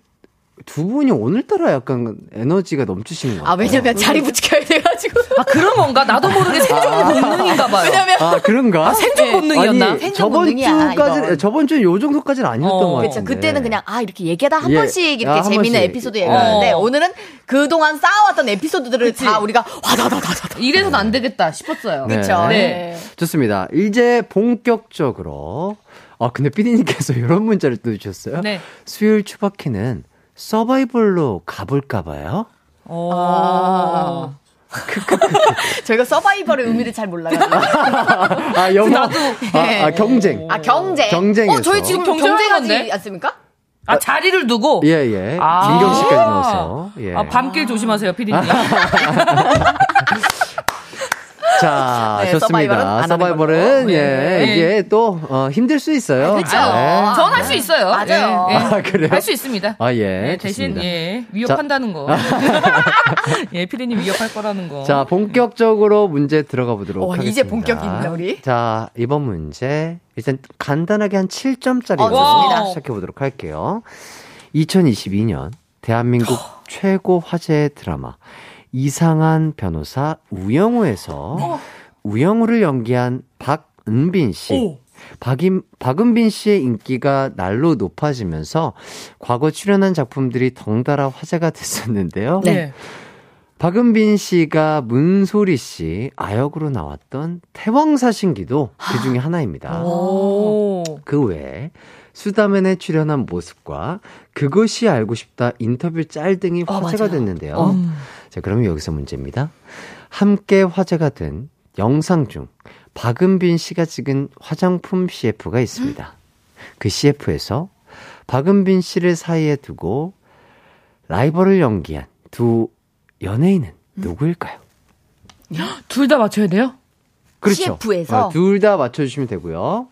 [SPEAKER 1] 두 분이 오늘따라 약간 에너지가 넘치시는 것
[SPEAKER 5] 아
[SPEAKER 1] 같아요.
[SPEAKER 5] 왜냐면 자리 붙여야 돼가지고.
[SPEAKER 8] 아 그런 건가? 나도 모르게 생존 본능인가 봐요.
[SPEAKER 5] 왜냐면
[SPEAKER 1] 아, 그런가?
[SPEAKER 8] 아, 생존 본능이었나?
[SPEAKER 1] 아니,
[SPEAKER 5] 생존
[SPEAKER 1] 저번
[SPEAKER 5] 본능이야,
[SPEAKER 1] 주까지,
[SPEAKER 5] 이건.
[SPEAKER 1] 저번 주는 요 정도까지는 아니었던
[SPEAKER 8] 어,
[SPEAKER 1] 것 같아요.
[SPEAKER 8] 그쵸.
[SPEAKER 5] 그때는 그냥 아 이렇게 얘기하다 한
[SPEAKER 1] 네. 예.
[SPEAKER 5] 번씩 이렇게
[SPEAKER 1] 아, 한
[SPEAKER 5] 재밌는
[SPEAKER 1] 번씩.
[SPEAKER 5] 에피소드
[SPEAKER 1] 예.
[SPEAKER 5] 얘기하는데
[SPEAKER 8] 어.
[SPEAKER 5] 오늘은 그동안 쌓아왔던 에피소드들을 다 우리가 와다다다다다.
[SPEAKER 8] 이래서는 안 되겠다 싶었어요.
[SPEAKER 1] 네.
[SPEAKER 5] 그쵸.
[SPEAKER 8] 네.
[SPEAKER 1] 좋습니다. 이제 본격적으로. 아, 근데 피디님께서 이런 문자를 또 주셨어요.
[SPEAKER 8] 네.
[SPEAKER 1] 수요일 추바키는 서바이벌로 가볼까봐요?
[SPEAKER 8] 어. 네.
[SPEAKER 5] 저희가 서바이벌의 의미를 잘 몰라요.
[SPEAKER 1] 아, 영어. 아, 아, 경쟁.
[SPEAKER 5] 아 경쟁.
[SPEAKER 1] 경쟁에서.
[SPEAKER 5] 어 저희 지금
[SPEAKER 8] 경쟁하는
[SPEAKER 5] 경쟁하지
[SPEAKER 8] 건데?
[SPEAKER 5] 않습니까?
[SPEAKER 8] 아 자리를 두고
[SPEAKER 1] 예, 예.
[SPEAKER 8] 아.
[SPEAKER 1] 민경 씨까지 넣어서. 예. 네.
[SPEAKER 8] 아, 밤길 조심하세요, 피디님.
[SPEAKER 1] 자,
[SPEAKER 5] 네, 서바이벌은 안
[SPEAKER 1] 좋습니다.
[SPEAKER 5] 하는
[SPEAKER 1] 서바이벌은,
[SPEAKER 8] 걸로.
[SPEAKER 1] 예,
[SPEAKER 8] 네.
[SPEAKER 1] 이게 또, 어, 힘들 수 있어요.
[SPEAKER 5] 그쵸.
[SPEAKER 1] 예.
[SPEAKER 5] 아,
[SPEAKER 8] 전할 수 있어요. 예,
[SPEAKER 5] 맞아요.
[SPEAKER 1] 아, 그래요?
[SPEAKER 8] 할 수 있습니다.
[SPEAKER 1] 아, 예.
[SPEAKER 8] 네, 대신
[SPEAKER 1] 좋습니다.
[SPEAKER 8] 예, 위협한다는 거. 예, 피디님 위협할 거라는 거.
[SPEAKER 1] 자, 본격적으로 문제 들어가 보도록
[SPEAKER 5] 어,
[SPEAKER 1] 하겠습니다.
[SPEAKER 5] 이제 본격입니다, 우리.
[SPEAKER 1] 자, 이번 문제. 일단 간단하게 한 7점짜리
[SPEAKER 5] 어,
[SPEAKER 8] 좋습니다.
[SPEAKER 1] 시작해 보도록 할게요. 2022년 대한민국
[SPEAKER 5] 어.
[SPEAKER 1] 최고 화제 드라마 이상한 변호사 우영우에서
[SPEAKER 5] 어.
[SPEAKER 1] 우영우를 연기한 박은빈 씨. 박임, 박은빈 씨의 인기가 날로 높아지면서 과거 출연한 작품들이 덩달아 화제가 됐었는데요.
[SPEAKER 8] 네.
[SPEAKER 1] 박은빈 씨가 문소리 씨 아역으로 나왔던 태왕사신기도 그 중에 하나입니다.
[SPEAKER 8] 오.
[SPEAKER 1] 그 외에 수다맨에 출연한 모습과 그것이 알고 싶다 인터뷰 짤 등이
[SPEAKER 5] 어,
[SPEAKER 1] 화제가 됐는데요. 자, 그러면 여기서 문제입니다. 함께 화제가 된 영상 중 박은빈 씨가 찍은 화장품 CF가 있습니다. 그 CF에서 박은빈 씨를 사이에 두고 라이벌을 연기한 두 연예인은
[SPEAKER 5] 음.
[SPEAKER 1] 누구일까요?
[SPEAKER 8] 둘 다 맞춰야 돼요?
[SPEAKER 5] CF에서?
[SPEAKER 1] 그렇죠. 어, 둘 다 맞춰주시면 되고요.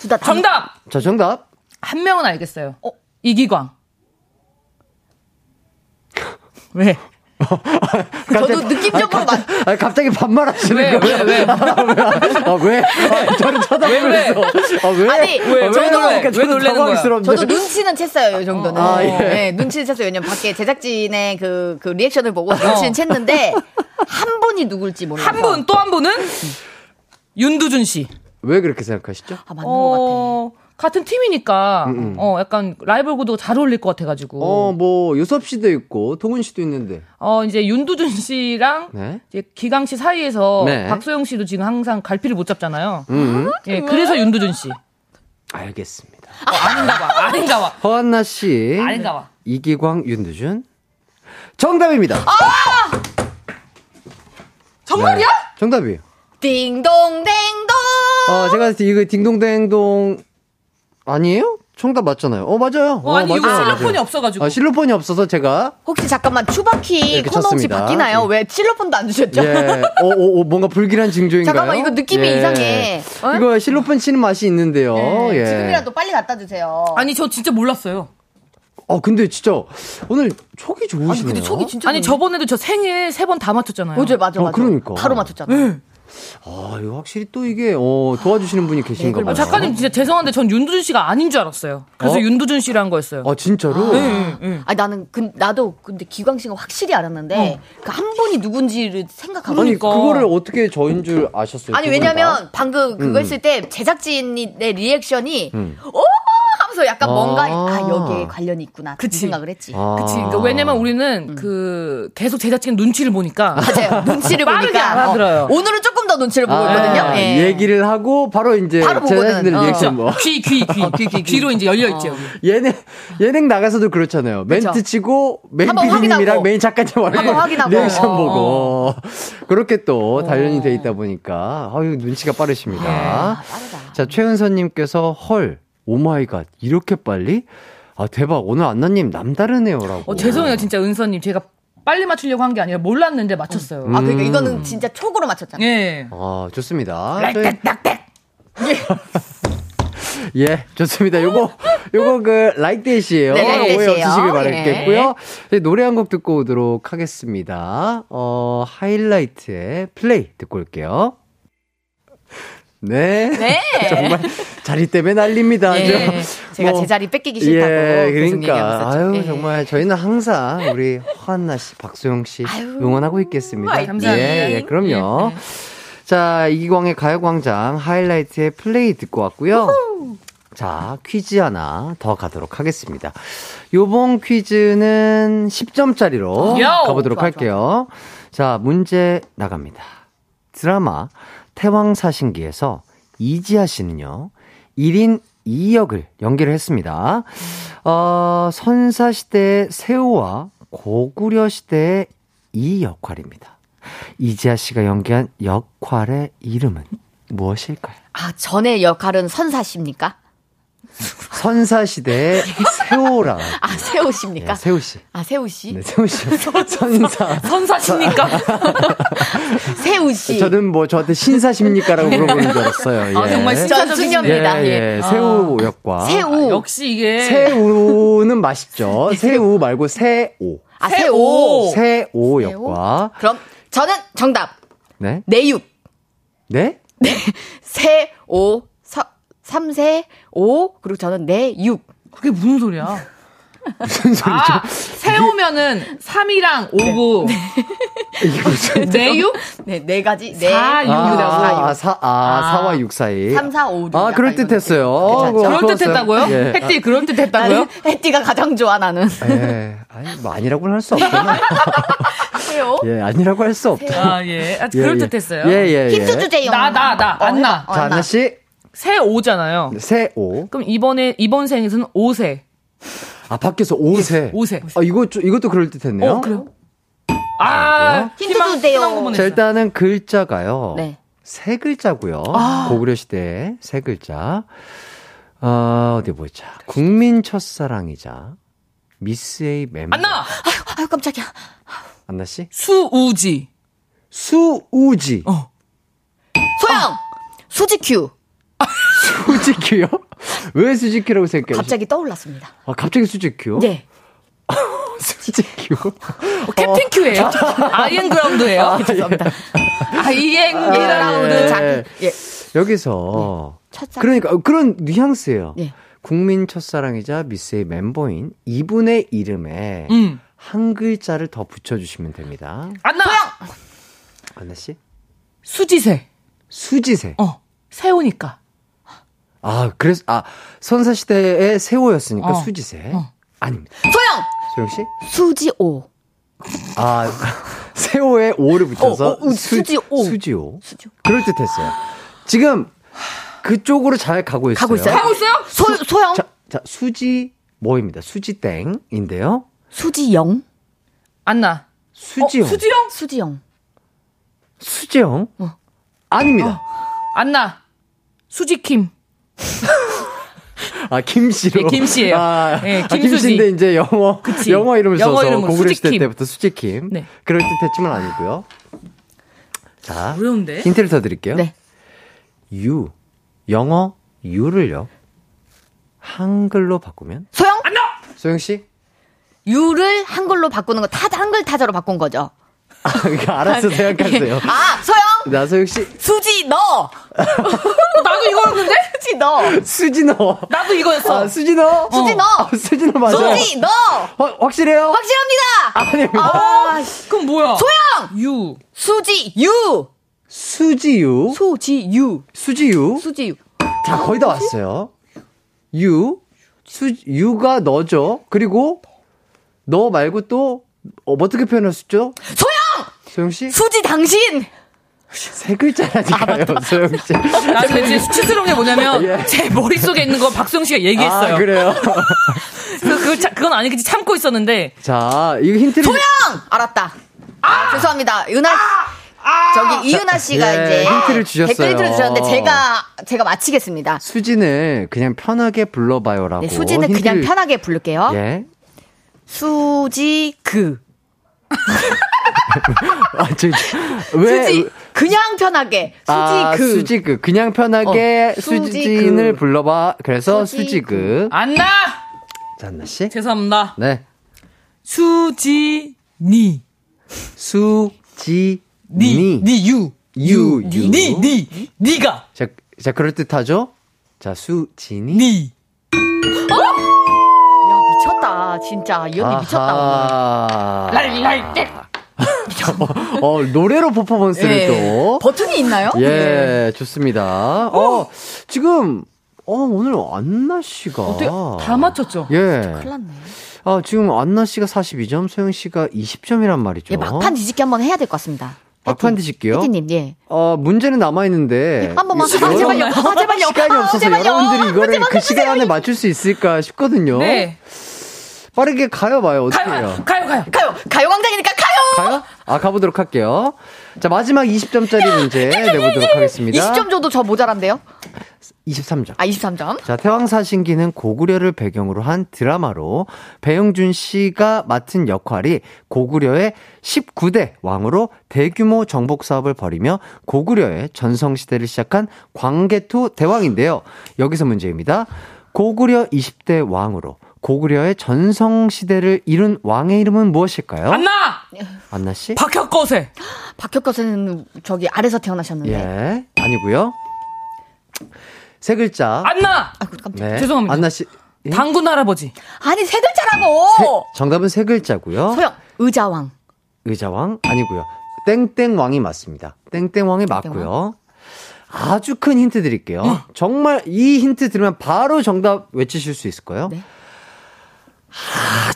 [SPEAKER 5] 두다
[SPEAKER 8] 정답!
[SPEAKER 1] 자, 정답.
[SPEAKER 8] 한 명은 알겠어요. 이기광. 왜?
[SPEAKER 5] 저도 느낌적으로 맞.
[SPEAKER 1] 그러니까 아, 갑자기 반말하시는
[SPEAKER 8] 왜?
[SPEAKER 1] 거예요?
[SPEAKER 8] 왜? 왜?
[SPEAKER 1] 아, 왜? 아, 저를 쳐다보면서. 아, 왜?
[SPEAKER 5] 아니,
[SPEAKER 1] 아, 왜?
[SPEAKER 8] 저도
[SPEAKER 1] 그러니까
[SPEAKER 8] 왜
[SPEAKER 1] 저도
[SPEAKER 8] 놀라는 거야?
[SPEAKER 1] 당황스러운데.
[SPEAKER 5] 저도 눈치는 챘어요, 이 정도는.
[SPEAKER 1] 아, 예.
[SPEAKER 5] 네, 눈치는 챘어요. 왜냐면 밖에 제작진의 그, 그 리액션을 보고
[SPEAKER 1] 어.
[SPEAKER 5] 눈치는 챘는데, 한 분이 누굴지 몰라요.
[SPEAKER 8] 한 분, 또 한 분은? 윤두준 씨.
[SPEAKER 1] 왜 그렇게 생각하시죠?
[SPEAKER 8] 어,
[SPEAKER 5] 아, 맞는 것
[SPEAKER 8] 같은 팀이니까, 어, 약간 라이벌 구도가 잘 어울릴 것 같아가지고.
[SPEAKER 1] 음, 어, 뭐, 요섭 씨도 있고, 동훈 씨도 있는데.
[SPEAKER 8] 어, 이제 윤두준 씨랑
[SPEAKER 1] 네.
[SPEAKER 8] 이제 기강 씨 사이에서
[SPEAKER 1] 네.
[SPEAKER 8] 박소영 씨도 지금 항상 갈피를 못 잡잖아요. 예, 그래서 윤두준 씨.
[SPEAKER 1] 음, 알겠습니다.
[SPEAKER 8] 어, 아닌가 봐. 아닌가 봐.
[SPEAKER 1] 허한나 씨.
[SPEAKER 8] 아닌가 봐.
[SPEAKER 1] 이기광, 윤두준. 정답입니다.
[SPEAKER 8] 아!
[SPEAKER 1] 네, 정말이야? 정답이에요.
[SPEAKER 5] 같아. 띵동댕동!
[SPEAKER 1] 어, 제가 이거 딩동댕동 아니에요? 정답 맞잖아요. 어, 맞아요.
[SPEAKER 8] 어, 아니, 이거
[SPEAKER 1] 맞아요,
[SPEAKER 8] 실로폰이
[SPEAKER 1] 맞아요.
[SPEAKER 8] 없어가지고.
[SPEAKER 1] 아, 실로폰이 없어서 제가
[SPEAKER 5] 혹시 잠깐만, 추바키
[SPEAKER 1] 이렇게
[SPEAKER 5] 코너 혹시
[SPEAKER 1] 쳤습니다.
[SPEAKER 5] 바뀌나요?
[SPEAKER 1] 예.
[SPEAKER 5] 왜 실로폰도 안 주셨죠?
[SPEAKER 1] 예. 오, 오, 오, 뭔가 불길한 징조인가요? 예.
[SPEAKER 5] 잠깐만, 이거 느낌이 이상해. 어?
[SPEAKER 1] 이거 실로폰 치는 맛이 있는데요. 예.
[SPEAKER 5] 네, 지금이라도 빨리 갖다 주세요.
[SPEAKER 8] 아니, 저 진짜 몰랐어요.
[SPEAKER 1] 아, 근데 진짜 오늘 촉이 좋으시네요.
[SPEAKER 5] 근데 촉이 진짜.
[SPEAKER 8] 아니, 저번에도 저 생일 세 번 다 맞췄잖아요.
[SPEAKER 5] 어제 맞아,
[SPEAKER 1] 어,
[SPEAKER 5] 맞아.
[SPEAKER 1] 그러니까.
[SPEAKER 5] 바로 맞췄잖아. 요
[SPEAKER 1] 아, 이거 확실히 또 이게 어, 도와주시는
[SPEAKER 5] 네,
[SPEAKER 1] 분이 계신가 봐요.
[SPEAKER 8] 아, 작가님 진짜 죄송한데 전 윤두준 씨가 아닌 줄 알았어요. 그래서
[SPEAKER 1] 어?
[SPEAKER 8] 윤두준 씨라는 거였어요.
[SPEAKER 1] 아, 진짜로?
[SPEAKER 5] 아니, 네. 나는, 그, 나도, 근데 기광 씨가 확실히 알았는데, 그 한 분이 누군지를 생각하고.
[SPEAKER 1] 아니,
[SPEAKER 8] 그러니까.
[SPEAKER 1] 그거를 어떻게 저인 줄 아셨어요?
[SPEAKER 5] 아니
[SPEAKER 1] 네, 두 분이
[SPEAKER 5] 왜냐면
[SPEAKER 1] 다? 음.
[SPEAKER 5] 방금 그거 했을 때 제작진의 리액션이 오 하면서 약간
[SPEAKER 1] 아.
[SPEAKER 5] 뭔가 아 여기에 관련이 있구나 그 생각을 했지.
[SPEAKER 1] 아.
[SPEAKER 8] 그치. 그러니까 왜냐면 우리는 그 계속 제작진 눈치를 보니까
[SPEAKER 5] 맞아요. 눈치를
[SPEAKER 8] 빠르게
[SPEAKER 5] 보니까
[SPEAKER 8] 알아들어요.
[SPEAKER 5] 오늘은 조금 더 눈치를 보고 있거든요.
[SPEAKER 1] 아,
[SPEAKER 5] 예.
[SPEAKER 1] 얘기를 하고 바로 이제
[SPEAKER 5] 바로 보고는,
[SPEAKER 1] 제작진들
[SPEAKER 5] 어.
[SPEAKER 1] 리액션 뭐
[SPEAKER 8] 귀, 귀, 아, 귀. 귀로 이제 열려있죠. 여기.
[SPEAKER 1] 예능 예능 나가서도 그렇잖아요. 멘트
[SPEAKER 5] 그쵸.
[SPEAKER 1] 치고 메인
[SPEAKER 5] 한번
[SPEAKER 1] PD님이랑
[SPEAKER 5] 확인하고.
[SPEAKER 1] 메인 작가님 와서
[SPEAKER 5] 한번 확인하고.
[SPEAKER 1] 리액션
[SPEAKER 5] 어,
[SPEAKER 1] 보고 그렇게 또 단련이 돼 있다 보니까 아유 눈치가 빠르십니다.
[SPEAKER 5] 예, 빠르다.
[SPEAKER 1] 자 최은서님께서 헐 오마이갓 이렇게 빨리 아 대박 오늘 안나님 남다르네요라고.
[SPEAKER 8] 어, 죄송해요, 진짜 은서님. 제가 빨리 맞추려고 한 게 아니라 몰랐는데 맞췄어요.
[SPEAKER 5] 아
[SPEAKER 1] 음.
[SPEAKER 5] 그러니까 이거는 진짜 촉으로 맞췄잖아. 요
[SPEAKER 8] 예.
[SPEAKER 1] 아 좋습니다.
[SPEAKER 8] 네.
[SPEAKER 1] 저희- 예, 좋습니다. 요거, 요거 그, 라이크 대시예요
[SPEAKER 5] 네, like
[SPEAKER 1] 오해
[SPEAKER 5] dash예요.
[SPEAKER 1] 없으시길
[SPEAKER 5] 예.
[SPEAKER 1] 바랄겠고요. 저희 노래 한 곡 듣고 오도록 하겠습니다. 어, 하이라이트의 플레이 듣고 올게요. 네.
[SPEAKER 5] 네.
[SPEAKER 1] 정말 자리 때문에 난립니다.
[SPEAKER 8] 예.
[SPEAKER 1] 저
[SPEAKER 5] 네. 제가
[SPEAKER 1] 뭐, 예, 그러니까.
[SPEAKER 5] 제 자리 뺏기기 싫다고 계속 얘기하고 있었죠.
[SPEAKER 1] 아유
[SPEAKER 5] 예.
[SPEAKER 1] 정말 저희는 항상 우리 허한나 씨, 박소영 씨
[SPEAKER 5] 아유.
[SPEAKER 1] 응원하고 있겠습니다.
[SPEAKER 8] 아이, 감사합니다.
[SPEAKER 1] 예, 예, 그럼요.
[SPEAKER 8] 예, 예.
[SPEAKER 1] 자 이기광의 가요광장 하이라이트의 플레이 듣고 왔고요. 자 퀴즈 하나 더 가도록 하겠습니다. 요번 퀴즈는 10점짜리로
[SPEAKER 8] 야오,
[SPEAKER 1] 가보도록
[SPEAKER 5] 좋아,
[SPEAKER 1] 할게요. 자 문제 나갑니다. 드라마 태왕사신기에서 이지아 씨는요. 1인 2역을 연기를 했습니다. 어, 선사시대의 세우와 고구려시대의 이 역할입니다. 이지아 씨가 연기한 역할의 이름은 무엇일까요?
[SPEAKER 5] 아 전의 역할은 선사십니까?
[SPEAKER 1] 선사시대의 세호랑
[SPEAKER 5] 아 세우십니까?
[SPEAKER 1] 네, 세호 씨.
[SPEAKER 5] 아 세우 씨,
[SPEAKER 1] 네, 세호 씨. 선사.
[SPEAKER 8] 선사십니까?
[SPEAKER 5] 세우 씨.
[SPEAKER 1] 저는 뭐 저한테 신사십니까라고 물어보는 줄 알았어요.
[SPEAKER 8] 아, 정말
[SPEAKER 1] 예.
[SPEAKER 5] 전투녀입니다.
[SPEAKER 1] 예, 예. 세호 역과
[SPEAKER 5] 세우.
[SPEAKER 8] 역시 이게
[SPEAKER 1] 새우는 맛있죠. 새우 말고 새오.
[SPEAKER 5] 아 세오.
[SPEAKER 1] 새오 역과
[SPEAKER 5] 그럼 저는 정답
[SPEAKER 1] 네?
[SPEAKER 5] 내육
[SPEAKER 1] 네?
[SPEAKER 5] 세오 삼세 오 그리고 저는 내육.
[SPEAKER 8] 그게 무슨 소리야?
[SPEAKER 1] 무슨 소리죠?
[SPEAKER 8] 아, 세우면은 3이랑 5고
[SPEAKER 1] 이거 좀-
[SPEAKER 8] 내유
[SPEAKER 5] 네네 가지. 네.
[SPEAKER 8] 사, 육.
[SPEAKER 1] 아, 아, 사, 아,
[SPEAKER 8] 아.
[SPEAKER 1] 사와 육 사이.
[SPEAKER 5] 3, 4, 5, 6.
[SPEAKER 1] 아, 그럴 듯 했어요.
[SPEAKER 5] 괜찮죠?
[SPEAKER 8] 그럴 듯했다고요?
[SPEAKER 1] 예.
[SPEAKER 8] 햇띠 그럴 듯했다고요?
[SPEAKER 5] 나는 해띠가 가장 좋아 나는.
[SPEAKER 1] 예. 아니, 뭐 아니라고는 할 수 없잖아.
[SPEAKER 5] 세오.
[SPEAKER 1] 예, 아니라고 할 수 없다.
[SPEAKER 8] 아 예, 아,
[SPEAKER 1] 예,
[SPEAKER 8] 그럴
[SPEAKER 1] 예.
[SPEAKER 8] 듯했어요.
[SPEAKER 1] 예, 예, 예.
[SPEAKER 5] 힌트 주제요. 어,
[SPEAKER 8] 나, 나, 나, 안 나.
[SPEAKER 1] 자, 하나 씨.
[SPEAKER 8] 새 5잖아요.
[SPEAKER 1] 새오.
[SPEAKER 8] 그럼 이번에 이번 생에서는 5세.
[SPEAKER 1] 아, 밖에서 오세.
[SPEAKER 8] 예, 오세. 어,
[SPEAKER 1] 아, 이거 좀- 이것도 그럴 듯 했네요.
[SPEAKER 8] 아,
[SPEAKER 5] 힌트 주세요.
[SPEAKER 1] 자, 일단은 글자가요.
[SPEAKER 5] 네.
[SPEAKER 1] 세 글자고요.
[SPEAKER 8] 아.
[SPEAKER 1] 고구려 시대의 세 글자. 어, 어디 보자. 국민 첫사랑이자 미스의 멤버.
[SPEAKER 8] 안나
[SPEAKER 5] 아유 깜짝이야.
[SPEAKER 1] 안나 씨?
[SPEAKER 8] 수우지.
[SPEAKER 1] 수우지.
[SPEAKER 8] 어.
[SPEAKER 5] 소영.
[SPEAKER 1] 아.
[SPEAKER 5] 수지큐.
[SPEAKER 1] 수지큐요? 왜 수지큐라고 생각해요?
[SPEAKER 5] 갑자기 떠올랐습니다.
[SPEAKER 1] 아, 갑자기 수지큐요?
[SPEAKER 5] 네.
[SPEAKER 1] 수지큐.
[SPEAKER 8] 어, 캡틴 큐예요. 아이엔 그라운드예요. 아이엔
[SPEAKER 1] 예.
[SPEAKER 8] 그라운드. 자,
[SPEAKER 5] 예.
[SPEAKER 1] 여기서
[SPEAKER 5] 첫사랑.
[SPEAKER 1] 그러니까 어, 그런 뉘앙스예요.
[SPEAKER 5] 예.
[SPEAKER 1] 국민 첫사랑이자 미스의 멤버인 이분의 이름에
[SPEAKER 8] 음.
[SPEAKER 1] 한 글자를 더 붙여주시면 됩니다.
[SPEAKER 8] 안나
[SPEAKER 1] 안나 씨?
[SPEAKER 8] 수지세.
[SPEAKER 1] 수지세.
[SPEAKER 8] 어. 세우니까.
[SPEAKER 1] 아, 그래서, 아, 선사시대의 세호였으니까
[SPEAKER 8] 어.
[SPEAKER 1] 수지세. 아닙니다.
[SPEAKER 5] 소영.
[SPEAKER 1] 소영씨?
[SPEAKER 5] 수지오.
[SPEAKER 1] 아, 세호에 오를 붙여서
[SPEAKER 5] 어, 어, 수지오.
[SPEAKER 1] 수지오. 그럴듯 했어요. 지금 그쪽으로 잘 가고 있어요.
[SPEAKER 5] 가고 있어요?
[SPEAKER 8] 있어요?
[SPEAKER 5] 소, 소영.
[SPEAKER 1] 자, 자, 수지 뭐입니다. 수지땡인데요.
[SPEAKER 5] 수지영.
[SPEAKER 8] 안나.
[SPEAKER 1] 수지영.
[SPEAKER 8] 어, 수지영? 어.
[SPEAKER 5] 수지영.
[SPEAKER 1] 수지영? 아닙니다.
[SPEAKER 8] 안나. 수지킴.
[SPEAKER 1] 아, 김씨로.
[SPEAKER 8] 예, 김씨예요.
[SPEAKER 1] 아,
[SPEAKER 8] 예,
[SPEAKER 1] 아,
[SPEAKER 8] 김수지.
[SPEAKER 1] 김씨인데 이제 영어
[SPEAKER 8] 그치.
[SPEAKER 1] 영어 이름을
[SPEAKER 8] 영어
[SPEAKER 1] 써서
[SPEAKER 8] 이름으로
[SPEAKER 1] 고구려 시대
[SPEAKER 8] 수지킴.
[SPEAKER 1] 때부터 수지킴.
[SPEAKER 8] 네.
[SPEAKER 1] 그럴 듯했지만 아니고요. 자,
[SPEAKER 8] 어려운데?
[SPEAKER 1] 힌트를 더 드릴게요.
[SPEAKER 5] 네.
[SPEAKER 1] 유 영어 유를요 한글로 바꾸면
[SPEAKER 5] 소영.
[SPEAKER 1] 소영 씨
[SPEAKER 5] 유를 한글로 바꾸는 거 타자 한글 타자로 바꾼 거죠.
[SPEAKER 1] 그러니까 알아서 생각하세요.
[SPEAKER 8] 네.
[SPEAKER 5] 아 소영.
[SPEAKER 1] 나 소영 씨
[SPEAKER 5] 수지 너.
[SPEAKER 8] 어, 나도 이거였는데? 아,
[SPEAKER 5] 수지 너.
[SPEAKER 1] 수진호
[SPEAKER 8] 나도 이거였어.
[SPEAKER 1] 아 수진호
[SPEAKER 5] 수진호!
[SPEAKER 1] 아, 수진호 맞아요. 어,
[SPEAKER 5] 수지 너.
[SPEAKER 1] 확- 확실해요?
[SPEAKER 5] 확실합니다.
[SPEAKER 1] 아닙니다.
[SPEAKER 8] 그럼 뭐야? 소영! 유.
[SPEAKER 5] 수지 유.
[SPEAKER 1] 수지유
[SPEAKER 5] 수지 유.
[SPEAKER 1] 수지유
[SPEAKER 5] 수지 아, 유.
[SPEAKER 1] 자 거의 다 왔어요. 유 수, 유가 너죠. 그리고 너 말고 또 어, 떻게 표현할 수 있죠?
[SPEAKER 5] 소영.
[SPEAKER 1] 소영 씨 세
[SPEAKER 5] 수지 아, 당신.
[SPEAKER 1] 글자라니까요. 소영 씨.
[SPEAKER 8] 나 근데 진짜 수치스러운 게 뭐냐면
[SPEAKER 1] 예.
[SPEAKER 8] 제 머릿속에 있는 거 박수영 씨가 얘기했어요.
[SPEAKER 1] 아 그래요.
[SPEAKER 8] 그, 그걸 참- 그건 아니겠지 참고 있었는데
[SPEAKER 1] 자, 이거 힌트를.
[SPEAKER 5] 소영. 알았다.
[SPEAKER 8] 아!
[SPEAKER 5] 죄송합니다. 은하. 저기 이은하 씨가
[SPEAKER 1] 예,
[SPEAKER 5] 이제
[SPEAKER 1] 힌트를 주셨어요.
[SPEAKER 5] 댓글 힌트를 주셨는데 제가 제가 마치겠습니다.
[SPEAKER 1] 수진을 그냥 편하게 불러봐요라고.
[SPEAKER 5] 네, 수지는 그냥
[SPEAKER 1] 힌트를-
[SPEAKER 5] 편하게 어? 부를게요.
[SPEAKER 1] 예.
[SPEAKER 5] 수지 그
[SPEAKER 1] 아, 저, 왜?
[SPEAKER 5] 수지 그냥 편하게 수지
[SPEAKER 1] 아,
[SPEAKER 5] 그
[SPEAKER 1] 수지그. 그냥 편하게
[SPEAKER 5] 어, 수지그.
[SPEAKER 1] 수진을 불러봐. 그래서 수지그.
[SPEAKER 5] 수지그.
[SPEAKER 8] 안나
[SPEAKER 1] 자, 안나씨.
[SPEAKER 8] 죄송합니다.
[SPEAKER 1] 네.
[SPEAKER 8] 수지니
[SPEAKER 1] 수지니.
[SPEAKER 8] 니니유
[SPEAKER 1] 유, 유.
[SPEAKER 8] 니 니 니가
[SPEAKER 1] 자, 자, 그럴듯하죠? 자, 수진이.
[SPEAKER 8] 니
[SPEAKER 5] 야, 미쳤다. 진짜. 이 언니 미쳤다. 오늘.
[SPEAKER 1] 아하.
[SPEAKER 8] 랄랄 때.
[SPEAKER 1] 어, 노래로 퍼포먼스를
[SPEAKER 5] 예.
[SPEAKER 1] 또.
[SPEAKER 5] 버튼이 있나요?
[SPEAKER 1] 예, 좋습니다. 어, 지금, 어, 오늘 안나 씨가.
[SPEAKER 8] 어떻게 다 맞췄죠?
[SPEAKER 1] 예.
[SPEAKER 5] 큰일 났네.
[SPEAKER 1] 아, 지금 안나 씨가 42점, 소영 씨가 20점이란 말이죠.
[SPEAKER 5] 예, 막판 뒤집기 한번 해야 될 것 같습니다.
[SPEAKER 1] 막판 뒤집기요?
[SPEAKER 5] 혜티님, 예.
[SPEAKER 1] 어, 문제는 남아있는데. 예,
[SPEAKER 5] 한 번만.
[SPEAKER 1] 여러-
[SPEAKER 5] 아, 제발요. 아, 제발요.
[SPEAKER 1] 시간이
[SPEAKER 5] 아,
[SPEAKER 1] 없어서
[SPEAKER 5] 제발요.
[SPEAKER 1] 여러분들이 이거를
[SPEAKER 5] 제발
[SPEAKER 1] 그 시간 안에 맞출 수 있을까 싶거든요.
[SPEAKER 8] 네.
[SPEAKER 1] 빠르게 가요, 봐요. 어? 어떻게 해요?
[SPEAKER 8] 가요, 가요, 가요.
[SPEAKER 5] 가요. 가요광장이니까 가요.
[SPEAKER 1] 가요? 아, 가보도록 할게요. 자, 마지막 20점짜리 문제 내보도록 하겠습니다.
[SPEAKER 5] 20점 줘도 저 모자란데요?
[SPEAKER 1] 23점.
[SPEAKER 5] 아, 23점.
[SPEAKER 1] 자, 태왕사신기는 고구려를 배경으로 한 드라마로 배용준 씨가 맡은 역할이 고구려의 19대 왕으로 대규모 정복 사업을 벌이며 고구려의 전성시대를 시작한 광개토 대왕인데요. 여기서 문제입니다. 고구려 20대 왕으로 고구려의 전성시대를 이룬 왕의 이름은 무엇일까요?
[SPEAKER 8] 안나!
[SPEAKER 1] 안나 씨?
[SPEAKER 8] 박혁거세!
[SPEAKER 5] 박혁거세는 저기 아래서 태어나셨는데.
[SPEAKER 8] 네.
[SPEAKER 1] 예. 아니고요. 세 글자.
[SPEAKER 8] 안나!
[SPEAKER 5] 아이고, 깜짝
[SPEAKER 1] 네.
[SPEAKER 8] 죄송합니다.
[SPEAKER 1] 안나 씨. 예?
[SPEAKER 8] 당군 할아버지.
[SPEAKER 5] 아니, 세 글자라고!
[SPEAKER 1] 정답은 세 글자고요.
[SPEAKER 5] 소영, 의자왕.
[SPEAKER 1] 의자왕 아니고요. 땡땡왕이 맞습니다. 땡땡왕이 맞고요. 아주 큰 힌트 드릴게요.
[SPEAKER 8] 네.
[SPEAKER 1] 정말 이 힌트 들으면 바로 정답 외치실 수 있을 거예요.
[SPEAKER 5] 네.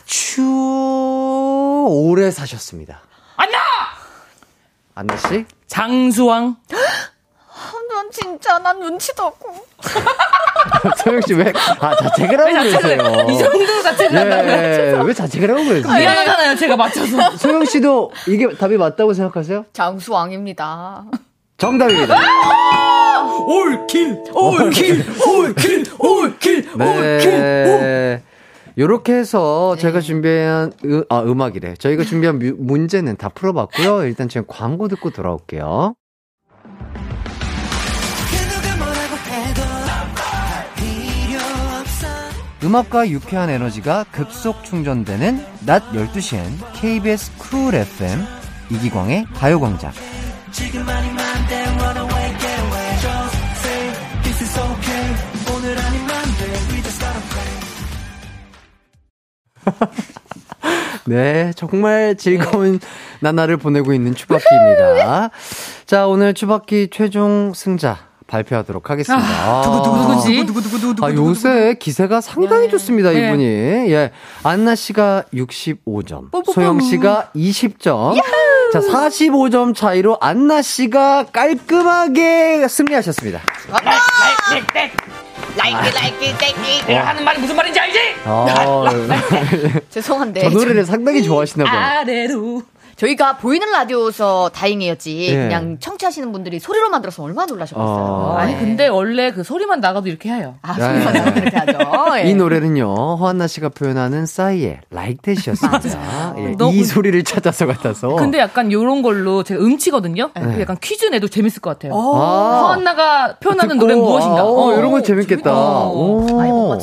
[SPEAKER 1] 아주 오래 사셨습니다.
[SPEAKER 8] 안나!
[SPEAKER 1] 안나 씨?
[SPEAKER 8] 장수왕.
[SPEAKER 5] 아, 난 진짜, 난 눈치도 없고.
[SPEAKER 1] 소영 씨 왜? 아 자책을 하고
[SPEAKER 8] 이
[SPEAKER 1] 그러세요.
[SPEAKER 8] 정도 자체를 한다고요?
[SPEAKER 1] 예, 왜 자책을 하고 그러세요?
[SPEAKER 8] 미안하잖아요, 제가 맞춰서.
[SPEAKER 1] 소영 씨도 이게 답이 맞다고 생각하세요?
[SPEAKER 5] 장수왕입니다.
[SPEAKER 1] 정답입니다.
[SPEAKER 8] 올킬, 올킬,
[SPEAKER 1] 어,
[SPEAKER 8] 올킬, 올킬, 올킬,
[SPEAKER 1] 네. 요렇게 해서
[SPEAKER 8] 네.
[SPEAKER 1] 제가 준비한 으, 아, 음악이래. 저희가 준비한 뮤- 문제는 다 풀어봤고요. 일단 지금 광고 듣고 돌아올게요.
[SPEAKER 2] 그
[SPEAKER 1] 음악과 유쾌한 에너지가 급속 충전되는 낮 12시엔 KBS 쿨 FM 이기광의 가요광장. 네, 정말
[SPEAKER 8] 네.
[SPEAKER 1] 즐거운 나날을 보내고 있는 추바키입니다. 자, 오늘 추바키 최종 승자 발표하도록 하겠습니다. 아,
[SPEAKER 8] 누구지?
[SPEAKER 1] 아, 요새 기세가 상당히 좋습니다,
[SPEAKER 8] 네.
[SPEAKER 1] 이분이. 예. 안나 씨가 65점, 소영 씨가 20점. 자, 45점 차이로 안나 씨가 깔끔하게 승리하셨습니다.
[SPEAKER 5] 라이키, 라이키, 라이키.
[SPEAKER 8] 내가 하는 말이 무슨 말인지 네. 알지?
[SPEAKER 1] 아,
[SPEAKER 5] 죄송한데.
[SPEAKER 1] 저 노래를 상당히 좋아하시나 봐요.
[SPEAKER 5] 네,
[SPEAKER 8] 아래로.
[SPEAKER 5] 저희가 보이는 라디오서 다행이었지
[SPEAKER 1] 예.
[SPEAKER 5] 그냥 청취하시는 분들이 소리로만 들어서 얼마나 놀라셨겠어요.
[SPEAKER 1] 어. 예.
[SPEAKER 8] 아니, 근데 원래 그 소리만 나가도 이렇게 해요.
[SPEAKER 5] 아, 소리만 들어서 그렇게
[SPEAKER 8] 아,
[SPEAKER 5] 하죠. 예.
[SPEAKER 1] 이 노래는요 허한나 씨가 표현하는 싸이의 Like That이었습니다. 예,
[SPEAKER 8] 너무-
[SPEAKER 1] 이 소리를 찾아서 같아서.
[SPEAKER 8] 근데 약간 요런 걸로 제가 음치거든요?
[SPEAKER 1] 네.
[SPEAKER 8] 약간 퀴즈 내도 재밌을 것 같아요.
[SPEAKER 5] 어.
[SPEAKER 1] 아,
[SPEAKER 8] 허한나가 표현하는
[SPEAKER 1] 듣고,
[SPEAKER 8] 노래 무엇인가?
[SPEAKER 1] 아, 어, 이런 건
[SPEAKER 8] 거
[SPEAKER 1] 재밌겠다. 오.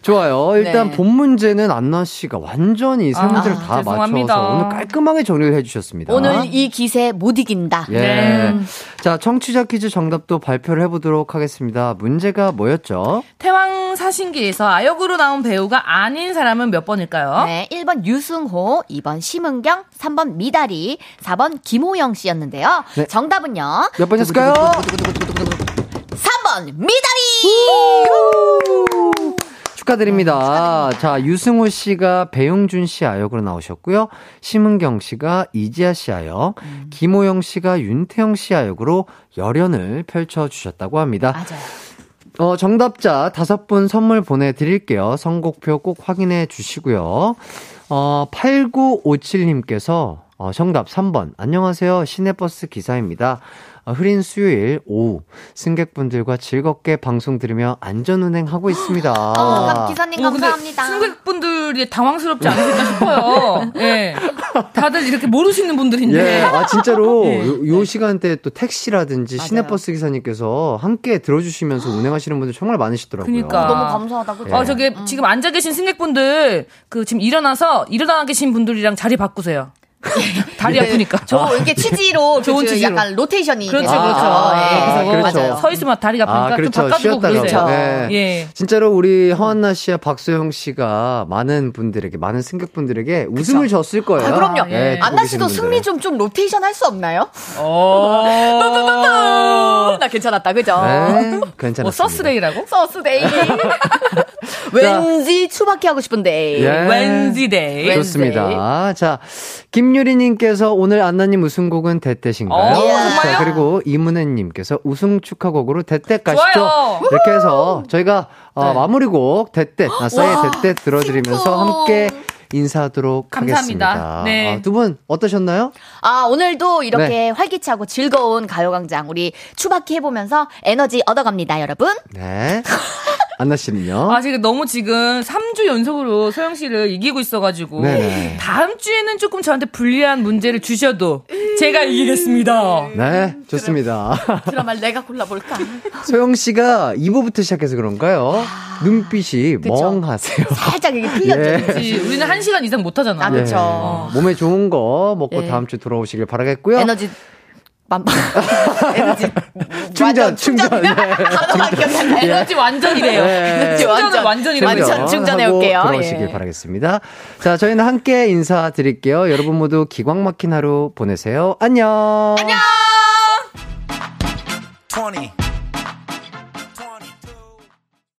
[SPEAKER 1] 좋아요. 일단
[SPEAKER 5] 네.
[SPEAKER 1] 본 문제는 안나 씨가 완전히 세
[SPEAKER 8] 아,
[SPEAKER 1] 문제를 다
[SPEAKER 8] 죄송합니다.
[SPEAKER 1] 맞춰서 오늘 깔끔하게 정리를 해주셨습니다.
[SPEAKER 5] 오늘 이 기세 못 이긴다.
[SPEAKER 1] 아. 예.
[SPEAKER 8] 네.
[SPEAKER 1] 자, 청취자 퀴즈 정답도 발표를 해보도록 하겠습니다. 문제가 뭐였죠?
[SPEAKER 8] 태왕 사신기에서 아역으로 나온 배우가 아닌 사람은 몇 번일까요?
[SPEAKER 5] 네, 1번 유승호, 2번 심은경, 3번 미다리, 4번 김호영 씨였는데요.
[SPEAKER 1] 네.
[SPEAKER 5] 정답은요.
[SPEAKER 1] 몇 번이었을까요?
[SPEAKER 5] 3번 미다리!
[SPEAKER 1] 축하드립니다. 자, 유승호 씨가 배용준 씨 아역으로 나오셨고요. 심은경 씨가 이지아 씨 아역, 김호영 씨가 윤태영 씨 아역으로 열연을 펼쳐주셨다고 합니다.
[SPEAKER 5] 맞아요.
[SPEAKER 1] 어, 정답자 다섯 분 선물 보내드릴게요. 선곡표 꼭 확인해 주시고요. 어, 8957님께서 어, 정답 3번. 안녕하세요. 시내버스 기사입니다. 어, 흐린 수요일 오후 승객분들과 즐겁게 방송 들으며 안전운행하고 있습니다. 아.
[SPEAKER 5] 어, 기사님
[SPEAKER 8] 어, 근데
[SPEAKER 5] 감사합니다.
[SPEAKER 8] 승객분들이 당황스럽지 않으실까 싶어요. 예. 다들 이렇게 모르시는 분들인데.
[SPEAKER 1] 예, 아 진짜로
[SPEAKER 8] 네.
[SPEAKER 1] 요, 요 시간대 또 택시라든지 시내버스 기사님께서 함께 들어주시면서 운행하시는 분들 정말 많으시더라고요.
[SPEAKER 8] 아. 그러니까.
[SPEAKER 5] 너무 아, 감사하다고.
[SPEAKER 1] 예.
[SPEAKER 8] 어, 저기 지금 앉아 계신 승객분들 그 지금 일어나서 일어나 계신 분들이랑 자리 바꾸세요. 다리
[SPEAKER 1] 예.
[SPEAKER 8] 아프니까.
[SPEAKER 5] 저 이게 치지로
[SPEAKER 8] 좋은
[SPEAKER 5] 좋은 치
[SPEAKER 8] 치즈로.
[SPEAKER 5] 약간 로테이션이
[SPEAKER 8] 그렇죠,
[SPEAKER 5] 되는
[SPEAKER 8] 그렇죠.
[SPEAKER 5] 거죠.
[SPEAKER 1] 아,
[SPEAKER 5] 예.
[SPEAKER 1] 그렇죠.
[SPEAKER 5] 맞아요.
[SPEAKER 8] 서 있으면 다리가 아프니까
[SPEAKER 1] 아,
[SPEAKER 8] 좀
[SPEAKER 1] 그렇죠.
[SPEAKER 8] 바꿔주고
[SPEAKER 1] 쉬었다가.
[SPEAKER 8] 그러세요.
[SPEAKER 1] 네.
[SPEAKER 8] 예.
[SPEAKER 1] 진짜로 우리 허한나 씨와 박소영 씨가 많은 분들에게, 많은 승객분들에게 웃음을 줬을 거예요.
[SPEAKER 5] 아, 그럼요.
[SPEAKER 1] 예, 듣고
[SPEAKER 5] 안나
[SPEAKER 1] 계시는
[SPEAKER 5] 씨도 승리
[SPEAKER 1] 분들은.
[SPEAKER 5] 좀 좀 로테이션 할 수 없나요?
[SPEAKER 8] 어.
[SPEAKER 5] 나 괜찮았다, 그죠?
[SPEAKER 1] 네, 괜찮았습니다.
[SPEAKER 8] 뭐 서스데이라고?
[SPEAKER 5] 서스데이. 왠지 추바키 하고 싶은데.
[SPEAKER 1] 예.
[SPEAKER 8] 웬지데이.
[SPEAKER 1] 그렇죠. 좋습니다. 자, 김유리님께서 오늘 안나님 우승곡은 대떼신가요?
[SPEAKER 8] 어,
[SPEAKER 1] 자, 그리고 이문혜님께서 우승 축하곡으로 대떼 가시죠.
[SPEAKER 8] 좋아요. 네.
[SPEAKER 1] 이렇게 해서 저희가 어, 마무리곡 대떼, 아, 싸이의 대떼 들어드리면서
[SPEAKER 5] 심쿵.
[SPEAKER 1] 함께 인사하도록
[SPEAKER 8] 감사합니다.
[SPEAKER 1] 하겠습니다.
[SPEAKER 8] 네.
[SPEAKER 1] 아, 두분 어떠셨나요?
[SPEAKER 5] 아, 오늘도 이렇게
[SPEAKER 1] 네.
[SPEAKER 5] 활기차고 즐거운 가요광장 우리 추바키 해보면서 에너지 얻어갑니다, 여러분.
[SPEAKER 1] 네. 안나 씨는요?
[SPEAKER 8] 아, 제가 너무 지금 3주 연속으로 소영 씨를 이기고 있어가지고.
[SPEAKER 1] 네네.
[SPEAKER 8] 다음 주에는 조금 저한테 불리한 문제를 주셔도 제가 이기겠습니다.
[SPEAKER 1] 네, 좋습니다.
[SPEAKER 5] 드라마 내가 골라볼까?
[SPEAKER 1] 소영 씨가 2부부터 시작해서 그런가요?
[SPEAKER 8] 아,
[SPEAKER 1] 눈빛이 멍하세요.
[SPEAKER 5] 살짝 이게
[SPEAKER 1] 예.
[SPEAKER 5] 풀렸죠.
[SPEAKER 8] 그치? 우리는 1시간 이상 못하잖아.
[SPEAKER 5] 아, 그쵸. 죠
[SPEAKER 1] 네. 어, 몸에 좋은 거 먹고
[SPEAKER 5] 예.
[SPEAKER 1] 다음 주 돌아오시길 바라겠고요.
[SPEAKER 5] 에너지 만방. 에너지
[SPEAKER 1] 충전, 충전. 예.
[SPEAKER 5] 단어가 기억나요?
[SPEAKER 8] 에너지 완전이래요.
[SPEAKER 1] 네.
[SPEAKER 8] 에너지
[SPEAKER 5] 완전.
[SPEAKER 8] 완전, 완전이래요.
[SPEAKER 5] 완전.
[SPEAKER 1] 충전
[SPEAKER 5] 충전해올게요.
[SPEAKER 1] 하고 돌아오시길
[SPEAKER 5] 예.
[SPEAKER 1] 바라겠습니다. 자, 저희는 함께 인사드릴게요. 여러분 모두 기광 막힌 하루 보내세요. 안녕. 안녕.
[SPEAKER 2] 20,